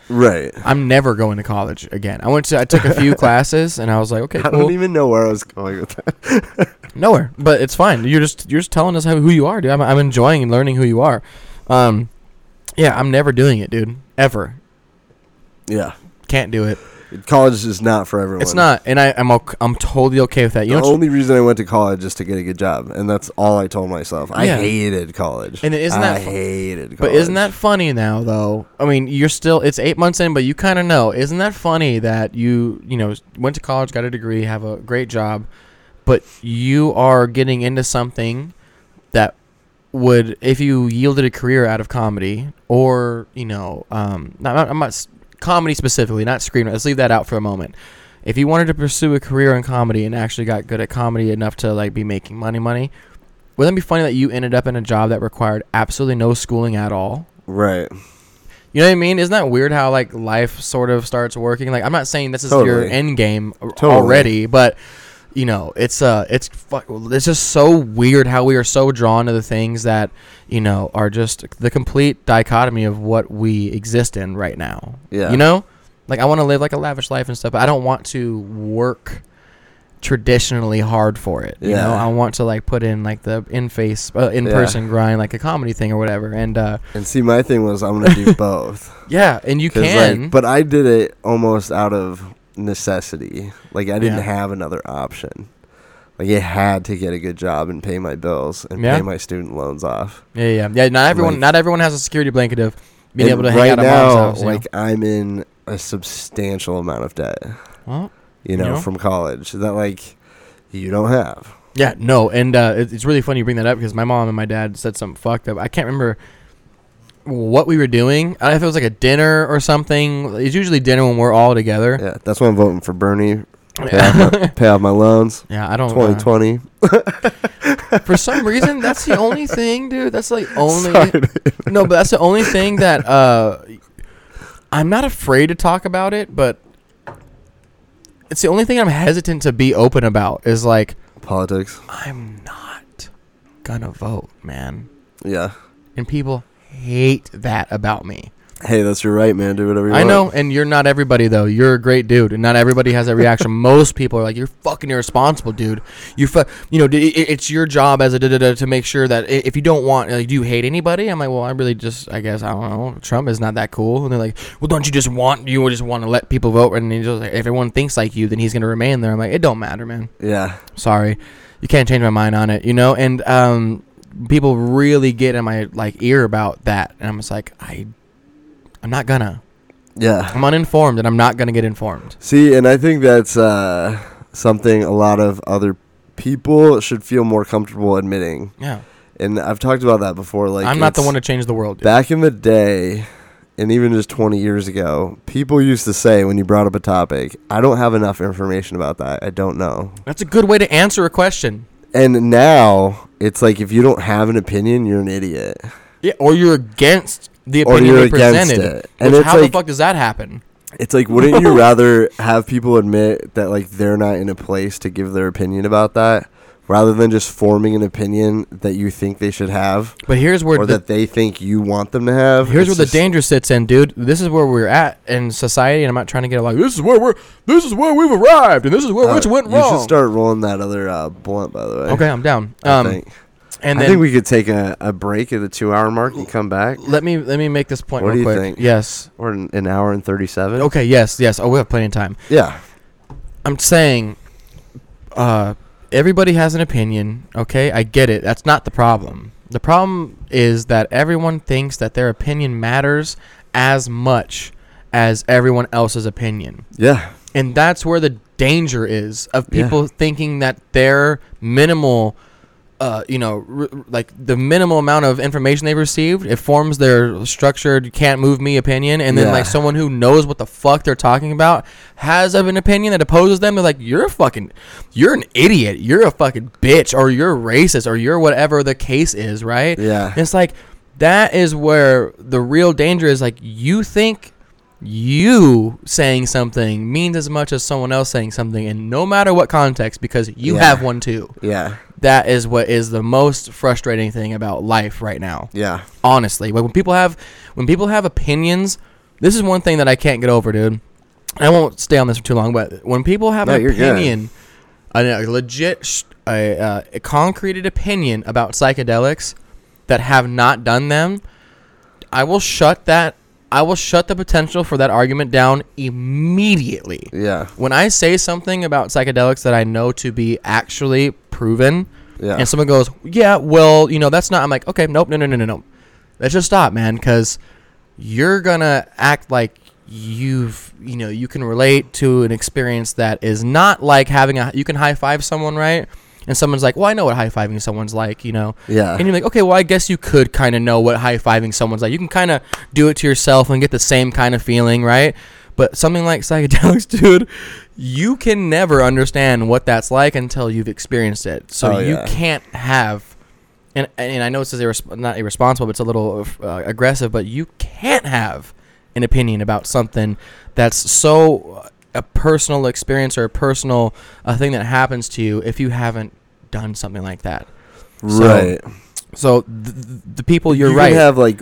S1: Right.
S2: I'm never going to college again. I went to I took a few classes and I was like, okay,
S1: I don't
S2: cool.
S1: even know where I was going with that.
S2: Nowhere, but it's fine. You're just you're just telling us how, who you are, dude. I'm I'm enjoying and learning who you are. Um, yeah, I'm never doing it, dude. Ever
S1: Yeah.
S2: can't do it.
S1: College is not for everyone.
S2: It's not, and I I'm ok- I'm totally okay with that. You
S1: the
S2: know, what's-
S1: only reason I went to college is to get a good job, and that's all I told myself. I
S2: Yeah.
S1: hated college,
S2: And isn't that
S1: I
S2: fu-
S1: hated. College.
S2: But isn't that funny now though? I mean, you're still it's 8 months in, but you kind of know. Isn't that funny that you, you know, went to college, got a degree, have a great job, but you are getting into something that would if you yielded a career out of comedy or, you know, um not, not I'm not s- comedy specifically, not screen. Let's leave that out for a moment. If you wanted to pursue a career in comedy and actually got good at comedy enough to like be making money money, wouldn't it be funny that you ended up in a job that required absolutely no schooling at all?
S1: right?
S2: You know what I mean? Isn't that weird how like life sort of starts working? Like I'm not saying this is your
S1: Totally.
S2: end game a-
S1: Totally.
S2: already, but you know, it's uh it's fuck it's just so weird how we are so drawn to the things that, you know, are just the complete dichotomy of what we exist in right now.
S1: Yeah.
S2: You know? Like I want to live like a lavish life and stuff, but I don't want to work traditionally hard for it. You know,
S1: Yeah.
S2: I want to like put in like the in face uh, in person grind like a comedy thing or whatever. And uh
S1: And see, my thing was I'm gonna do both.
S2: yeah, and you
S1: 'Cause,
S2: can
S1: like, but I did it almost out of necessity. Like I didn't
S2: Yeah.
S1: have another option. Like I had to get a good job and pay my bills and
S2: Yeah.
S1: pay my student loans off.
S2: Yeah, yeah, yeah. Not everyone,
S1: Like-
S2: not everyone has a security blanket of being
S1: And
S2: able to hang
S1: right
S2: out at
S1: now,
S2: mom's house. you know?
S1: like I'm in a substantial amount of debt.
S2: Well,
S1: You know,
S2: You know?
S1: from college that like you don't have.
S2: yeah, no, and uh, it, it's really funny you bring that up because my mom and my dad said something fucked up. I can't remember what we were doing. I don't know if it was like a dinner or something. It's usually dinner when we're all together.
S1: Yeah, that's why I'm voting for Bernie. Pay off
S2: Yeah,
S1: my, pay off my loans.
S2: I don't. uh,
S1: 2020.
S2: for some reason, that's the only thing, dude. That's like only.
S1: Sorry.
S2: no, but that's the only thing that uh, I'm not afraid to talk about it, but it's the only thing I'm hesitant to be open about is like
S1: Politics.
S2: I'm not gonna vote, man.
S1: Yeah.
S2: And people hate that about me.
S1: Hey, that's your right, man. Do whatever you
S2: I
S1: want.
S2: know, and you're not everybody though. You're a great dude, and not everybody has that reaction. Most people are like, "You're fucking irresponsible, dude. You fu- you know, d- i- it's your job as a da da da to make sure that i- if you don't want, like, do you hate anybody?" I'm like, "Well, I really just, I guess, I don't know. Trump is not that cool." And they're like, "Well, don't you just want you just want to let people vote?" And he's just like, if everyone thinks like you, then he's gonna remain there. I'm like, it don't matter, man.
S1: Yeah.
S2: sorry you can't change my mind on it you know and um people really get in my like ear about that and i'm just like i i'm not gonna
S1: Yeah.
S2: i'm uninformed and i'm not gonna get informed
S1: See, and I think that's uh, something a lot of other people should feel more comfortable admitting.
S2: yeah
S1: And I've talked about that before. Like
S2: i'm not the
S1: it's-
S2: one to change the world dude.
S1: Back in the day, and even just 20 years ago, people used to say when you brought up a topic, I don't have enough information about that. I don't know.
S2: that's a good way to answer a question
S1: And now it's like if you don't have an opinion, you're an idiot.
S2: yeah or you're against the
S1: Or
S2: opinion
S1: you're
S2: they
S1: against
S2: presented
S1: it. And
S2: which
S1: it's
S2: how
S1: like-
S2: the fuck does that happen
S1: It's like, wouldn't you rather have people admit that like they're not in a place to give their opinion about that, rather than just forming an opinion that you think they should have
S2: but here's where
S1: or
S2: the
S1: that they think you want them to have?
S2: Here's
S1: It's
S2: where
S1: just-
S2: the danger sits in, dude. This is where we're at in society, and I'm not trying to get like this is where we're, this is where we've arrived, and this is where
S1: Uh,
S2: which went
S1: you
S2: wrong.
S1: should start rolling that other uh, blunt, by the way.
S2: okay, I'm down.
S1: I
S2: Um,
S1: think.
S2: and
S1: I
S2: then
S1: think we could take a, a break at the two hour mark and come back,
S2: let me let me make this point
S1: What
S2: real
S1: do you
S2: quick.
S1: think?
S2: Yes.
S1: or an, an hour and thirty seven.
S2: Okay. Yes. Yes. Oh, we have plenty of time.
S1: Yeah.
S2: I'm saying, uh, everybody has an opinion. Okay, I get it. That's not the problem. The problem is that everyone thinks that their opinion matters as much as everyone else's opinion.
S1: Yeah.
S2: And that's where the danger is of
S1: Yeah.
S2: people thinking that their minimal, uh, you know, r- r- like the minimal amount of information they've received, it forms their structured "can't move me" opinion. And then
S1: Yeah.
S2: like someone who knows what the fuck they're talking about has of an opinion that opposes them. They're like, "You're a fucking, you're an idiot. You're a fucking bitch, or you're racist, or you're whatever the case is." Right?
S1: Yeah.
S2: It's like that is where the real danger is. Like you think you saying something means as much as someone else saying something, and no matter what context, because you
S1: Yeah.
S2: have one too.
S1: Yeah.
S2: That is what is the most frustrating thing about life right now.
S1: Yeah.
S2: Honestly, when when people have when people have opinions This is one thing that I can't get over, dude. I won't stay on this for too long, but when people have
S1: No,
S2: an
S1: you're good.
S2: opinion, a, a legit, sh- a, uh, a concreted opinion about psychedelics that have not done them, I will shut that. I will shut the potential for that argument down immediately
S1: Yeah.
S2: when I say something about psychedelics that I know to be actually proven,
S1: Yeah.
S2: and someone goes, "Yeah, well, you know, that's not," I'm like, "Okay, nope, no, no, no, no, no, let's just stop, man, because you're gonna act like you've, you know, you can relate to an experience that is not like having a. You can high five someone, right? And someone's like, "Well, I know what high fiving someone's like," you know.
S1: Yeah.
S2: And you're like, okay, well, I guess you could kind of know what high fiving someone's like. You can kind of do it to yourself and get the same kind of feeling, right? But something like psychedelics, dude, you can never understand what that's like until you've experienced it. So
S1: Oh,
S2: you
S1: yeah.
S2: can't have, and and I know this is irres- not irresponsible, but it's a little uh, aggressive. But you can't have an opinion about something that's so uh, a personal experience or a personal a thing that happens to you if you haven't done something like that. so-
S1: right.
S2: So th- th- the people, you're
S1: you
S2: right.
S1: Can have like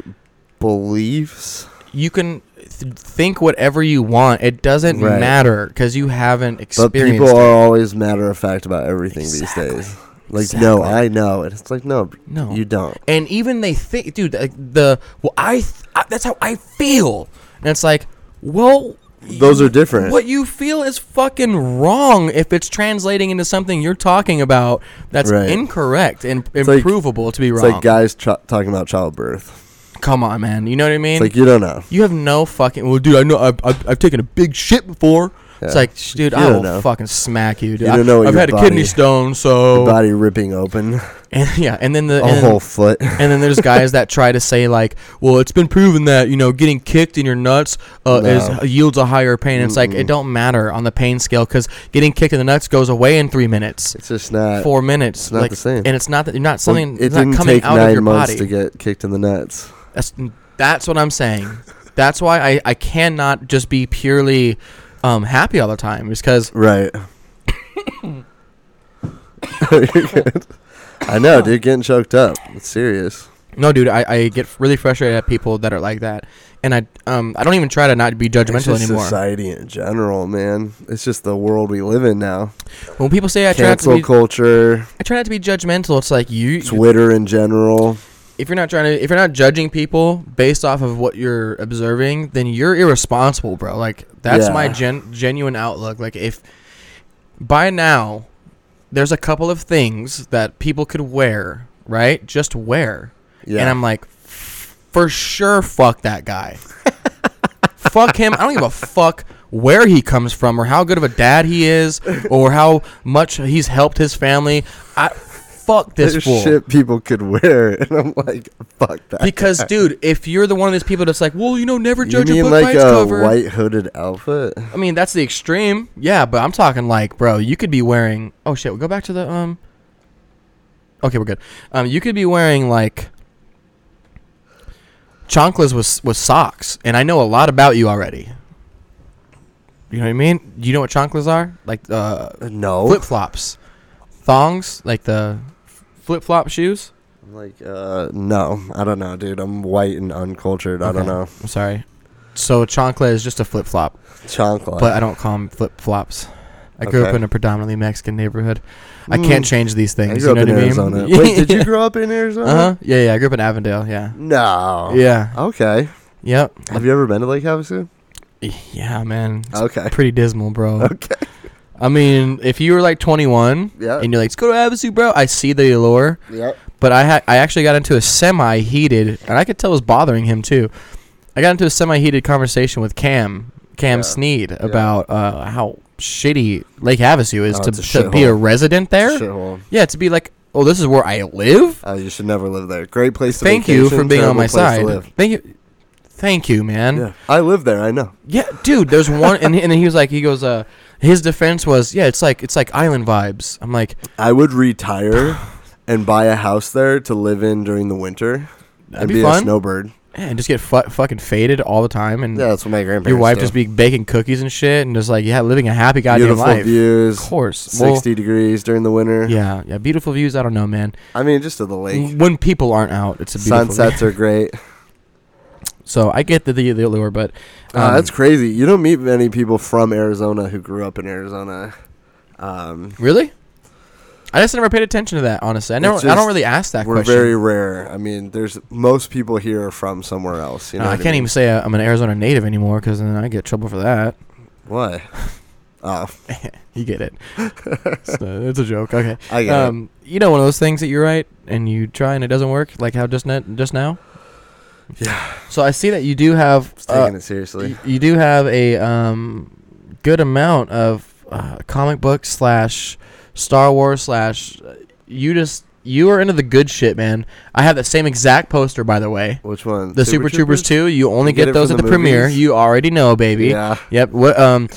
S1: beliefs.
S2: you can th- think whatever you want. It doesn't matter
S1: Right.
S2: 'cause matter because you haven't
S1: But
S2: experienced.
S1: people
S2: it.
S1: are always matter of fact about everything
S2: Exactly.
S1: these days. Like, no,
S2: Exactly.
S1: I know. And it's like, no,
S2: No.
S1: you don't.
S2: and even they think, dude, like the well, I, th- I that's how I feel, and it's like, well,
S1: Those
S2: you-
S1: are different.
S2: What you feel is fucking wrong if it's translating into something you're talking about that's
S1: Right.
S2: incorrect and
S1: like-
S2: improvable to be
S1: It's
S2: wrong.
S1: like guys ch- talking about childbirth.
S2: Come on, man, you know what I mean?
S1: It's like, you don't know.
S2: You have no fucking. Well, dude, I know I've, I've, I've taken a big shit before. It's
S1: Yeah.
S2: like, sh- dude,
S1: You
S2: I
S1: don't
S2: will
S1: know.
S2: fucking smack you, dude.
S1: You don't know what
S2: I, have
S1: your
S2: had a
S1: body-
S2: kidney stone,
S1: Your
S2: so
S1: body ripping open
S2: and, yeah. And then Oh. the
S1: a
S2: and,
S1: whole foot.
S2: and then there's guys that try to say like, well, it's been proven that you know getting kicked in your nuts uh,
S1: No.
S2: is yields a higher pain. It's like it don't matter on the pain scale because getting kicked in the nuts goes away in three minutes,
S1: It's just not.
S2: four minutes.
S1: not
S2: like,
S1: the same.
S2: And it's not that you're not
S1: Well,
S2: something.
S1: it
S2: it's
S1: didn't
S2: not coming
S1: take
S2: out of
S1: nine
S2: your
S1: months
S2: body.
S1: to get kicked in the nuts.
S2: That's that's what I'm saying. That's why I, I cannot just be purely um, happy all the time. Is because
S1: Right. You're good. I know, dude. Getting choked up. It's serious.
S2: no, dude, I, I get really frustrated at people that are like that, and I um I don't even try to not be
S1: It's
S2: judgmental
S1: just uh,
S2: anymore.
S1: society in general, man. It's just the world we live in now.
S2: When people say I try not to
S1: Cancel
S2: be
S1: culture,
S2: I try not to be judgmental, it's like you
S1: Twitter in general.
S2: if you're not trying to if you're not judging people based off of what you're observing, then you're irresponsible, bro. Like that's
S1: Yeah.
S2: my gen- genuine outlook. Like if by now there's a couple of things that people could wear, right? Just wear.
S1: Yeah.
S2: And I'm like for sure fuck that guy. fuck him. I don't give a fuck where he comes from or how good of a dad he is or how much he's helped his family. I fuck this
S1: There's
S2: fool.
S1: shit people could wear, and I'm like, fuck that.
S2: Because, dude, if you're the one of these people that's like, well, you know, never
S1: you
S2: judge a
S1: mean
S2: book by
S1: like
S2: its
S1: a
S2: cover.
S1: white hooded outfit? Uh,
S2: I mean, that's the extreme. Yeah, but I'm talking like, bro, you could be wearing. Oh shit, go back to the um. Okay, we're good. Um, you could be wearing like chonklas with with socks, and I know a lot about you already. You know what I mean? You know what chonklas are? Like uh,
S1: Uh, No.
S2: flip flops, thongs, like the flip flop shoes.
S1: I'm like, uh, no. I don't know, dude. I'm white and uncultured. I don't
S2: Okay.
S1: know.
S2: I'm sorry. So a chonkla is just a flip flop.
S1: Chonkla.
S2: but I don't call them flip flops. I grew up
S1: Okay.
S2: in a predominantly Mexican neighborhood. I can't
S1: Mm.
S2: change these
S1: I
S2: things.
S1: grew
S2: You
S1: up
S2: know
S1: in
S2: what I mean?
S1: Arizona. Wait, did you grow up in
S2: Uh
S1: Arizona?
S2: huh. Yeah, yeah. I grew up in Avondale. Yeah.
S1: No.
S2: Yeah.
S1: Okay.
S2: Yep.
S1: Have you ever been to Lake Havasu?
S2: Yeah, man. It's
S1: Okay.
S2: pretty dismal, bro.
S1: Okay. Uh.
S2: I mean, if you were like 21
S1: Yeah.
S2: and you're like, "Let's go to Havasu, bro," I see the allure.
S1: Yep.
S2: but I ha- I actually got into a semi heated, and I could tell it was bothering him too. I got into a semi heated conversation with Cam Cam
S1: Yeah.
S2: Sneed about uh, how shitty Lake Havasu is
S1: Oh,
S2: to,
S1: it's a
S2: to be
S1: shithole.
S2: a resident there.
S1: Shithole.
S2: Yeah, to be like, oh, this is where I live.
S1: Oh, you should never live there. Great place to
S2: Thank you
S1: vacation,
S2: for being
S1: terrible
S2: on my
S1: place to
S2: side.
S1: live.
S2: Thank you. Thank you, man.
S1: Yeah. I live there. I know.
S2: Yeah, dude. There's one, and, and then he was like, he goes, uh, his defense was, yeah, it's like it's like island vibes. I'm like,
S1: I would retire and buy a house there to live in during the winter
S2: that'd
S1: and
S2: be,
S1: be, a
S2: fun,
S1: snowbird.
S2: Yeah, and just get fu- fucking faded all the time, and
S1: Yeah, that's what my grandparents.
S2: Your wife
S1: do.
S2: just be baking cookies and shit, and just like yeah, living a happy goddamn
S1: beautiful
S2: life. Of
S1: views,
S2: course, Well,
S1: sixty degrees during the winter.
S2: yeah, Mm, yeah, beautiful views. I don't know, man.
S1: I mean, just to the lake.
S2: When people aren't out, it's a beautiful
S1: Sunsets are great.
S2: view. So I get the the, the allure, but
S1: Uh,
S2: um,
S1: that's crazy. You don't meet many people from Arizona who grew up in Arizona. Um,
S2: really. I just never paid attention to that. Honestly, I
S1: It's
S2: never. I
S1: just-
S2: don't really ask that
S1: we're
S2: question. Uh,
S1: very rare. I mean, there's most people here are from somewhere else. You know,
S2: Uh, I
S1: what
S2: can't even say I- I'm an Arizona native anymore because then I get trouble for that.
S1: What? Oh,
S2: You get it. it's, a, it's a joke. Okay.
S1: I get it.
S2: Um, you know one of those things that you write and you try and it doesn't work, like how just net just now.
S1: Yeah,
S2: So I see that you do have
S1: it's
S2: uh,
S1: taking it seriously.
S2: y- you do have a um, good amount of uh, comic book slash Star Wars slash uh, you just you are into the good shit, man. I have that same exact poster, by the way.
S1: Which one?
S2: The Super, Troopers, two. You only
S1: You get
S2: get,
S1: it
S2: those
S1: from
S2: at
S1: the
S2: the, premiere.
S1: movies?
S2: You already know, baby.
S1: Yeah.
S2: Yep. What um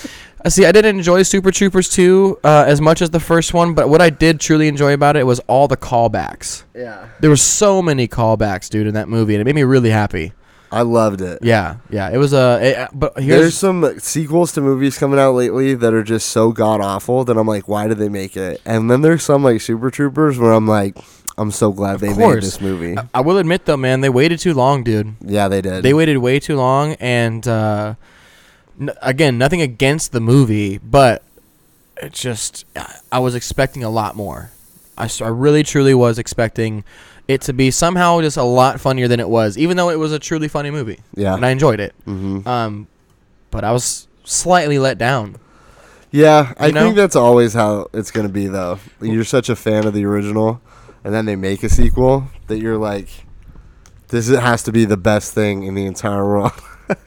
S2: I see I didn't enjoy Super Troopers 2 uh, as much as the first one, but what I did truly enjoy about it was all the callbacks.
S1: Yeah.
S2: There were so many callbacks, dude, in that movie, and it made me really happy.
S1: I loved it.
S2: Yeah, yeah. It was uh, it- uh, but
S1: There's
S2: here's
S1: some sequels to movies coming out lately that are just so god awful that I'm like, why did they make it? And then there's some like Super Troopers where I'm like, I'm so glad they made
S2: course.
S1: this movie.
S2: I- I will admit though, man, they waited too long, dude.
S1: yeah, they did.
S2: They waited way too long, and uh, n- again, nothing against the movie, but it just I, I was expecting a lot more. I, s- I really truly was expecting it to be somehow just a lot funnier than it was, even though it was a truly funny movie,
S1: yeah.
S2: and I enjoyed it.
S1: hmm
S2: Um, but I was slightly let down.
S1: Yeah, I
S2: You know?
S1: think that's always how it's going to be, though. You're such a fan of the original, and then they make a sequel that you're like, this is- has to be the best thing in the entire world.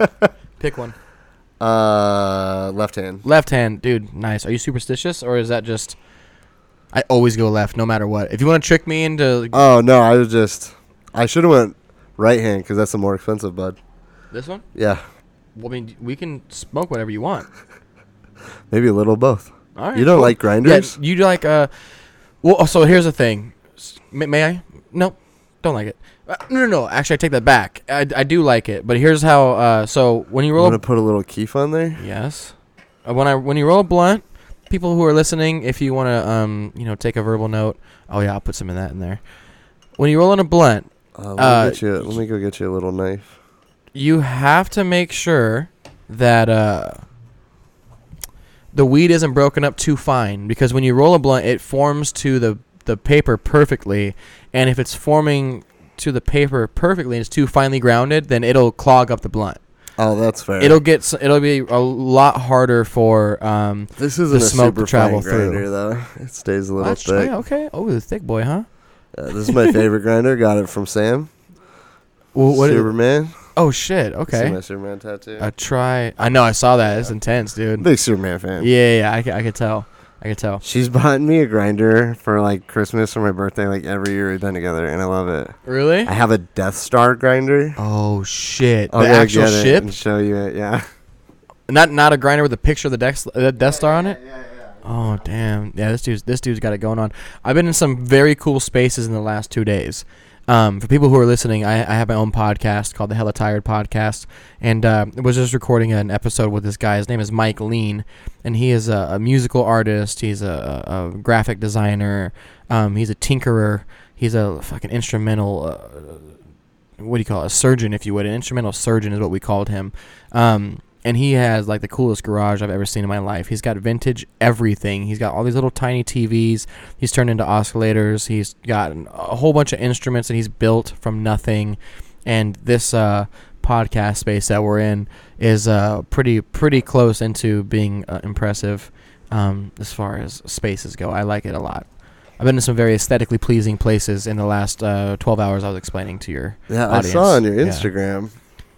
S2: Pick one.
S1: Uh, left hand.
S2: Left hand, dude. Nice. Are you superstitious, or is that just? I always go left, no matter what. If you want to trick me into
S1: Oh no, I was just, I should have went right hand because that's the more expensive, bud.
S2: this one,
S1: Yeah,
S2: well, I mean, we can smoke whatever you want.
S1: maybe a little of both.
S2: All right.
S1: You don't
S2: cool.
S1: like grinders?
S2: Yeah, you do like uh. Well, so here's the thing. S- May, may I? Nope. Don't like it. Uh, no, no, no. Actually, I take that back. I, I do like it, but here's how. Uh, so when you
S1: You
S2: roll,
S1: want to
S2: a,
S1: put a little keef on there?
S2: yes, Uh, when I when you roll a blunt, people who are listening, if you want to, um, you know, take a verbal note. Oh yeah, I'll put some of that in there. When you roll in a blunt,
S1: Uh, let,
S2: Uh,
S1: me get you, let me go get you a little knife.
S2: you have to make sure that uh, the weed isn't broken up too fine because when you roll a blunt, it forms to the the paper perfectly, and if it's forming to the paper perfectly and it's too finely grounded, then it'll clog up the blunt.
S1: Oh, that's fair.
S2: It'll get s- it'll be a lot harder for um.
S1: this isn't
S2: the
S1: a
S2: smoke to
S1: super
S2: travel
S1: travel grinder
S2: through.
S1: though. It stays a little
S2: Let's try-
S1: thick.
S2: okay. Oh, the thick boy, huh?
S1: Uh, this is my favorite grinder. Got it from Sam.
S2: Well, what? Is,
S1: Superman.
S2: oh shit.
S1: See my
S2: Okay.
S1: Superman tattoo.
S2: A try. I know. I saw that. It's intense, dude.
S1: Big Superman
S2: Yeah,
S1: fan.
S2: yeah. yeah I, c- I could tell. I could tell.
S1: She's bought me a grinder for like Christmas or my birthday, like every year we've been together, and I love it.
S2: Really?
S1: I have a Death Star grinder.
S2: Oh shit!
S1: I'll
S2: the
S1: go
S2: actual
S1: get it
S2: ship,
S1: and show you it. Yeah.
S2: not not a grinder with a picture of the Dex, uh, Death Star on it. Oh damn! Yeah, this dude's this dude's got it going on. I've been in some very cool spaces in the last two days. Um, for people who are listening, I, I have my own podcast called the Hella Tired Podcast, and uh, was just recording an episode with this guy. His name is Mike Lean, and he is a, a musical artist. He's a, a a graphic designer. Um, he's a tinkerer. He's a fucking instrumental. Uh, what do you call it? A surgeon, if you would. An instrumental surgeon is what we called him. Um, and he has like the coolest garage I've ever seen in my life. He's got vintage everything. He's got all these little tiny TVs. He's turned into oscillators. He's got a whole bunch of instruments that he's built from nothing. And this uh, podcast space that we're in is uh, pretty pretty close into being uh, impressive um, as far as spaces go. I like it a lot. I've been to some very aesthetically pleasing places in the last uh, 12 hours. I was explaining to your
S1: Yeah, I
S2: Audience.
S1: saw on your
S2: Yeah.
S1: Instagram.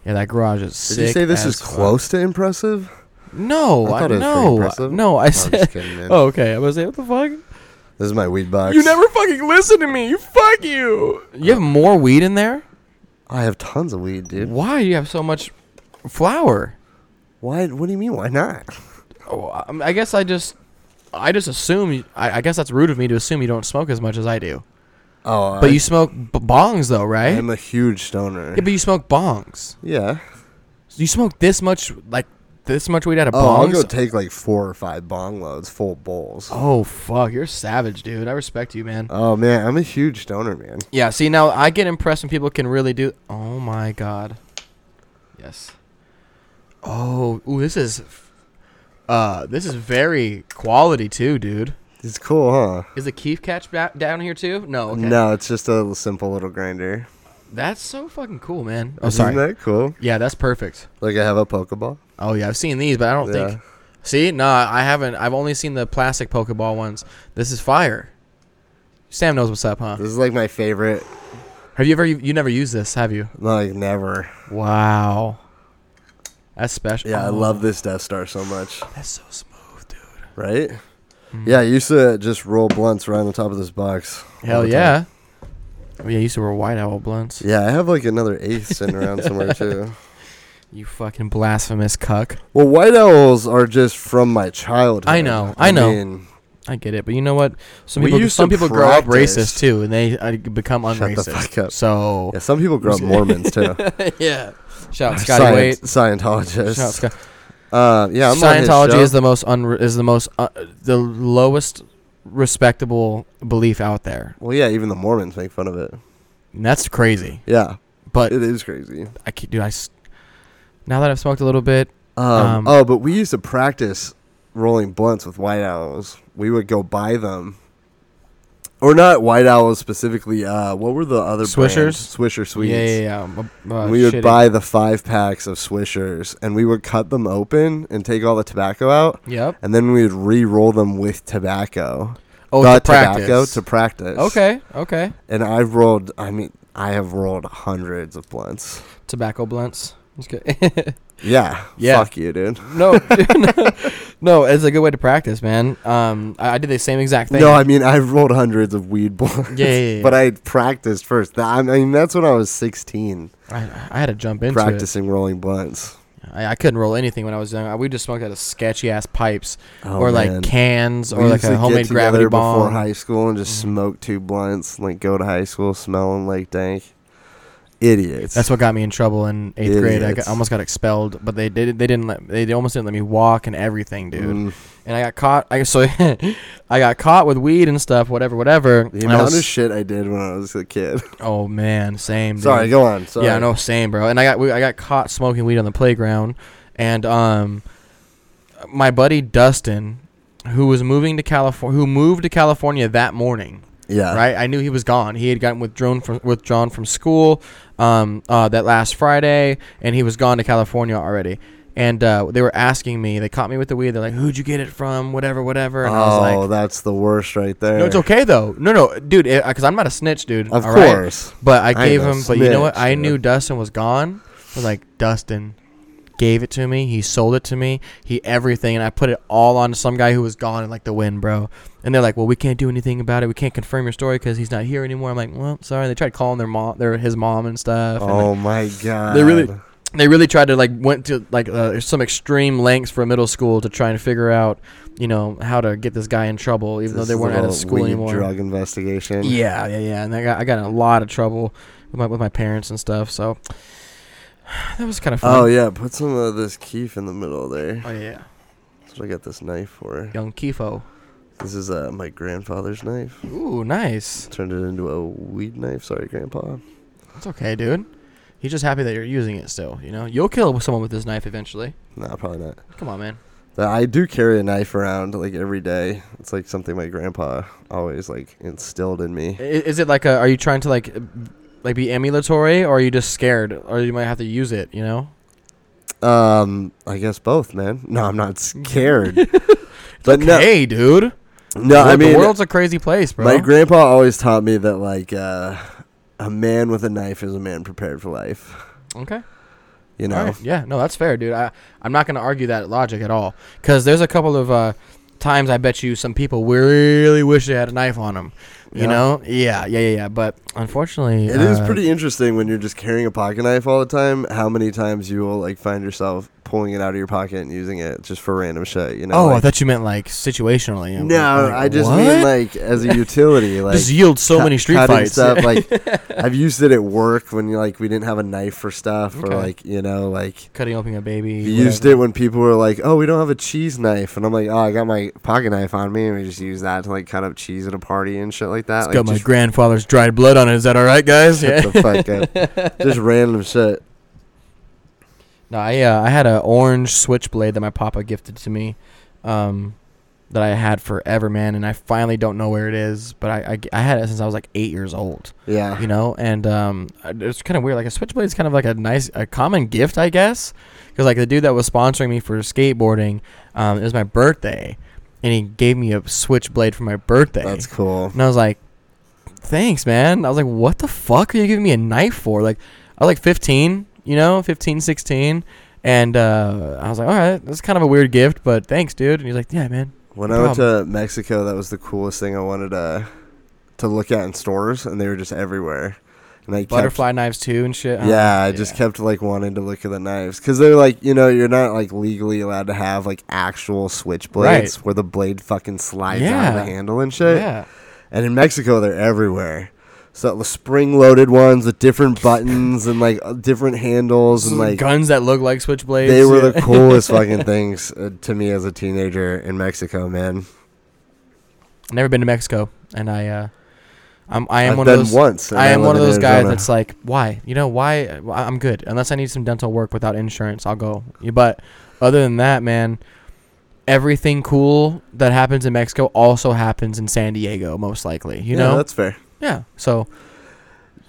S2: yeah that garage is
S1: Did
S2: sick.
S1: you say this
S2: as
S1: is
S2: fuck.
S1: close to impressive?
S2: No,
S1: I
S2: I
S1: thought it was pretty
S2: no,
S1: impressive.
S2: no. I
S1: I'm
S2: said
S1: just kidding, man.
S2: Oh, okay. I was like, what the fuck?
S1: This is my weed box.
S2: You never fucking listen to me. You fuck you. You have more weed in there?
S1: I have tons of weed, dude.
S2: Why do you have so much flour?
S1: Why? What do you mean? Why not?
S2: Oh, I- I guess I just, I just assume. you- I, I guess that's rude of me to assume you don't smoke as much as I do.
S1: Oh,
S2: But
S1: I-
S2: you smoke b- bongs though, right?
S1: I'm a huge stoner.
S2: yeah, but you smoke bongs.
S1: yeah.
S2: So you smoke this much, like this much weed out of
S1: Oh,
S2: bongs.
S1: I'll go take like four or five bong loads, full bowls.
S2: oh fuck, you're savage, dude. I respect you, man.
S1: Oh man, I'm a huge stoner, man.
S2: Yeah, see now I get impressed when people can really do. Oh my god, Yes. Oh, ooh, this is, uh, this is very quality too, dude.
S1: It's cool, huh?
S2: Is the Keef catch ba- down here too? No. Okay.
S1: No, it's just a simple little grinder.
S2: That's so fucking cool, man. Oh, sorry.
S1: Isn't that cool?
S2: yeah, that's perfect.
S1: Like I have a Pokeball.
S2: Oh yeah, I've seen these, but I don't
S1: Yeah.
S2: think. See, nah, I haven't. I've only seen the plastic Pokeball ones. This is fire. Sam knows what's up, huh?
S1: This is like my favorite.
S2: Have you ever? You, you never used this, have you?
S1: Like never.
S2: Wow. That's special.
S1: Yeah, I
S2: Oh,
S1: love this Death Star so much.
S2: That's so smooth, dude.
S1: Right?
S2: Mm-hmm.
S1: Yeah, I used to just roll blunts right on the top of this box. all
S2: Hell
S1: the time.
S2: yeah. Oh, yeah, I used to wear white owl blunts.
S1: Yeah, I have like another eighth sitting around somewhere too.
S2: You fucking blasphemous cuck.
S1: Well, white owls are just from my childhood.
S2: I know, I know.
S1: mean,
S2: I get it, but you know what? Some
S1: We
S2: people,
S1: used
S2: some
S1: to
S2: people grow up
S1: practice.
S2: racist too, and they uh, become
S1: Shut the
S2: unracist.
S1: fuck up.
S2: So
S1: yeah, some people grow up Mormons too.
S2: yeah, shout out Scotty
S1: Scient-
S2: Wait.
S1: Scientologists.
S2: Shout out Scott.
S1: Uh, yeah, I'm on his
S2: Scientology
S1: show.
S2: is the most unre- is the most uh, the lowest respectable belief out there.
S1: Well, yeah, even the Mormons make fun of it.
S2: And that's crazy.
S1: Yeah,
S2: But
S1: it is crazy.
S2: I can't, dude, I s- now that I've smoked a little bit,
S1: Um,
S2: Um,
S1: oh, but we used to practice rolling blunts with white owls. We would go buy them, or not white owls specifically. Uh, what were the other brands?
S2: Swishers?
S1: Swisher sweets.
S2: yeah, yeah, yeah. um, uh,
S1: we
S2: shitty.
S1: would buy the five packs of Swishers, and we would cut them open and take all the tobacco out,
S2: Yep.
S1: and then we would re-roll them with tobacco.
S2: Oh,
S1: the
S2: to practice.
S1: tobacco to practice.
S2: okay, okay.
S1: And I've rolled. I mean, I have rolled hundreds of blunts.
S2: Tobacco blunts. That's good.
S1: Yeah.
S2: Yeah.
S1: Fuck you, dude.
S2: no, no, no, it's a good way to practice, man. Um, I, I did the same exact thing.
S1: No, I mean I've rolled hundreds of weed blunts.
S2: Yeah, yeah, yeah.
S1: But I practiced first. Th- I mean that's when I was 16
S2: I, I had to jump into it.
S1: practicing rolling blunts.
S2: I, I couldn't roll anything when I was young. I, we just smoked out of sketchy ass pipes
S1: Oh,
S2: or like
S1: man.
S2: cans
S1: We
S2: or like
S1: used to
S2: a
S1: get
S2: homemade
S1: together
S2: gravity
S1: before
S2: bomb. Mm-hmm.
S1: high school and just smoke two blunts. Like go to high school smelling like dank idiots.
S2: That's what got me in trouble in eighth grade. I
S1: Idiots.
S2: got, almost got expelled, but they did. They didn't let. They almost didn't let me walk and everything, dude.
S1: Mm.
S2: And I got caught. I so I got caught with weed and stuff, whatever, whatever.
S1: The
S2: and I
S1: amount
S2: was-
S1: of shit I did when I was a kid.
S2: oh man, same. Dude.
S1: Sorry, go on. Sorry.
S2: Yeah, no, same, bro. And I got we, I got caught smoking weed on the playground, and um, my buddy Dustin, who was moving to California, who moved to California that morning,
S1: Yeah.
S2: right? I knew he was gone. He had gotten withdrawn from withdrawn from school um, uh, that last Friday, and he was gone to California already. And uh, they were asking me. They caught me with the weed. They're like, "Who'd you get it from? Whatever, whatever." And I was like,
S1: oh, that's the worst right there.
S2: "No, it's okay though. No, no, dude, because I'm not a snitch, dude.
S1: Of
S2: all right?
S1: course.
S2: But I
S1: I
S2: gave
S1: know,
S2: him. But you know what?
S1: snitch,
S2: I
S1: dude.
S2: knew Dustin was gone. I was like Dustin gave it to me. He sold it to me. He everything, and I put it all on some guy who was gone in like the wind, bro. And they're like, "Well, we can't do anything about it. We can't confirm your story because he's not here anymore." I'm like, "Well, sorry." They tried calling their mom, their his mom and stuff. and, like,
S1: Oh my god.
S2: They really- they really tried to like went to like uh, some extreme lengths for middle school to try and figure out, you know, how to get this guy in trouble, even though
S1: This
S2: they weren't out
S1: little
S2: of school
S1: weed
S2: anymore.
S1: Drug investigation.
S2: Yeah, yeah, yeah. And I got I got in a lot of trouble with my with my parents and stuff. So that was kind of
S1: Oh
S2: fun.
S1: yeah, put some of this keef in the middle there.
S2: Oh, yeah,
S1: That's what I got this knife for.
S2: young Kifo.
S1: This is uh, my grandfather's knife.
S2: Ooh, nice.
S1: Turned it into a weed knife. Sorry, grandpa.
S2: That's okay, dude. He's just happy that you're using it still. You know, you'll kill someone with this knife eventually.
S1: Nah, probably not.
S2: Come on, man.
S1: But I do carry a knife around like every day. It's like something my grandpa always like instilled in me.
S2: I- Is it like a? Are you trying to like, like be emulatory, or are you just scared, or you might have to use it? You know.
S1: Um, I guess both, man. No, I'm not scared. but
S2: hey, dude.
S1: no, no, I
S2: Look,
S1: mean
S2: the world's a crazy place, bro.
S1: My grandpa always taught me that like uh, a man with a knife is a man prepared for life.
S2: okay.
S1: You know,
S2: All right. Yeah, no, that's fair, dude. I, I'm not going to argue that logic at all. Because there's a couple of uh, times I bet you some people really wish they had a knife on them. You
S1: Yeah.
S2: know? Yeah, yeah, yeah, yeah. But unfortunately.
S1: it is
S2: uh,
S1: pretty interesting when you're just carrying a pocket knife all the time. How many times you will like find yourself pulling it out of your pocket and using it just for random shit? You know?
S2: Oh, I
S1: like-
S2: thought you meant like situationally. I'm
S1: no,
S2: like,
S1: I just
S2: what?
S1: mean like as a utility, like.
S2: this yields so
S1: cut-
S2: many street
S1: cutting
S2: fights.
S1: Stuff. like I've used it at work when you like we didn't have a knife for stuff,
S2: Okay.
S1: or like you know, like
S2: Cutting open a baby.
S1: we used
S2: whatever.
S1: it when people were like, "Oh, we don't have a cheese knife," and I'm like, "Oh, I got my pocket knife on me, and we just use that to like cut up cheese at a party and shit like that."
S2: It's
S1: like,
S2: got my
S1: just
S2: grandfather's dried blood on it. Is that all right, guys? Yeah.
S1: shut the fuck up. Just random shit.
S2: No, I uh, I had an orange switchblade that my papa gifted to me, um, that I had forever, man, and I finally don't know where it is, but I I, I had it since I was like eight years old,
S1: Yeah.
S2: you know, and um, I- it's kind of weird. Like a switchblade is kind of like a nice a common gift, I guess, because like the dude that was sponsoring me for skateboarding, um, it was my birthday, and he gave me a switchblade for my birthday.
S1: That's cool.
S2: And I was like, thanks, man. I was like, what the fuck are you giving me a knife for? Like, I was like 15, you know, 15, 16. And uh, I was like, all right, that's kind of a weird gift, but thanks, dude. And he's like, yeah, man.
S1: When
S2: No
S1: I went to Mexico, that was the coolest thing I wanted to to look at in stores, and they were just everywhere. And I kept,
S2: Butterfly uh-huh. knives, too, and shit. I'm
S1: yeah,
S2: like,
S1: I just kept like wanting to look at the knives because they're like, you know, you're not like legally allowed to have like actual switchblades
S2: Right.
S1: where the blade fucking slides out
S2: Yeah.
S1: of the handle and shit.
S2: Yeah.
S1: And in Mexico, they're everywhere. So the spring-loaded ones with different buttons and like uh, different handles and like
S2: guns that look like switchblades.
S1: they were
S2: yeah.
S1: the coolest fucking things uh, to me as a teenager in Mexico, man.
S2: Never been to Mexico, and I, uh, I'm, I am
S1: I've
S2: one
S1: been
S2: of those.
S1: once. and
S2: I am
S1: live
S2: one of
S1: in
S2: those guys
S1: Arizona.
S2: that's like, why? You know, why? I- I'm good unless I need some dental work without insurance. I'll go. Yeah, But other than that, man, everything cool that happens in Mexico also happens in San Diego, most likely. You
S1: Yeah,
S2: know?
S1: that's fair.
S2: Yeah. So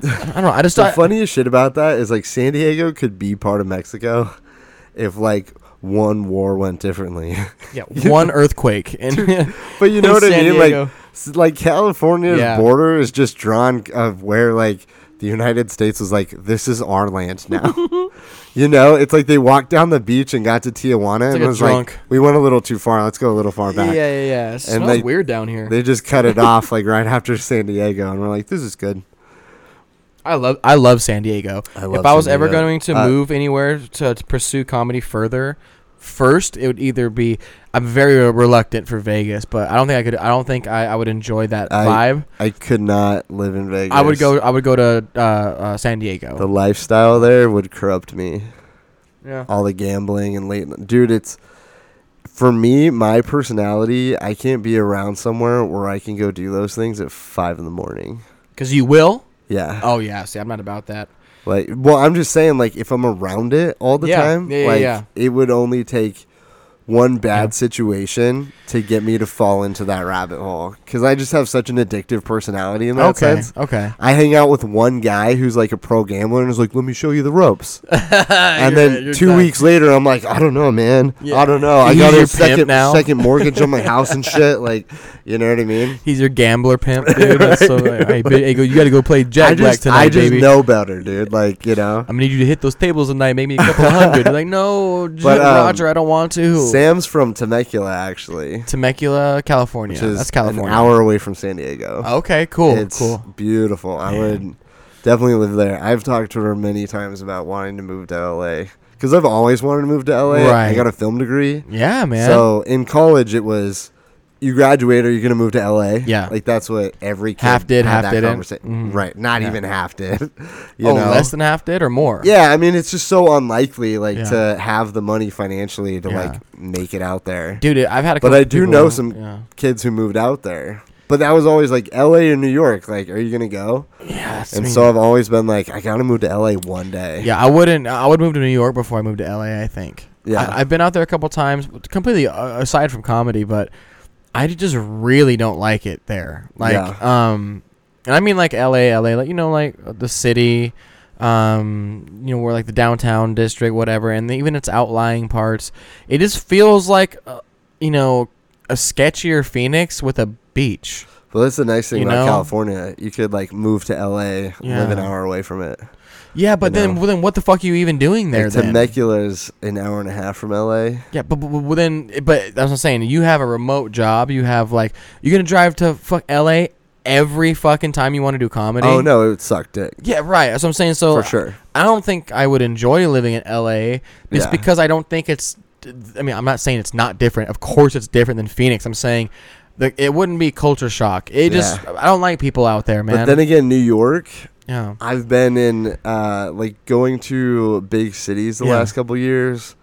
S2: I don't know. I just
S1: The
S2: thought
S1: funniest shit about that is like San Diego could be part of Mexico if like one war went differently.
S2: yeah, one earthquake in
S1: but you know what I
S2: San
S1: mean?
S2: Diego.
S1: Like s- like California's
S2: Yeah.
S1: border is just drawn of where like the United States was like this is our land now. you know, it's like they walked down the beach and got to Tijuana and
S2: It's like a
S1: was
S2: drunk.
S1: like we went a little too far. Let's go a little far
S2: yeah,
S1: back.
S2: yeah, yeah. It smells
S1: they-
S2: weird down here.
S1: They just cut it off like right after San Diego and we're like this is good.
S2: I love I love San Diego.
S1: I love
S2: if I was
S1: San
S2: ever
S1: Diego.
S2: going to
S1: Uh,
S2: move anywhere to, to pursue comedy further, first it would either be I'm very reluctant for Vegas, but I don't think I could. I don't think I, I would enjoy that
S1: I-
S2: vibe.
S1: I could not live in Vegas.
S2: I would go. I would go to uh, uh, San Diego.
S1: The lifestyle there would corrupt me.
S2: yeah.
S1: all the gambling and late dude it's for me my personality i can't be around somewhere where i can go do those things at five in the morning
S2: Because you will.
S1: yeah
S2: Oh yeah. See, I'm not about that.
S1: like well i'm just saying like if i'm around it all the
S2: Yeah,
S1: time
S2: yeah, yeah,
S1: like
S2: yeah.
S1: it would only take one bad
S2: Yeah.
S1: situation to get me to fall into that rabbit hole because i just have such an addictive personality in that
S2: okay.
S1: sense
S2: Okay.
S1: I hang out with one guy who's like a pro gambler and is like, let me show you the ropes. and then two weeks later, I'm like, I don't know, man.
S2: Yeah.
S1: I don't know. I
S2: He's
S1: got a
S2: your pimp
S1: second
S2: now.
S1: second mortgage on my house and shit. Like, you know what I mean?
S2: He's your gambler pimp, dude. That's so, hey, ba- hey, go- you got to go play
S1: I
S2: Jack Black
S1: just,
S2: tonight,
S1: I just
S2: baby.
S1: know better, dude. Like, you know,
S2: I'm gonna need you to hit those tables tonight, maybe a couple hundred. They're like, no,
S1: But, um,
S2: Roger, I don't want to.
S1: Sam's from Temecula, actually,
S2: Temecula, California.
S1: which is
S2: That's California.
S1: an hour away from San Diego.
S2: Okay, cool,
S1: it's
S2: cool.
S1: beautiful. I
S2: Man.
S1: would definitely live there. I've talked to her many times about wanting to move to LA because I've always wanted to move to LA. I
S2: Right.
S1: got a film degree.
S2: Yeah, man.
S1: So in college, it was you graduate or you're gonna move to LA.
S2: Yeah.
S1: like that's what every kid
S2: Half did,
S1: had
S2: half
S1: that
S2: didn't.
S1: conversa-
S2: Mhm.
S1: Right, not
S2: Yeah.
S1: even half did. You
S2: oh,
S1: know,
S2: less than half did or more?
S1: yeah. I mean, it's just so unlikely, like
S2: Yeah.
S1: to have the money financially to
S2: Yeah.
S1: like make it out there.
S2: dude. I've had a.
S1: But
S2: couple
S1: I do
S2: people-
S1: know some-
S2: Yeah,
S1: Kids who moved out there, but that was always like LA or New York. Like, are you gonna go?
S2: yeah that's
S1: and
S2: me.
S1: so I've always been like, I gotta move to LA one day.
S2: Yeah, I wouldn't. I would move to New York before I moved to LA. I think.
S1: Yeah.
S2: I, I've been out there a couple times, completely uh, aside from comedy, but I just really don't like it there. Like, um, and I mean like LA, LA, like you know, like uh, the city, um, you know, where like the downtown district, whatever, and even its outlying parts. It just feels like, uh, you know, a sketchier Phoenix with a beach.
S1: But that's the nice thing
S2: You
S1: about
S2: know?
S1: California. You could like move to LA, live an
S2: Yeah.
S1: hour away from it.
S2: Yeah, but
S1: You
S2: then,
S1: know?
S2: well, then what the fuck are you even doing there?
S1: Like,
S2: then?
S1: Temecula is an hour and a half from LA.
S2: Yeah, but, but, but then, but that's what I'm saying. You have a remote job. You have like you're gonna drive to fuck L.A. every fucking time you want to do comedy.
S1: Oh no, it would suck dick
S2: Yeah, right. That's what I'm saying. So
S1: for sure.
S2: I don't think I would enjoy living in L.A. It's
S1: Yeah.
S2: because I don't think it's. I mean, I'm not saying it's not different. Of course, it's different than Phoenix. I'm saying that it wouldn't be culture shock. It just I don't like people out there, man.
S1: But then again, New York.
S2: yeah,
S1: I've been in uh, like going to big cities the
S2: Yeah.
S1: last couple years.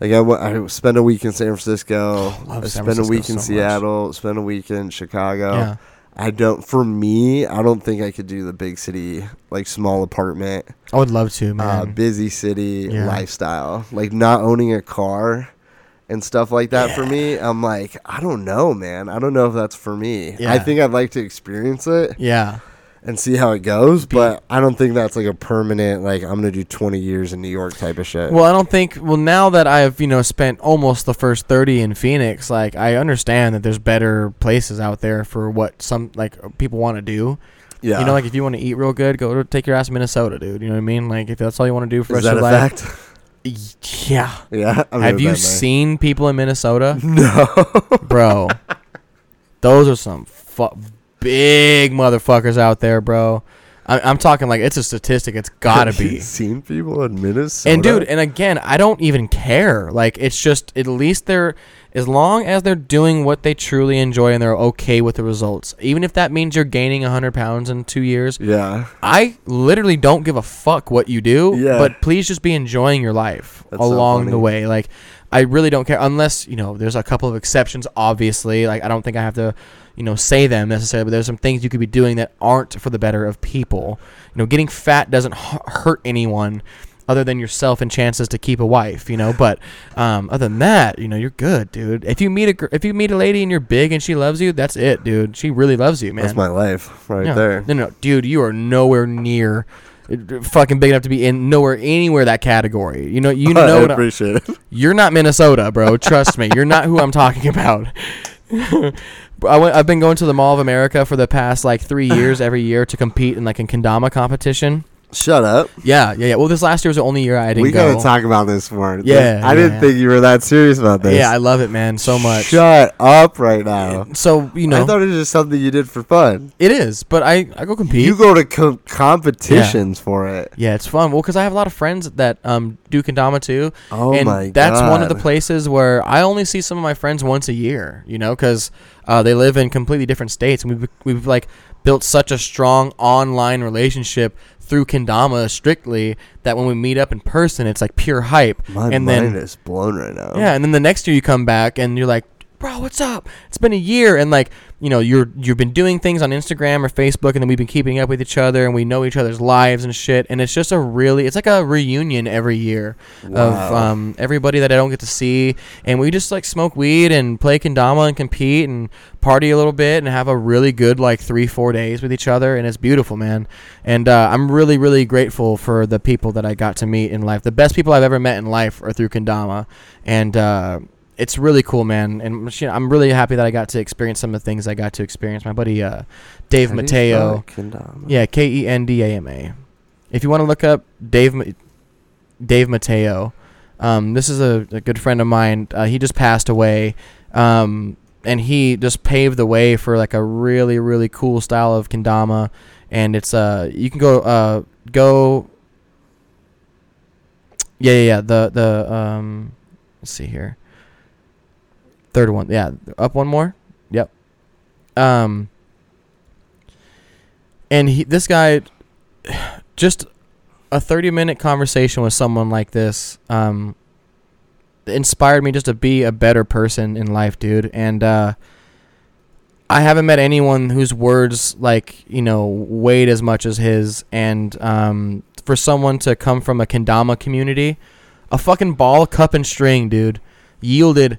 S1: Like I went- I spent a week in San Francisco.
S2: Oh, love
S1: I
S2: San
S1: spent a
S2: Francisco
S1: week
S2: so
S1: in
S2: much.
S1: Seattle. Spent a week in Chicago.
S2: yeah.
S1: I don't. For me, I don't think I could do the big city, like small apartment,
S2: I would love to, man.
S1: uh, busy city
S2: Yeah.
S1: lifestyle. Like not owning a car and stuff like that. For me, I'm like, I don't know, man. I don't know if that's for me. I
S2: Yeah.
S1: think I'd like to experience it
S2: yeah.
S1: and see how it goes, but I don't think that's like a permanent. Like I'm gonna do 20 years in New York type of shit.
S2: Well, I don't think. Well, now that I've you know spent almost the first thirty in Phoenix, like I understand that there's better places out there for what some like people want to do.
S1: yeah,
S2: You know, like if you want to eat real good, go to take your ass to Minnesota, dude. You know what I mean? Like if that's all you want to do for
S1: is
S2: rest
S1: that
S2: of
S1: a
S2: your life.
S1: fact?
S2: Yeah.
S1: yeah. I'm
S2: Have
S1: with
S2: you
S1: that, man.
S2: seen people in Minnesota,
S1: No.
S2: bro? those are some fu- big motherfuckers out there, bro. I- I'm talking like it's a statistic. It's gotta
S1: Have you
S2: be.
S1: seen people in Minnesota.
S2: And dude, and again, I don't even care. Like it's just at least they're as long as they're doing what they truly enjoy and they're okay with the results. Even if that means you're gaining 100 pounds in 2 years,
S1: yeah,
S2: I literally don't give a fuck what you do,
S1: Yeah.
S2: but please just be enjoying your life
S1: That's so
S2: along the
S1: funny.
S2: way. Like I really don't care unless, you know, there's a couple of exceptions obviously. Like I don't think I have to, you know, say them necessarily, but there's some things you could be doing that aren't for the better of people. You know, getting fat doesn't hu- hurt anyone other than yourself and chances to keep a wife, you know, but um, other than that, you know, you're good, dude. If you meet a gr- if you meet a lady and you're big and she loves you, that's it, dude. She really loves you, man.
S1: that's my life right
S2: no,
S1: there.
S2: No, no, dude, you are nowhere near uh, fucking big enough to be in nowhere anywhere that category. You know, you
S1: I
S2: know, what I-
S1: appreciate it.
S2: you're not Minnesota, bro. Trust me, you're not who I'm talking about. But I went, I've been going to the Mall of America for the past like three years every year to compete in like a kendama competition.
S1: Shut up.
S2: Yeah, yeah, yeah. Well, this last year was the only year I didn't
S1: We
S2: go.
S1: gotta talk about this more. Th-
S2: Yeah,
S1: I didn't
S2: yeah.
S1: think you were that serious about this.
S2: yeah, I love it, man, so much.
S1: Shut up right now.
S2: So you
S1: I
S2: know,
S1: thought it was just something you did for fun.
S2: it is, but I I go compete.
S1: You go to com- competitions for it.
S2: Yeah, it's fun. Well, because I have a lot of friends that um, do kendama too.
S1: Oh
S2: and
S1: my
S2: That's one of the
S1: God.
S2: places where I only see some of my friends once a year. You know, because uh, they live in completely different states, and we've we've like built such a strong online relationship through kendama strictly that when we meet up in person, it's like pure hype.
S1: My
S2: and
S1: mind
S2: then
S1: is blown right now.
S2: yeah, and then the next year you come back and you're like, bro, what's up? It's been a year, and like, you know, you're you've been doing things on Instagram or Facebook, and then we've been keeping up with each other, and we know each other's lives and shit, and it's just a really, it's like a reunion every year of
S1: Wow.
S2: um, everybody that I don't get to see, and we just like smoke weed and play kendama and compete and party a little bit and have a really good like three four days with each other, and it's beautiful, man. And uh, I'm really really grateful for the people that I got to meet in life. The best people I've ever met in life are through kendama, and uh, it's really cool, man. And sh- I'm really happy that I got to experience some of the things I got to experience. My buddy uh, Dave
S1: How do you
S2: Mateo,
S1: spell it? Kendama.
S2: yeah, K E N D A M A. If you want to look up Dave, Ma- Dave Mateo, um, this is a, a good friend of mine. Uh, he just passed away, um, and he just paved the way for like a really really cool style of kendama. And it's uh, you can go uh, go. Yeah, yeah, yeah. The the um, let's see here. Third one, yeah, up one more. Yep. Um and he, this guy just a 30 minute conversation with someone like this um inspired me just to be a better person in life dude and uh i haven't met anyone whose words like you know weighed as much as his and um for someone to come from a kendama community a fucking ball cup and string dude yielded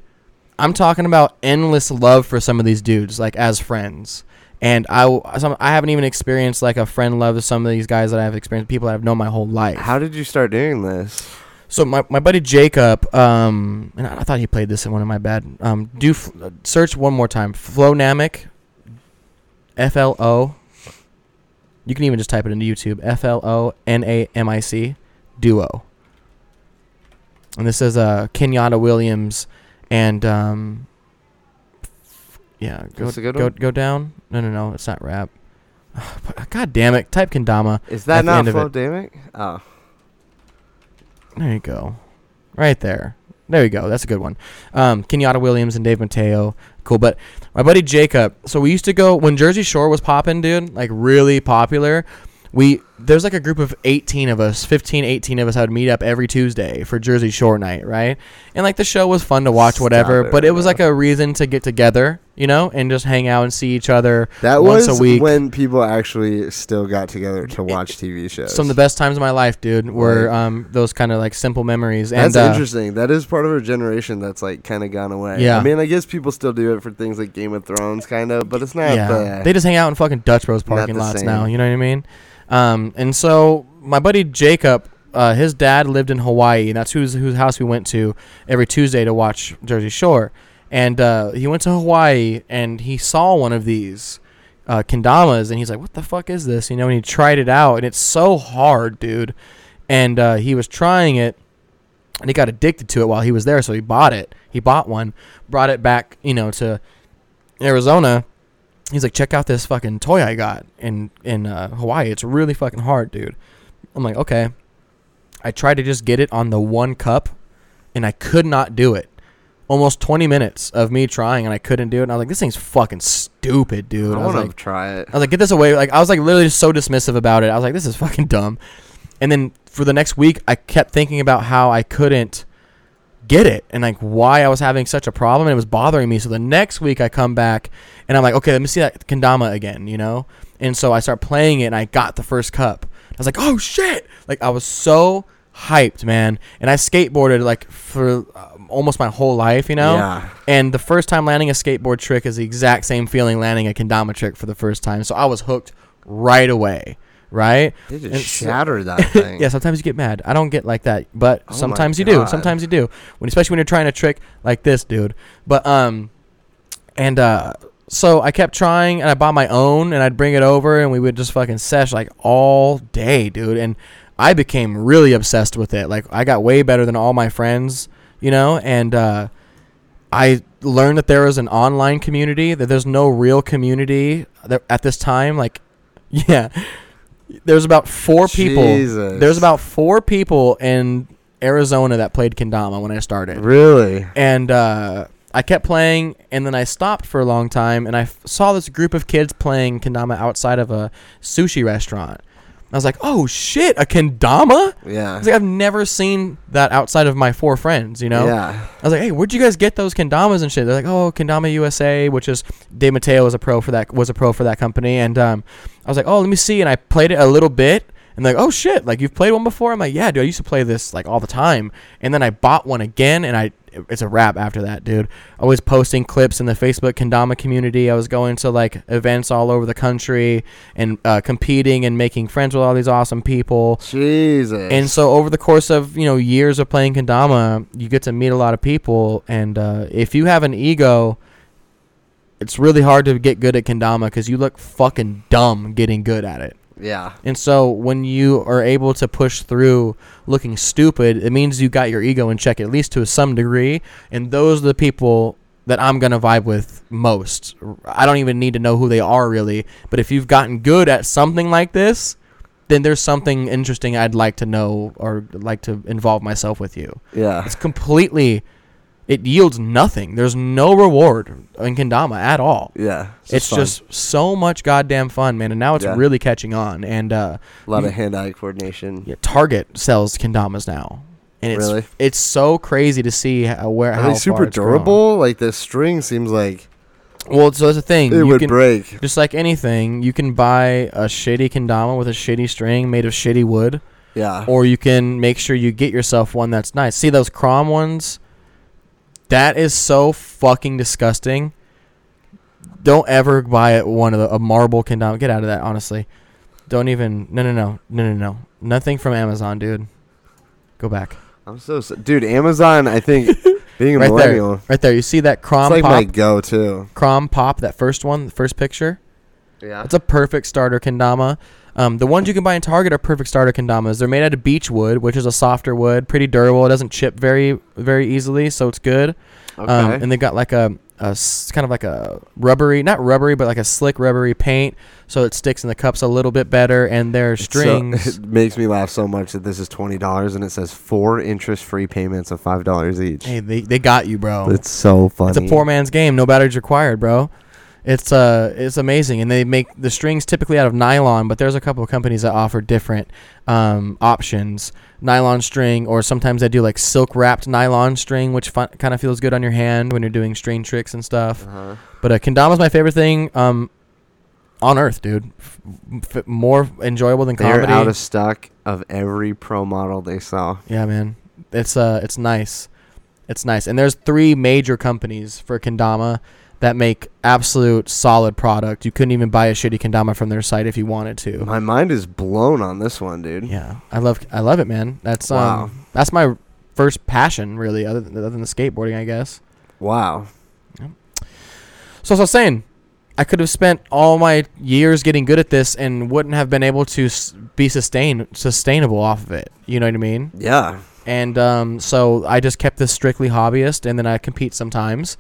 S2: i'm talking about endless love for some of these dudes like as friends and I, w- some, I haven't even experienced like a friend love of some of these guys that I've experienced, people that I've known my whole life.
S1: How did you start doing this?
S2: So my, my buddy Jacob, um, and I I thought he played this in one of my bad. Um, do f- search one more time. Flonamic, F L O. You can even just type it into YouTube. F L O N A M I C, duo. And this is uh Kenyatta Williams, and um, yeah, go
S1: That's a good
S2: go
S1: one?
S2: go down. No, no, no, it's not rap. uh, God damn it! Type Kendama.
S1: Is
S2: At
S1: that
S2: the
S1: not
S2: end of it.
S1: Flodamic? Oh,
S2: There you go. Right there. There you go. That's a good one. Um, Kenyatta Williams and Dave Mateo. Cool. But my buddy Jacob, so we used to go when Jersey Shore was popping, dude, like really popular. We there's like a group of 18 of us 15 18 of us i would meet up every tuesday for jersey shore night right and like the show was fun to watch
S1: Stop
S2: whatever
S1: it
S2: but
S1: right
S2: it was
S1: now.
S2: like a reason to get together you know and just hang out and see each other
S1: That
S2: once
S1: was
S2: a week
S1: when people actually still got together to watch TV shows.
S2: some of the best times of my life dude were
S1: Right.
S2: um, those kind of like simple memories and
S1: That's
S2: uh,
S1: interesting. That is part of our generation that's like kind of gone away.
S2: Yeah.
S1: I mean, I guess people still do it for things like Game of Thrones, kind of, but it's not.
S2: yeah.
S1: the,
S2: They just hang out in fucking Dutch Bros parking
S1: the
S2: lots
S1: same.
S2: now. You know what I mean? Um, and so my buddy Jacob, uh, his dad lived in Hawaii, and that's whose whose house we went to every Tuesday to watch Jersey Shore. And uh, he went to Hawaii and he saw one of these uh, kendamas, and he's like, "What the fuck is this?" You know, and he tried it out, and it's so hard, dude. And uh, he was trying it, and he got addicted to it while he was there, so he bought it. He bought one, brought it back, you know, to Arizona. He's like, check out this fucking toy I got in in uh, Hawaii. It's really fucking hard, dude. I'm like, okay. I tried to just get it on the one cup, and I could not do it. Almost 20 minutes of me trying, and I couldn't do it. And I was like, this thing's fucking stupid, dude.
S1: I
S2: I was
S1: want to
S2: like,
S1: try it.
S2: I was like, get this away. Like, I was like literally so dismissive about it. I was like, this is fucking dumb. And then for the next week, I kept thinking about how I couldn't get it and like why I was having such a problem and it was bothering me. So the next week, I come back and I'm like, okay, let me see that kendama again, you know? And so I start playing it and I got the first cup. I was like, oh shit! Like, I was so hyped, man. And I skateboarded like for um, almost my whole life, you know?
S1: Yeah.
S2: And the first time landing a skateboard trick is the exact same feeling landing a kendama trick for the first time. So I was hooked right away, right?
S1: They just
S2: And so-
S1: shatter that thing.
S2: yeah, sometimes you get mad. I don't get like that, but
S1: Oh my
S2: sometimes you do.
S1: God.
S2: Sometimes you do. When especially when you're trying a trick like this, dude. But um and uh so I kept trying and I bought my own and I'd bring it over and we would just fucking sesh like all day, dude. And I became really obsessed with it. Like I got way better than all my friends, you know, and uh I learned that there is an online community, that there's no real community there at this time. Like, yeah, there's about four people.
S1: Jesus.
S2: There's about four people in Arizona that played Kendama when I started.
S1: Really?
S2: And uh, I kept playing, and then I stopped for a long time, and I f- saw this group of kids playing Kendama outside of a sushi restaurant. I was like, oh shit, a Kendama? I
S1: Yeah.
S2: was like, I've never seen that outside of my four friends, you know?
S1: Yeah.
S2: I was like, "Hey, where'd you guys get those kendamas and shit?" They're like, "Oh, Kendama USA, which is De Mateo is a pro for that was a pro for that company." And um, I was like, "Oh, let me see." And I played it a little bit, and they're like, "Oh shit, like you've played one before?" I'm like, "Yeah, dude, I used to play this like all the time." And then I bought one again, and I it's a wrap after that, dude. I was posting clips in the Facebook kendama community. I was going to like events all over the country and uh, competing and making friends with all these awesome people.
S1: Jesus.
S2: And so over the course of you know years of playing kendama, you get to meet a lot of people, and uh, if you have an ego, it's really hard to get good at kendama because you look fucking dumb getting good at it.
S1: yeah.
S2: And so when you are able to push through looking stupid, it means you got your ego in check at least to some degree. And those are the people that I'm gonna vibe with most. I don't even need to know who they are really, but if you've gotten good at something like this, then there's something interesting I'd like to know or like to involve myself with you.
S1: Yeah.
S2: It's completely, it yields nothing. There's no reward in kendama at all
S1: Yeah.
S2: it's
S1: fun.
S2: just so much goddamn fun, man. And now it's
S1: Yeah.
S2: really catching on. And uh,
S1: a lot of hand-eye coordination.
S2: yeah, Target sells kendamas now, and it's
S1: Really?
S2: it's so crazy to see how, where
S1: Are
S2: how
S1: they
S2: far
S1: super
S2: it's grown.
S1: durable? Like the string seems like
S2: Well, so that's the thing.
S1: it
S2: you
S1: would
S2: can,
S1: break.
S2: Just like anything, you can buy a shitty kendama with a shitty string made of shitty wood,
S1: Yeah.
S2: or you can make sure you get yourself one that's nice. See those Crom ones? That is so fucking disgusting. Don't ever buy it one of the, a marble condom. Get out of that, honestly. Don't even. No, no, no, no, no, no. Nothing from Amazon, dude. Go back.
S1: I'm so s dude. Amazon. I think being a
S2: Right
S1: millennial,
S2: there, right there. You see that
S1: it's
S2: Crom
S1: like
S2: pop?
S1: my go-to.
S2: Crom pop. That first one, the first picture.
S1: Yeah.
S2: It's a perfect starter kendama. Um, the ones you can buy in Target are perfect starter kendamas. They're made out of beech wood, which is a softer wood, pretty durable. It doesn't chip very very easily, so it's good.
S1: okay.
S2: Um, and they got like a, a s- kind of like a rubbery, not rubbery, but like a slick rubbery paint, so it sticks in the cups a little bit better. And their
S1: It's so-
S2: strings.
S1: it makes me laugh so much that this is twenty dollars and it says four interest-free payments of five dollars each.
S2: hey, they, they got you, bro.
S1: It's so funny.
S2: It's a poor man's game. No batteries required, bro. It's uh, it's amazing, and they make the strings typically out of nylon, but there's a couple of companies that offer different um, options, nylon string, or sometimes they do like silk wrapped nylon string, which fun- kind of feels good on your hand when you're doing string tricks and stuff.
S1: Uh-huh.
S2: But uh, kendama's my favorite thing um, on earth, dude. F- f- more enjoyable than
S3: They're
S2: comedy.
S3: out of stock of every pro model they saw.
S2: yeah, man. It's uh, it's nice. It's nice. And there's three major companies for kendama that make absolute solid product. You couldn't even buy a shitty kendama from their site if you wanted to.
S3: My mind is blown on this one, dude.
S2: Yeah, I love I love it, man. That's um,
S3: Wow.
S2: that's my first passion, really, other than, other than the skateboarding, I guess.
S3: Wow.
S2: So as I was saying, I could have spent all my years getting good at this and wouldn't have been able to s- be sustain sustainable off of it. You know what I mean?
S3: Yeah.
S2: And um, so I just kept this strictly hobbyist, and then I compete sometimes,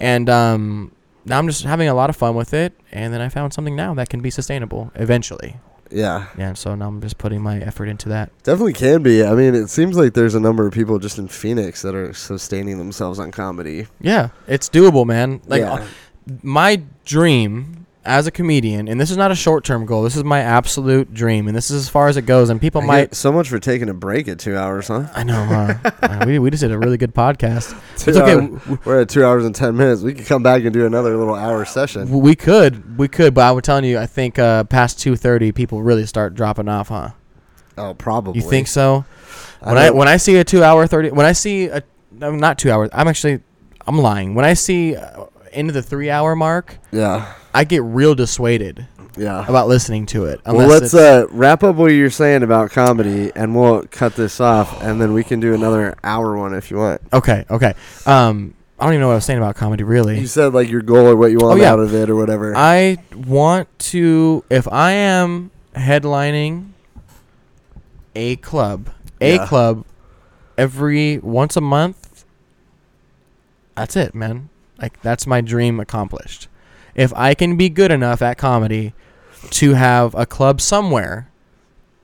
S2: and um, now I'm just having a lot of fun with it. And then I found something now that can be sustainable eventually.
S1: Yeah.
S2: Yeah. So now I'm just putting my effort into that.
S1: Definitely can be. I mean, it seems like there's a number of people just in Phoenix that are sustaining themselves on comedy.
S2: Yeah, it's doable, man. Like
S1: Yeah.
S2: uh, my dream as a comedian, and this is not a short-term goal. This is my absolute dream, and this is as far as it goes. And people
S1: I
S2: might.
S1: get so much for taking a break at two hours, huh?
S2: I know. Huh? Uh, we we just did a really good podcast.
S1: Two
S2: It's okay.
S1: hours-
S2: w- w-
S1: we're at two hours and ten minutes. We could come back and do another little hour session.
S2: We could, we could, but I was telling you, I think uh, past two thirty, people really start dropping off, huh?
S1: Oh, probably.
S2: You think so?
S1: I
S2: When I,
S1: don't-
S2: when I see a two hour thirty, when I see a no, not two hours, I'm actually I'm lying. When I see uh, into the three hour mark,
S1: yeah,
S2: I get real dissuaded
S1: yeah.
S2: about listening to it.
S3: Well,
S2: unless
S3: let's
S2: it's-
S3: uh, wrap up what you're saying about comedy, and we'll cut this off, and then we can do another hour one if you want.
S2: Okay, okay. Um, I don't even know what I was saying about comedy,
S1: You
S2: really.
S1: said like your goal or what you want
S2: Oh, yeah.
S1: out of it or whatever.
S2: I want to, if I am headlining a club, a
S1: Yeah.
S2: club every once a month, that's it, man. Like, that's my dream accomplished. If I can be good enough at comedy to have a club somewhere,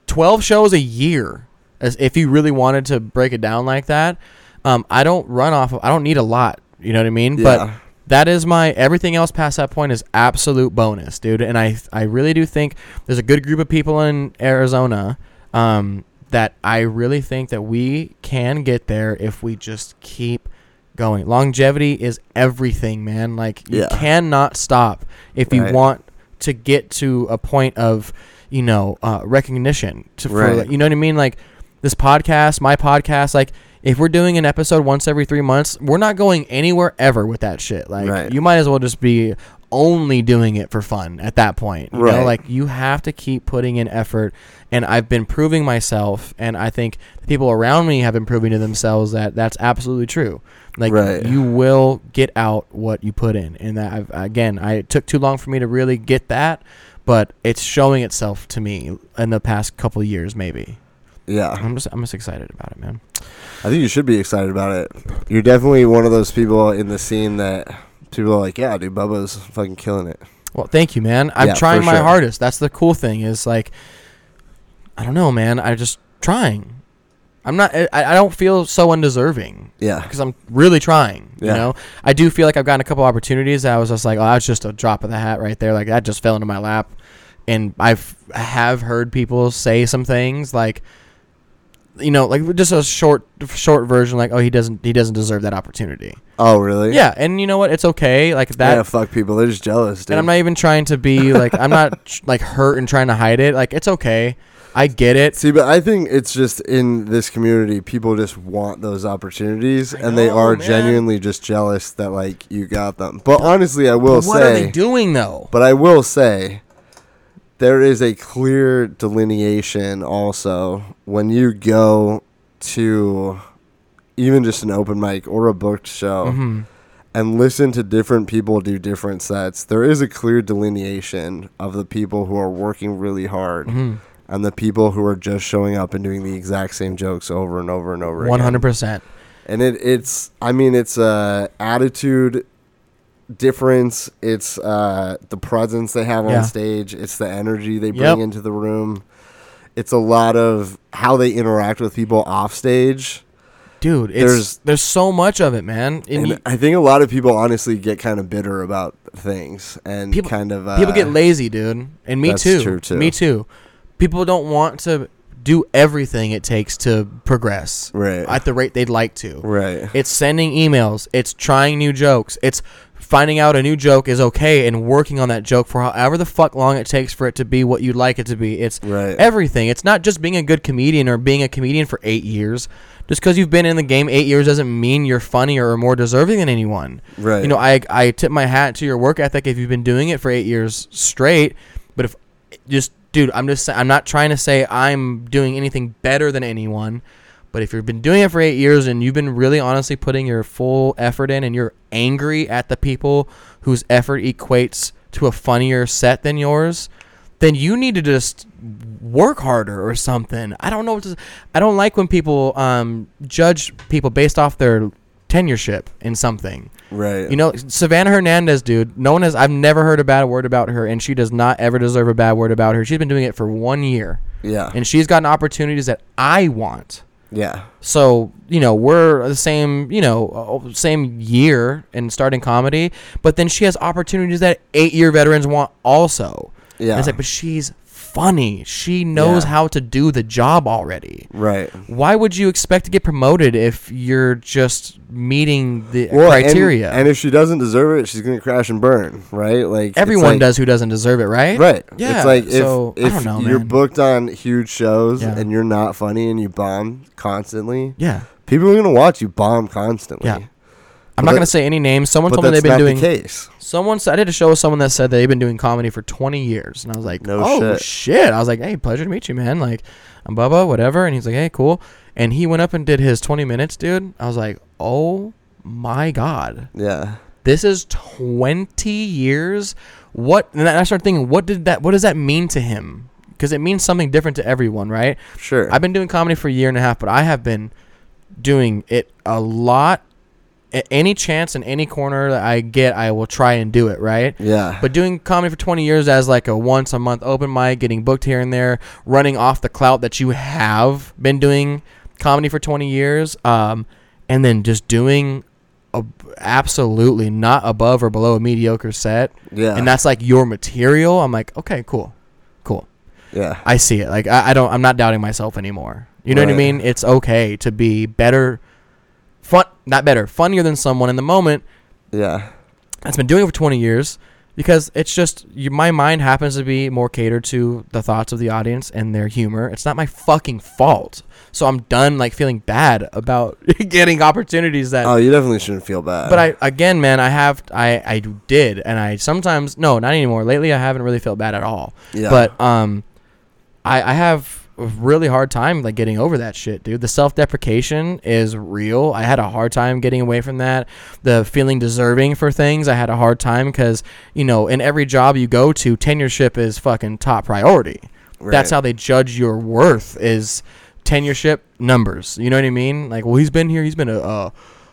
S2: 12 shows a year, as if you really wanted to break it down like that, um, I don't run off of, I don't need a lot. You know what I mean? But
S1: Yeah.
S2: that is my everything else past that point is absolute bonus, dude. And I I really do think there's a good group of people in Arizona um, that I really think that we can get there if we just keep going. Longevity is everything, man. Like you
S1: Yeah.
S2: cannot stop if you
S1: Right.
S2: want to get to a point of you know uh, recognition to for,
S1: Right.
S2: like, you know what I mean like this podcast my podcast like if we're doing an episode once every three months we're not going anywhere ever with that shit like
S1: Right.
S2: you might as well just be only doing it for fun at that point you know
S1: Right.
S2: like you have to keep putting in effort and I've been proving myself and I think the people around me have been proving to themselves that that's absolutely true like
S1: Right.
S2: you will get out what you put in and that I've, again I it took too long for me to really get that but it's showing itself to me in the past couple of years maybe
S1: yeah,
S2: i'm just i'm just excited about it man
S1: I think you should be excited about it. You're definitely one of those people in the scene that people are like, yeah, dude, Bubba's fucking killing it.
S2: well thank you man i'm
S1: Yeah,
S2: trying
S1: for
S2: my
S1: sure.
S2: hardest that's the cool thing is like i don't know man i'm just trying i'm not i, I don't feel so undeserving
S1: Yeah,
S2: because i'm really trying you
S1: Yeah.
S2: know i do feel like i've gotten a couple opportunities that i was just like oh that's just a drop of the hat right there like that just fell into my lap and i've I have heard people say some things like you know like just a short short version like oh he doesn't he doesn't deserve that opportunity
S1: Oh, really?
S2: yeah and you know what it's okay like that
S1: yeah, fuck people. They're just jealous, dude.
S2: and I'm not even trying to be like I'm not tr- like hurt and trying to hide it. Like it's okay. I get it.
S1: See, but I think it's just in this community, people just want those opportunities,
S2: I
S1: and they
S2: know,
S1: are
S2: man.
S1: genuinely just jealous that like you got them. But honestly, I will
S2: But what are they
S1: say,
S2: doing though?
S1: but I will say, there is a clear delineation also when you go to even just an open mic or a booked show
S2: hmm
S1: and listen to different people do different sets. There is a clear delineation of the people who are working really hard
S2: hmm
S1: and the people who are just showing up and doing the exact same jokes over and over and over
S2: One
S1: again.
S2: hundred percent.
S1: And it, it's, I mean, it's a attitude difference. It's uh, the presence they have
S2: Yeah.
S1: on stage. It's the energy they bring
S2: Yep.
S1: into the room. It's a lot of how they interact with people off stage.
S2: dude, it's, there's
S1: There's-
S2: there's so much of it, man. And
S1: And
S2: you-
S1: I think a lot of people honestly get kind of bitter about things and
S2: People-
S1: kind of uh,
S2: people get lazy, dude, and me
S1: that's
S2: too.
S1: true, too.
S2: Me too. People don't want to do everything it takes to progress
S1: right,
S2: at the rate they'd like to.
S1: right,
S2: It's sending emails. It's trying new jokes. It's finding out a new joke is okay and working on that joke for however the fuck long it takes for it to be what you'd like it to be. It's
S1: right.
S2: everything. It's not just being a good comedian or being a comedian for eight years. Just because you've been in the game eight years doesn't mean you're funnier or more deserving than anyone.
S1: right.
S2: You know, I I tip my hat to your work ethic if you've been doing it for eight years straight. But if just dude, I'm just I'm not trying to say I'm doing anything better than anyone. But if you've been doing it for eight years and you've been really honestly putting your full effort in, and you're angry at the people whose effort equates to a funnier set than yours, then you need to just work harder or something. I don't know. What to, I don't like when people um, judge people based off their tenureship in something.
S1: right.
S2: You know, Savannah Hernandez, dude. No one has. I've never heard a bad word about her, and she does not ever deserve a bad word about her. She's been doing it for one year,
S1: yeah.
S2: and she's gotten opportunities that I want.
S1: yeah.
S2: So you know, we're the same. You know, uh, same year and starting comedy, but then she has opportunities that eight-year veterans want also. And
S1: Yeah.
S2: it's like, but she's funny. She knows
S1: Yeah.
S2: how to do the job already.
S1: right.
S2: Why would you expect to get promoted if you're just meeting the
S1: Well, and-
S2: criteria?
S1: And, if she doesn't deserve it, she's gonna crash and burn, right? Like it's
S2: Everyone
S1: like-
S2: does who doesn't deserve it, right?
S1: Right.
S2: Yeah,
S1: It's like if,
S2: so, I
S1: if
S2: don't know,
S1: you're
S2: man.
S1: booked on huge shows
S2: Yeah.
S1: and you're not funny and you bomb constantly,
S2: Yeah.
S1: people are gonna watch you bomb constantly.
S2: Yeah. I'm not
S1: that-
S2: gonna say any names. Someone
S1: But
S2: told me
S1: that's
S2: they've been
S1: not the
S2: doing.
S1: case.
S2: Someone said I did a show with someone that said they've been doing comedy for 20 years, and I was like,
S1: No
S2: oh shit.
S1: shit.
S2: I was like, hey, pleasure to meet you, man. Like, I'm Bubba, whatever. And he's like, hey, cool. And he went up and did his 20 minutes, dude. I was like, oh my god,
S1: Yeah.
S2: this is 20 years. What? And I started thinking, what did that? What does that mean to him? Because it means something different to everyone, right?
S1: Sure.
S2: I've been doing comedy for a year and a half, but I have been doing it a lot. A- Any chance in any corner that I get, I will try and do it, right?
S1: yeah.
S2: But doing comedy for 20 years as like a once a month open mic, getting booked here and there, running off the clout that you have been doing comedy for 20 years, um, and then just doing a, absolutely not above or below a mediocre set,
S1: yeah.
S2: and that's like your material. I'm like, okay, cool, cool.
S1: yeah.
S2: I see it. Like I, I don't. I'm not doubting myself anymore. You know what I
S1: Right.
S2: mean? It's okay to be better, fun, not better, funnier than someone in the moment
S1: Yeah.
S2: that's been doing it for 20 years because it's just you, my mind happens to be more catered to the thoughts of the audience and their humor. It's not my fucking fault. So I'm done like feeling bad about getting opportunities that
S1: Oh, you definitely shouldn't feel bad.
S2: but I again, man, I have I I did, and I sometimes no, not anymore. Lately, I haven't really felt bad at all.
S1: Yeah.
S2: But um, I I have a really hard time like getting over that shit, dude. The self deprecation is real. I had a hard time getting away from that. The feeling deserving for things, I had a hard time because you know in every job you go to, tenureship is fucking top priority. That's
S1: Right.
S2: how they judge your worth is tenureship numbers. You know what I mean? Like, well, he's been here. He's been a a,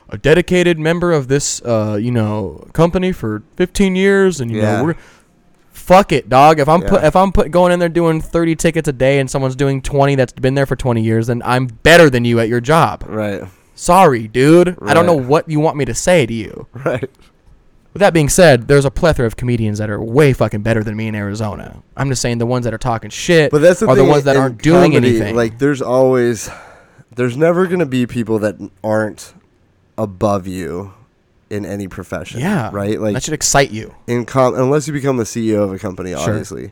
S2: a dedicated member of this uh, you know company for 15 years, and you
S1: Yeah.
S2: know we're fuck it, dog. If I'm put,
S1: Yeah.
S2: if I'm put going in there doing 30 tickets a day, and someone's doing 20 that's been there for 20 years, then I'm better than you at your job.
S1: right.
S2: Sorry, dude. I
S1: Right.
S2: don't know what you want me to say to you.
S1: Right.
S2: With that being said, there's a plethora of comedians that are way fucking better than me in Arizona. I'm just saying the ones that are talking shit
S1: But that's the
S2: are
S1: thing
S2: the ones that
S1: in
S2: aren't doing
S1: comedy,
S2: anything.
S1: Like there's always there's never going to be people that aren't above you in any profession.
S2: yeah,
S1: Right? Like
S2: that should excite you.
S1: in com- unless you become the CEO of a company, obviously.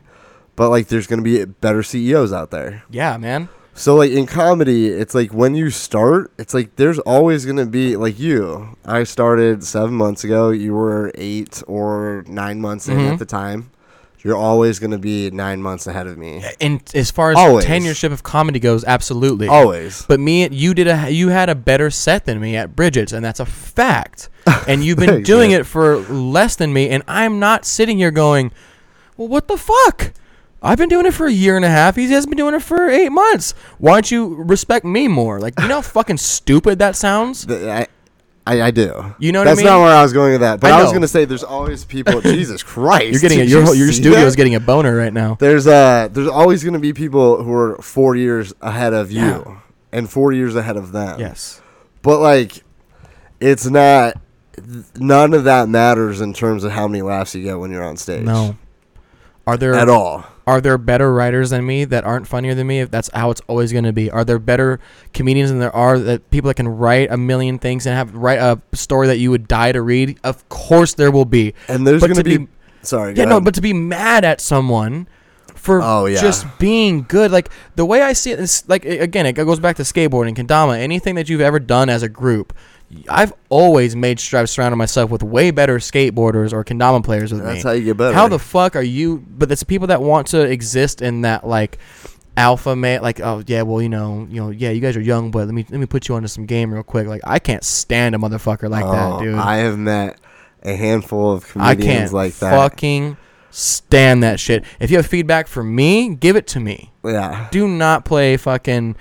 S1: But like, there's gonna be better CEOs out there.
S2: Yeah, man.
S1: So like in comedy, it's like when you start, it's like there's always gonna be like you. I started seven months ago. You were eight or nine months in
S2: Mhm.
S1: at the time. You're always gonna be nine months ahead of me.
S2: And as far as
S1: Always.
S2: tenureship of comedy goes, absolutely.
S1: Always.
S2: But me, you did a you had a better set than me at Bridget's, and that's a fact. And you've been
S1: Thanks,
S2: doing
S1: man.
S2: it for less than me, and I'm not sitting here going, "Well, what the fuck? I've been doing it for a year and a half. He hasn't been doing it for eight months. Why don't you respect me more? Like, you know how fucking stupid that sounds.
S1: Th- I, I, I do.
S2: You know what I
S1: That's
S2: mean?
S1: not where I was going with that. But
S2: I
S1: I, was
S2: know.
S1: gonna say there's always people. Jesus Christ!
S2: You're getting a,
S1: did
S2: your
S1: you
S2: whole- your
S1: see
S2: studio
S1: that?
S2: is getting a boner right now.
S1: there's uh there's always going to be people who are four years ahead of
S2: Yeah.
S1: you and four years ahead of them
S2: Yes.
S1: But like, it's not. None of that matters in terms of how many laughs you get when you're on stage.
S2: No. Are there
S1: at all.
S2: are there better writers than me that aren't funnier than me if that's how it's always going to be are there better comedians than there are that people that can write a million things and have write a story that you would die to read of course there will be
S1: And there's
S2: But
S1: gonna
S2: to
S1: be,
S2: be-
S1: Sorry. go
S2: yeah no
S1: ahead.
S2: but to be mad at someone for
S1: Oh, yeah.
S2: just being good like the way i see it is like a- again it goes back to skateboarding kendama anything that you've ever done as a group i've always made sure i've surrounded myself with way better skateboarders or kendama players with me
S1: that's how you get better.
S2: how the fuck are you? But it's the people that want to exist in that like alpha male, like oh yeah, well you know, you know, yeah, you guys are young, but let me let me put you onto some game real quick. Like I can't stand a motherfucker like that,
S1: Oh,
S2: dude. I,
S1: I have met a handful of comedians
S2: can't
S1: like that.
S2: fucking stand that shit. If you have feedback for me, give it to me.
S1: Yeah.
S2: Do not play fucking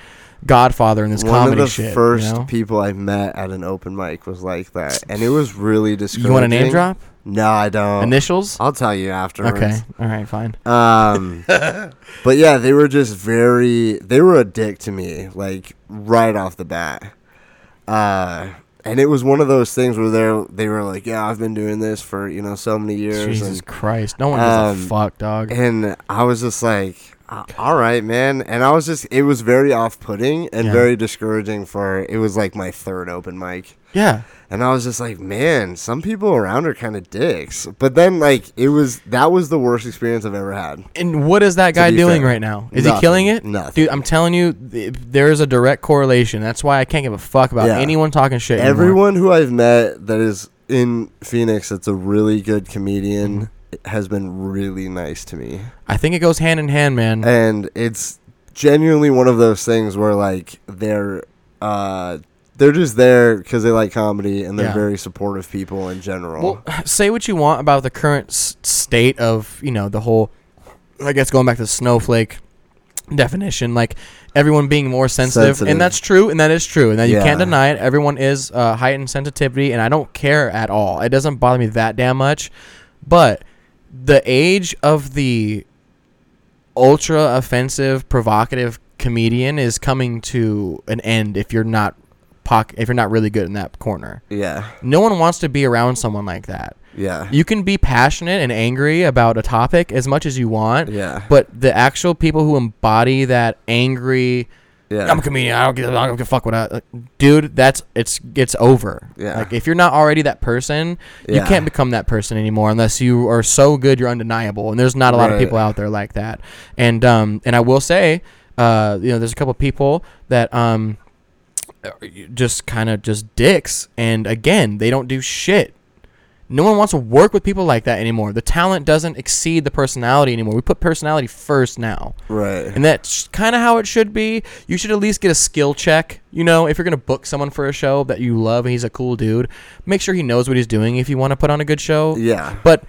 S2: Godfather in this
S1: One of
S2: comedy
S1: the
S2: shit.
S1: first
S2: you, know?
S1: people I met at an open mic was like that, and it was really
S2: You
S1: discouraging.
S2: want a name drop?
S1: No, I don't.
S2: Initials?
S1: I'll tell you afterwards.
S2: Okay. All right. Fine.
S1: Um, but yeah, they were just very. They were a dick to me, like right off the bat. Uh, and it was one of those things where they they were like, "Yeah, I've been doing this for you know so many years."
S2: Jesus
S1: and
S2: Christ. No one
S1: Um,
S2: gives a fuck, dog.
S1: and I was just like, "A- all right, man. And I was just, it was very off putting and
S2: Yeah.
S1: very discouraging for, it was like my third open mic.
S2: Yeah.
S1: And I was just like, man, some people around are kind of dicks. But then, like, it was, that was the worst experience I've ever had.
S2: And what is that
S1: To
S2: guy
S1: be
S2: doing
S1: fair,
S2: right now? Is
S1: nothing,
S2: he killing it?
S1: nothing.
S2: Dude, I'm telling you, th- there is a direct correlation. That's why I can't give a fuck about
S1: Yeah.
S2: anyone talking shit. anymore.
S1: Everyone who I've met that is in Phoenix that's a really good comedian
S2: Mm-hmm.
S1: has been really nice to me.
S2: I think it goes hand in hand, man.
S1: and it's genuinely one of those things where like they're uh they're just there because they like comedy and they're
S2: Yeah.
S1: very supportive people in general
S2: well, say what you want about the current s- state of you know the whole. I guess going back to the snowflake definition, like everyone being more sensitive,
S1: Sensitive.
S2: and that's true, and that is true, and that you can't
S1: Yeah.
S2: deny it. Everyone is uh, heightened sensitivity, and I don't care at all. It doesn't bother me that damn much, but the age of the ultra offensive, provocative comedian is coming to an end if you're not poc- if you're not really good in that corner.
S1: yeah
S2: No one wants to be around someone like that.
S1: yeah
S2: You can be passionate and angry about a topic as much as you want,
S1: yeah
S2: but the actual people who embody that angry,
S1: yeah
S2: I'm a comedian, I don't give, I don't give a fuck what I, like, dude, that's, it's, it's over.
S1: Yeah.
S2: Like, if you're not already that person, you
S1: Yeah.
S2: can't become that person anymore unless you are so good you're undeniable. And there's not a lot of
S1: Right.
S2: people out there like that. And, um, and I will say, uh, you know, there's a couple people that, um, just kind of just dicks and again they don't do shit no one wants to work with people like that anymore the talent doesn't exceed the personality anymore we put personality first now
S1: right
S2: and that's kind of how it should be you should at least get a skill check you know if you're going to book someone for a show that you love and he's a cool dude make sure he knows what he's doing if you want to put on a good show
S1: yeah
S2: but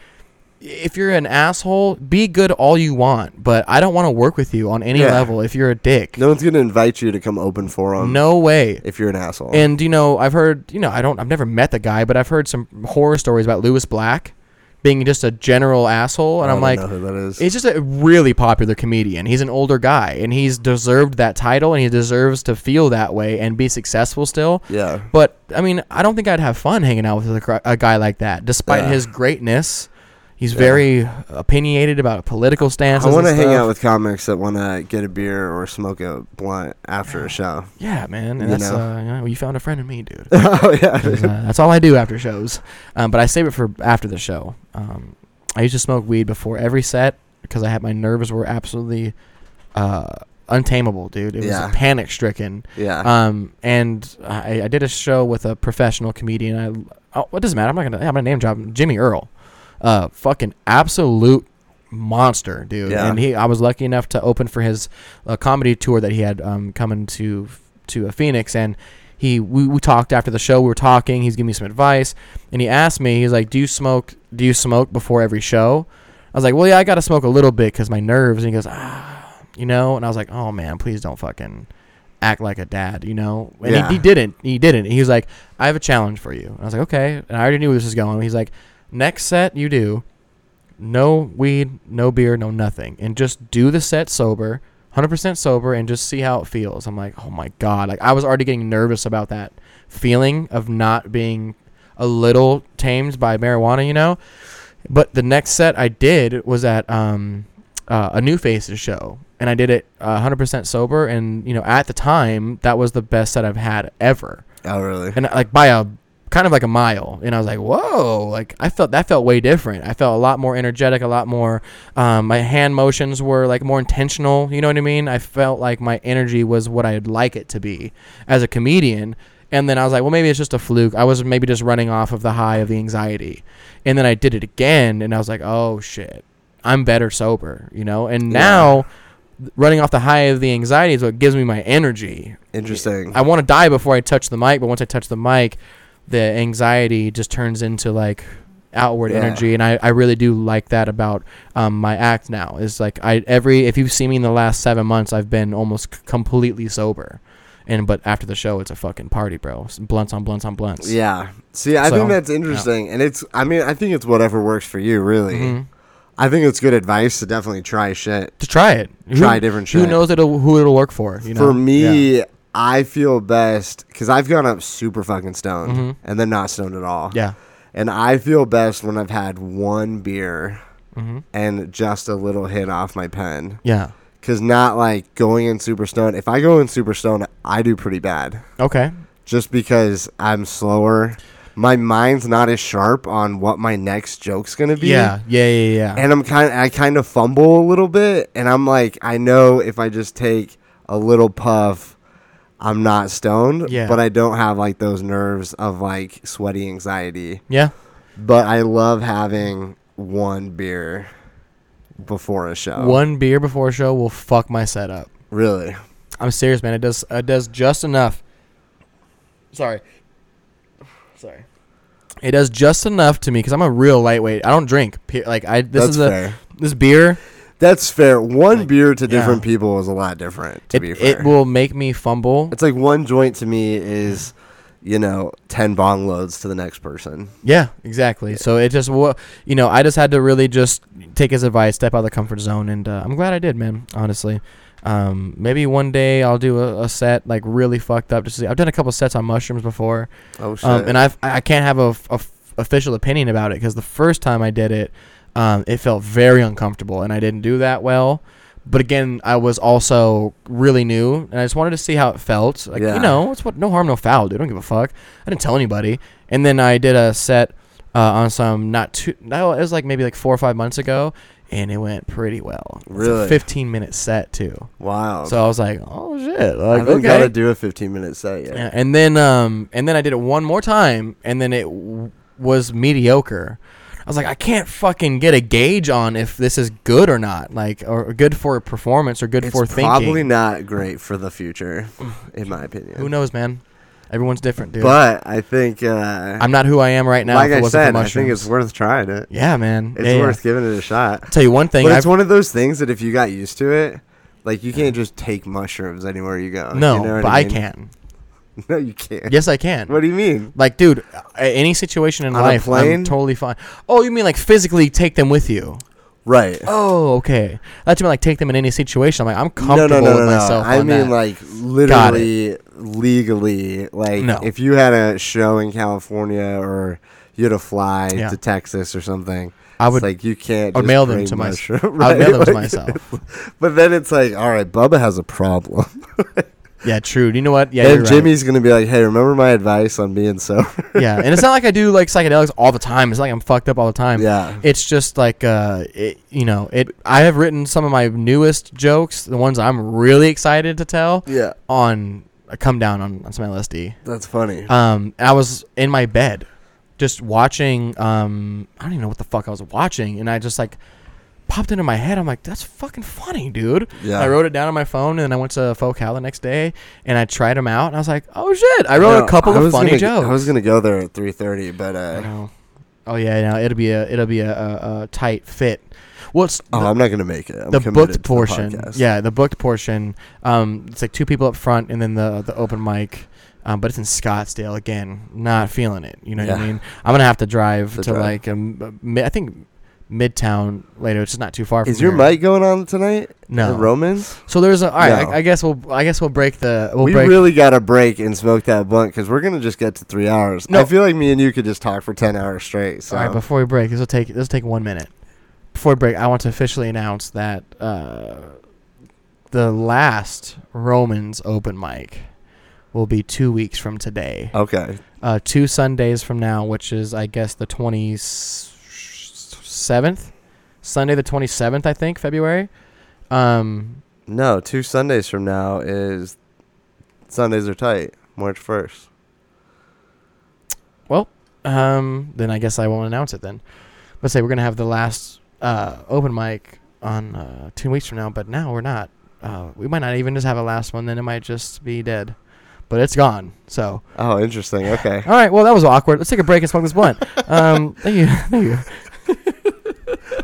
S2: if you're an asshole be good all you want but i don't want to work with you on any
S1: Yeah.
S2: level if you're a dick
S1: no um, one's gonna invite you to come open for them
S2: no way
S1: if you're an asshole
S2: and you know, I've heard, you know, I don't, I've never met the guy, but I've heard some horror stories about Lewis Black being just a general asshole, and
S1: I
S2: I'm
S1: don't
S2: like,
S1: know who that is
S2: it's just a really popular comedian. He's an older guy, and he's deserved that title, and he deserves to feel that way and be successful still.
S1: yeah
S2: But I mean, I don't think I'd have fun hanging out with a, cr- a guy like that, despite
S1: Yeah.
S2: his greatness. He's very opinionated about political stances.
S1: I want to
S2: and
S1: hang
S2: stuff.
S1: out with comics that want to get a beer or smoke a blunt after a show.
S2: Yeah, man, and
S1: you
S2: that's
S1: know?
S2: uh, you know, you found a friend in me, dude.
S1: oh yeah,
S2: 'Cause, uh, that's all I do after shows. Um, but I save it for after the show. Um, I used to smoke weed before every set because I had my nerves were absolutely uh, untamable, dude. It was
S1: Yeah.
S2: panic stricken.
S1: yeah.
S2: Um, and I, I did a show with a professional comedian. I oh, it doesn't matter. I'm not gonna I'm gonna name drop him. Jimmy Earl, uh, fucking absolute monster, dude.
S1: Yeah.
S2: And he I was lucky enough to open for his uh, comedy tour that he had um coming to to uh, Phoenix and. He we, we talked after the show. We were talking. He's giving me some advice, and he asked me. He's like, "Do you smoke? Do you smoke before every show?" I was like, "Well, yeah, I gotta smoke a little bit because my nerves." And he goes, "Ah, you know." And I was like, "Oh man, please don't fucking act like a dad, you know? And
S1: Yeah.
S2: he, he didn't. He didn't. He was like, I have a challenge for you. And I was like, okay. And I already knew where this was going. He's like, next set you do, no weed, no beer, no nothing. And just do the set sober, 100% sober, and just see how it feels. I'm like, oh my God. Like, I was already getting nervous about that feeling of not being a little tamed by marijuana, you know. But the next set I did was at um, uh, a New Faces show, and I did it uh, 100% sober. And you know, at the time, that was the best set I've had ever,
S1: Oh, really?
S2: and like by a kind of like a mile. And I was like, whoa! Like I felt that felt way different. I felt a lot more energetic, a lot more. Um, my hand motions were like more intentional. You know what I mean? I felt like my energy was what I'd like it to be as a comedian. And then I was like, well, maybe it's just a fluke. I was maybe just running off of the high of the anxiety. And then I did it again, and I was like, oh shit, I'm better sober, you know. And
S1: Yeah.
S2: now, running off the high of the anxiety is what gives me my energy.
S1: Interesting.
S2: I want to die before I touch the mic, but once I touch the mic, the anxiety just turns into like outward
S1: Yeah.
S2: energy, and I, I really do like that about um, my act now. Is like I every if you've seen me in the last seven months, I've been almost c- completely sober, and but after the show, it's a fucking party, bro. It's blunts on blunts on blunts.
S1: Yeah. See, I
S2: So,
S1: think that's interesting, and it's. I mean, I think it's whatever works for you, really.
S2: Mhm.
S1: I think it's good advice to definitely try shit.
S2: To try it, Who-
S1: Try different shit.
S2: Who knows it'll, who it'll work for? You know?
S1: for me, I feel best because I've gone up super fucking stoned
S2: Mhm.
S1: and then not stoned at all.
S2: yeah.
S1: And I feel best when I've had one beer
S2: Yeah. hmm
S1: and just a little hit off my pen.
S2: yeah.
S1: Cause not like going in super stoned. If I go in super stoned, I do pretty bad.
S2: Okay.
S1: Just because I'm slower, my mind's not as sharp on what my next joke's gonna be.
S2: Yeah. Yeah. Yeah. Yeah.
S1: and I'm kind of I kind of fumble a little bit, and I'm like, I know if I just take a little puff, I'm not stoned,
S2: Yeah.
S1: but I don't have like those nerves of like sweaty anxiety.
S2: yeah.
S1: But I love having one beer before a show.
S2: One beer before a show will fuck my setup.
S1: Really?
S2: I'm serious, man. It does it does just enough. Sorry. Sorry. It does just enough to me because I'm a real lightweight. I don't drink. pe- Like I this
S1: That's
S2: is a
S1: fair.
S2: this beer.
S1: That's fair. One
S2: Like,
S1: beer to
S2: yeah.
S1: different people is a lot different. To
S2: It,
S1: be fair,
S2: it will make me fumble.
S1: it's like one joint to me is, you know, ten bong loads to the next person.
S2: Yeah, exactly. So it just wa- you know I just had to really just take his advice, step out of the comfort zone, and uh, I'm glad I did, man. Honestly. Um, maybe one day I'll do a, a set like really fucked up. Just to see. I've done a couple sets on mushrooms before.
S1: Oh shit!
S2: Um, and I've, I I can't have a, f- a f- official opinion about it because the first time I did it, um, it felt very uncomfortable and I didn't do that well. But again, I was also really new and I just wanted to see how it felt. Like
S1: Yeah.
S2: you know, it's what no harm, no foul, dude. I don't give a fuck. I didn't tell anybody. And then I did a set uh, on some not too. No, it was like maybe like four or five months ago, and it went pretty well. It's a
S1: Really?
S2: fifteen minute set too.
S1: wow.
S2: So I was like, oh shit,
S1: I
S2: like
S1: haven't
S2: okay.
S1: gotta do a 15 minute set yet.
S2: Yeah, and then um, and then I did it one more time, and then it w- was mediocre. I was like, I can't fucking get a gauge on if this is good or not, like, or or good for performance or good
S1: it's
S2: for
S1: probably
S2: thinking.
S1: not great for the future, in my opinion.
S2: Who knows, man? Everyone's different, dude.
S1: But I think uh,
S2: I'm not who I am right now.
S1: like
S2: if it
S1: I
S2: wasn't for
S1: said, I
S2: mushrooms.
S1: think it's worth trying it.
S2: yeah, man.
S1: It's
S2: Yeah, yeah.
S1: worth giving it a shot.
S2: I'll tell you one thing.
S1: but
S2: I've,
S1: it's one of those things that if you got used to it, like you can't just take mushrooms anywhere you go.
S2: no,
S1: you know what
S2: but
S1: I,
S2: I
S1: mean?
S2: can.
S1: No, you can't.
S2: Yes, I can.
S1: What do you mean?
S2: like, dude, a- any situation in
S1: On a
S2: life, I'm
S1: plane?
S2: totally fine. Oh, you mean like physically take them with you?
S1: Right.
S2: Oh, okay. I thought you meant like take them in any situation. I'm like, I'm
S1: No, no,
S2: comfortable
S1: no, no,
S2: with
S1: no.
S2: myself.
S1: I
S2: on
S1: mean,
S2: that.
S1: like literally, legally. Like,
S2: No.
S1: if you had a show in California or you had to fly
S2: Yeah.
S1: to Texas or something,
S2: I
S1: It's
S2: would.
S1: like you can't.
S2: I would
S1: just
S2: mail them
S1: bring
S2: to my-
S1: mushroom,
S2: I would mail them to
S1: Like,
S2: myself.
S1: But then it's like, all right, Bubba has a problem,
S2: Yeah, true. You know what? Yeah,
S1: and
S2: you're
S1: Jimmy's gonna be like, hey, remember my advice on being sober?
S2: Right. Yeah, and it's not like I do like psychedelics all the time. It's not like I'm fucked up all the time.
S1: yeah,
S2: It's just like uh, it, you know, it. I have written some of my newest jokes, the ones I'm really excited to tell
S1: yeah,
S2: on uh, come down on, on some LSD.
S1: that's funny.
S2: Um, I was in my bed, just watching. Um, I don't even know what the fuck I was watching, and I just like popped into my head. I'm like, that's fucking funny, dude.
S1: yeah,
S2: I wrote it down on my phone, and then I went to Focal the next day, and I tried them out, and I was like, "Oh shit!" I wrote
S1: No,
S2: a couple
S1: I
S2: of
S1: was
S2: funny
S1: gonna, I
S2: jokes.
S1: was gonna go there at three thirty, but
S2: I
S1: uh,
S2: know. Oh yeah, no, it'll be a it'll be a, a, a tight fit. What's
S1: oh, I'm not gonna make it. I'm
S2: the, the
S1: committed to
S2: booked
S1: the
S2: portion?
S1: podcast.
S2: yeah, the booked portion. Um, it's like two people up front, and then the the open mic. Um, but it's in Scottsdale again. Not feeling it. You know what I
S1: Yeah.
S2: mean? I'm gonna have to drive
S1: The
S2: to
S1: drive.
S2: like um, mi- I think Midtown later, which is not too far.
S1: Is
S2: from
S1: your
S2: here.
S1: mic going on tonight?
S2: No.
S1: The Romans?
S2: So there's a. All right.
S1: No.
S2: I, I guess we'll. I guess we'll break the. We'll
S1: we
S2: break.
S1: really got to break and smoke that blunt because we're going to just get to three hours.
S2: No.
S1: I feel like me and you could just talk for 10 hours straight. So.
S2: All right. Before we break, this will take. This will take one minute. Before we break, I want to officially announce that uh, the last Romans open mic will be two weeks from today.
S1: okay.
S2: uh, two Sundays from now, which is I guess the twenty seventh, Sunday the twenty seventh, I think February. Um,
S1: No, two Sundays from now is Sundays are tight. March 1st.
S2: um, then I guess I won't announce it then. Let's say we're gonna have the last uh, open mic on uh, two weeks from now, but now we're not. Uh, we might not even just have a last one. Then it might just be dead. But it's gone. So
S1: Oh, interesting. Okay.
S2: all right. Well, that was awkward. Let's take a break and smoke this blunt. um, thank you. Thank you.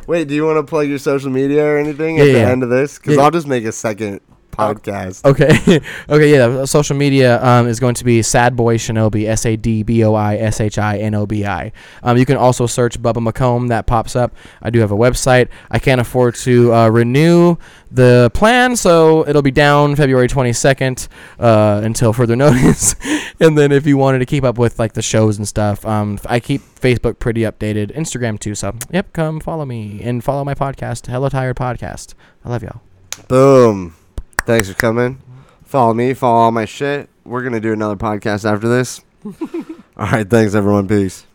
S1: Wait, do you want to plug your social media or anything
S2: Yeah,
S1: at the
S2: yeah.
S1: end of this? Because
S2: Yeah. Oh.
S1: I'll just make a second podcast.
S2: Okay. okay. Yeah. Social media um, is going to be Sad Boy Shinobi. S A D B O I S H I N O B I. Um, you can also search Bubba Macomb. That pops up. I do have a website. I can't afford to uh, renew the plan, so it'll be down February 22nd uh, until further notice. and then if you wanted to keep up with like the shows and stuff, um, I keep Facebook pretty updated, Instagram too. So yep, come follow me and follow my podcast, Hello Tired Podcast. I love y'all.
S1: Boom. Thanks for coming. Follow me. Follow all my shit. We're going to do another podcast after this. all right. Thanks, everyone. Peace.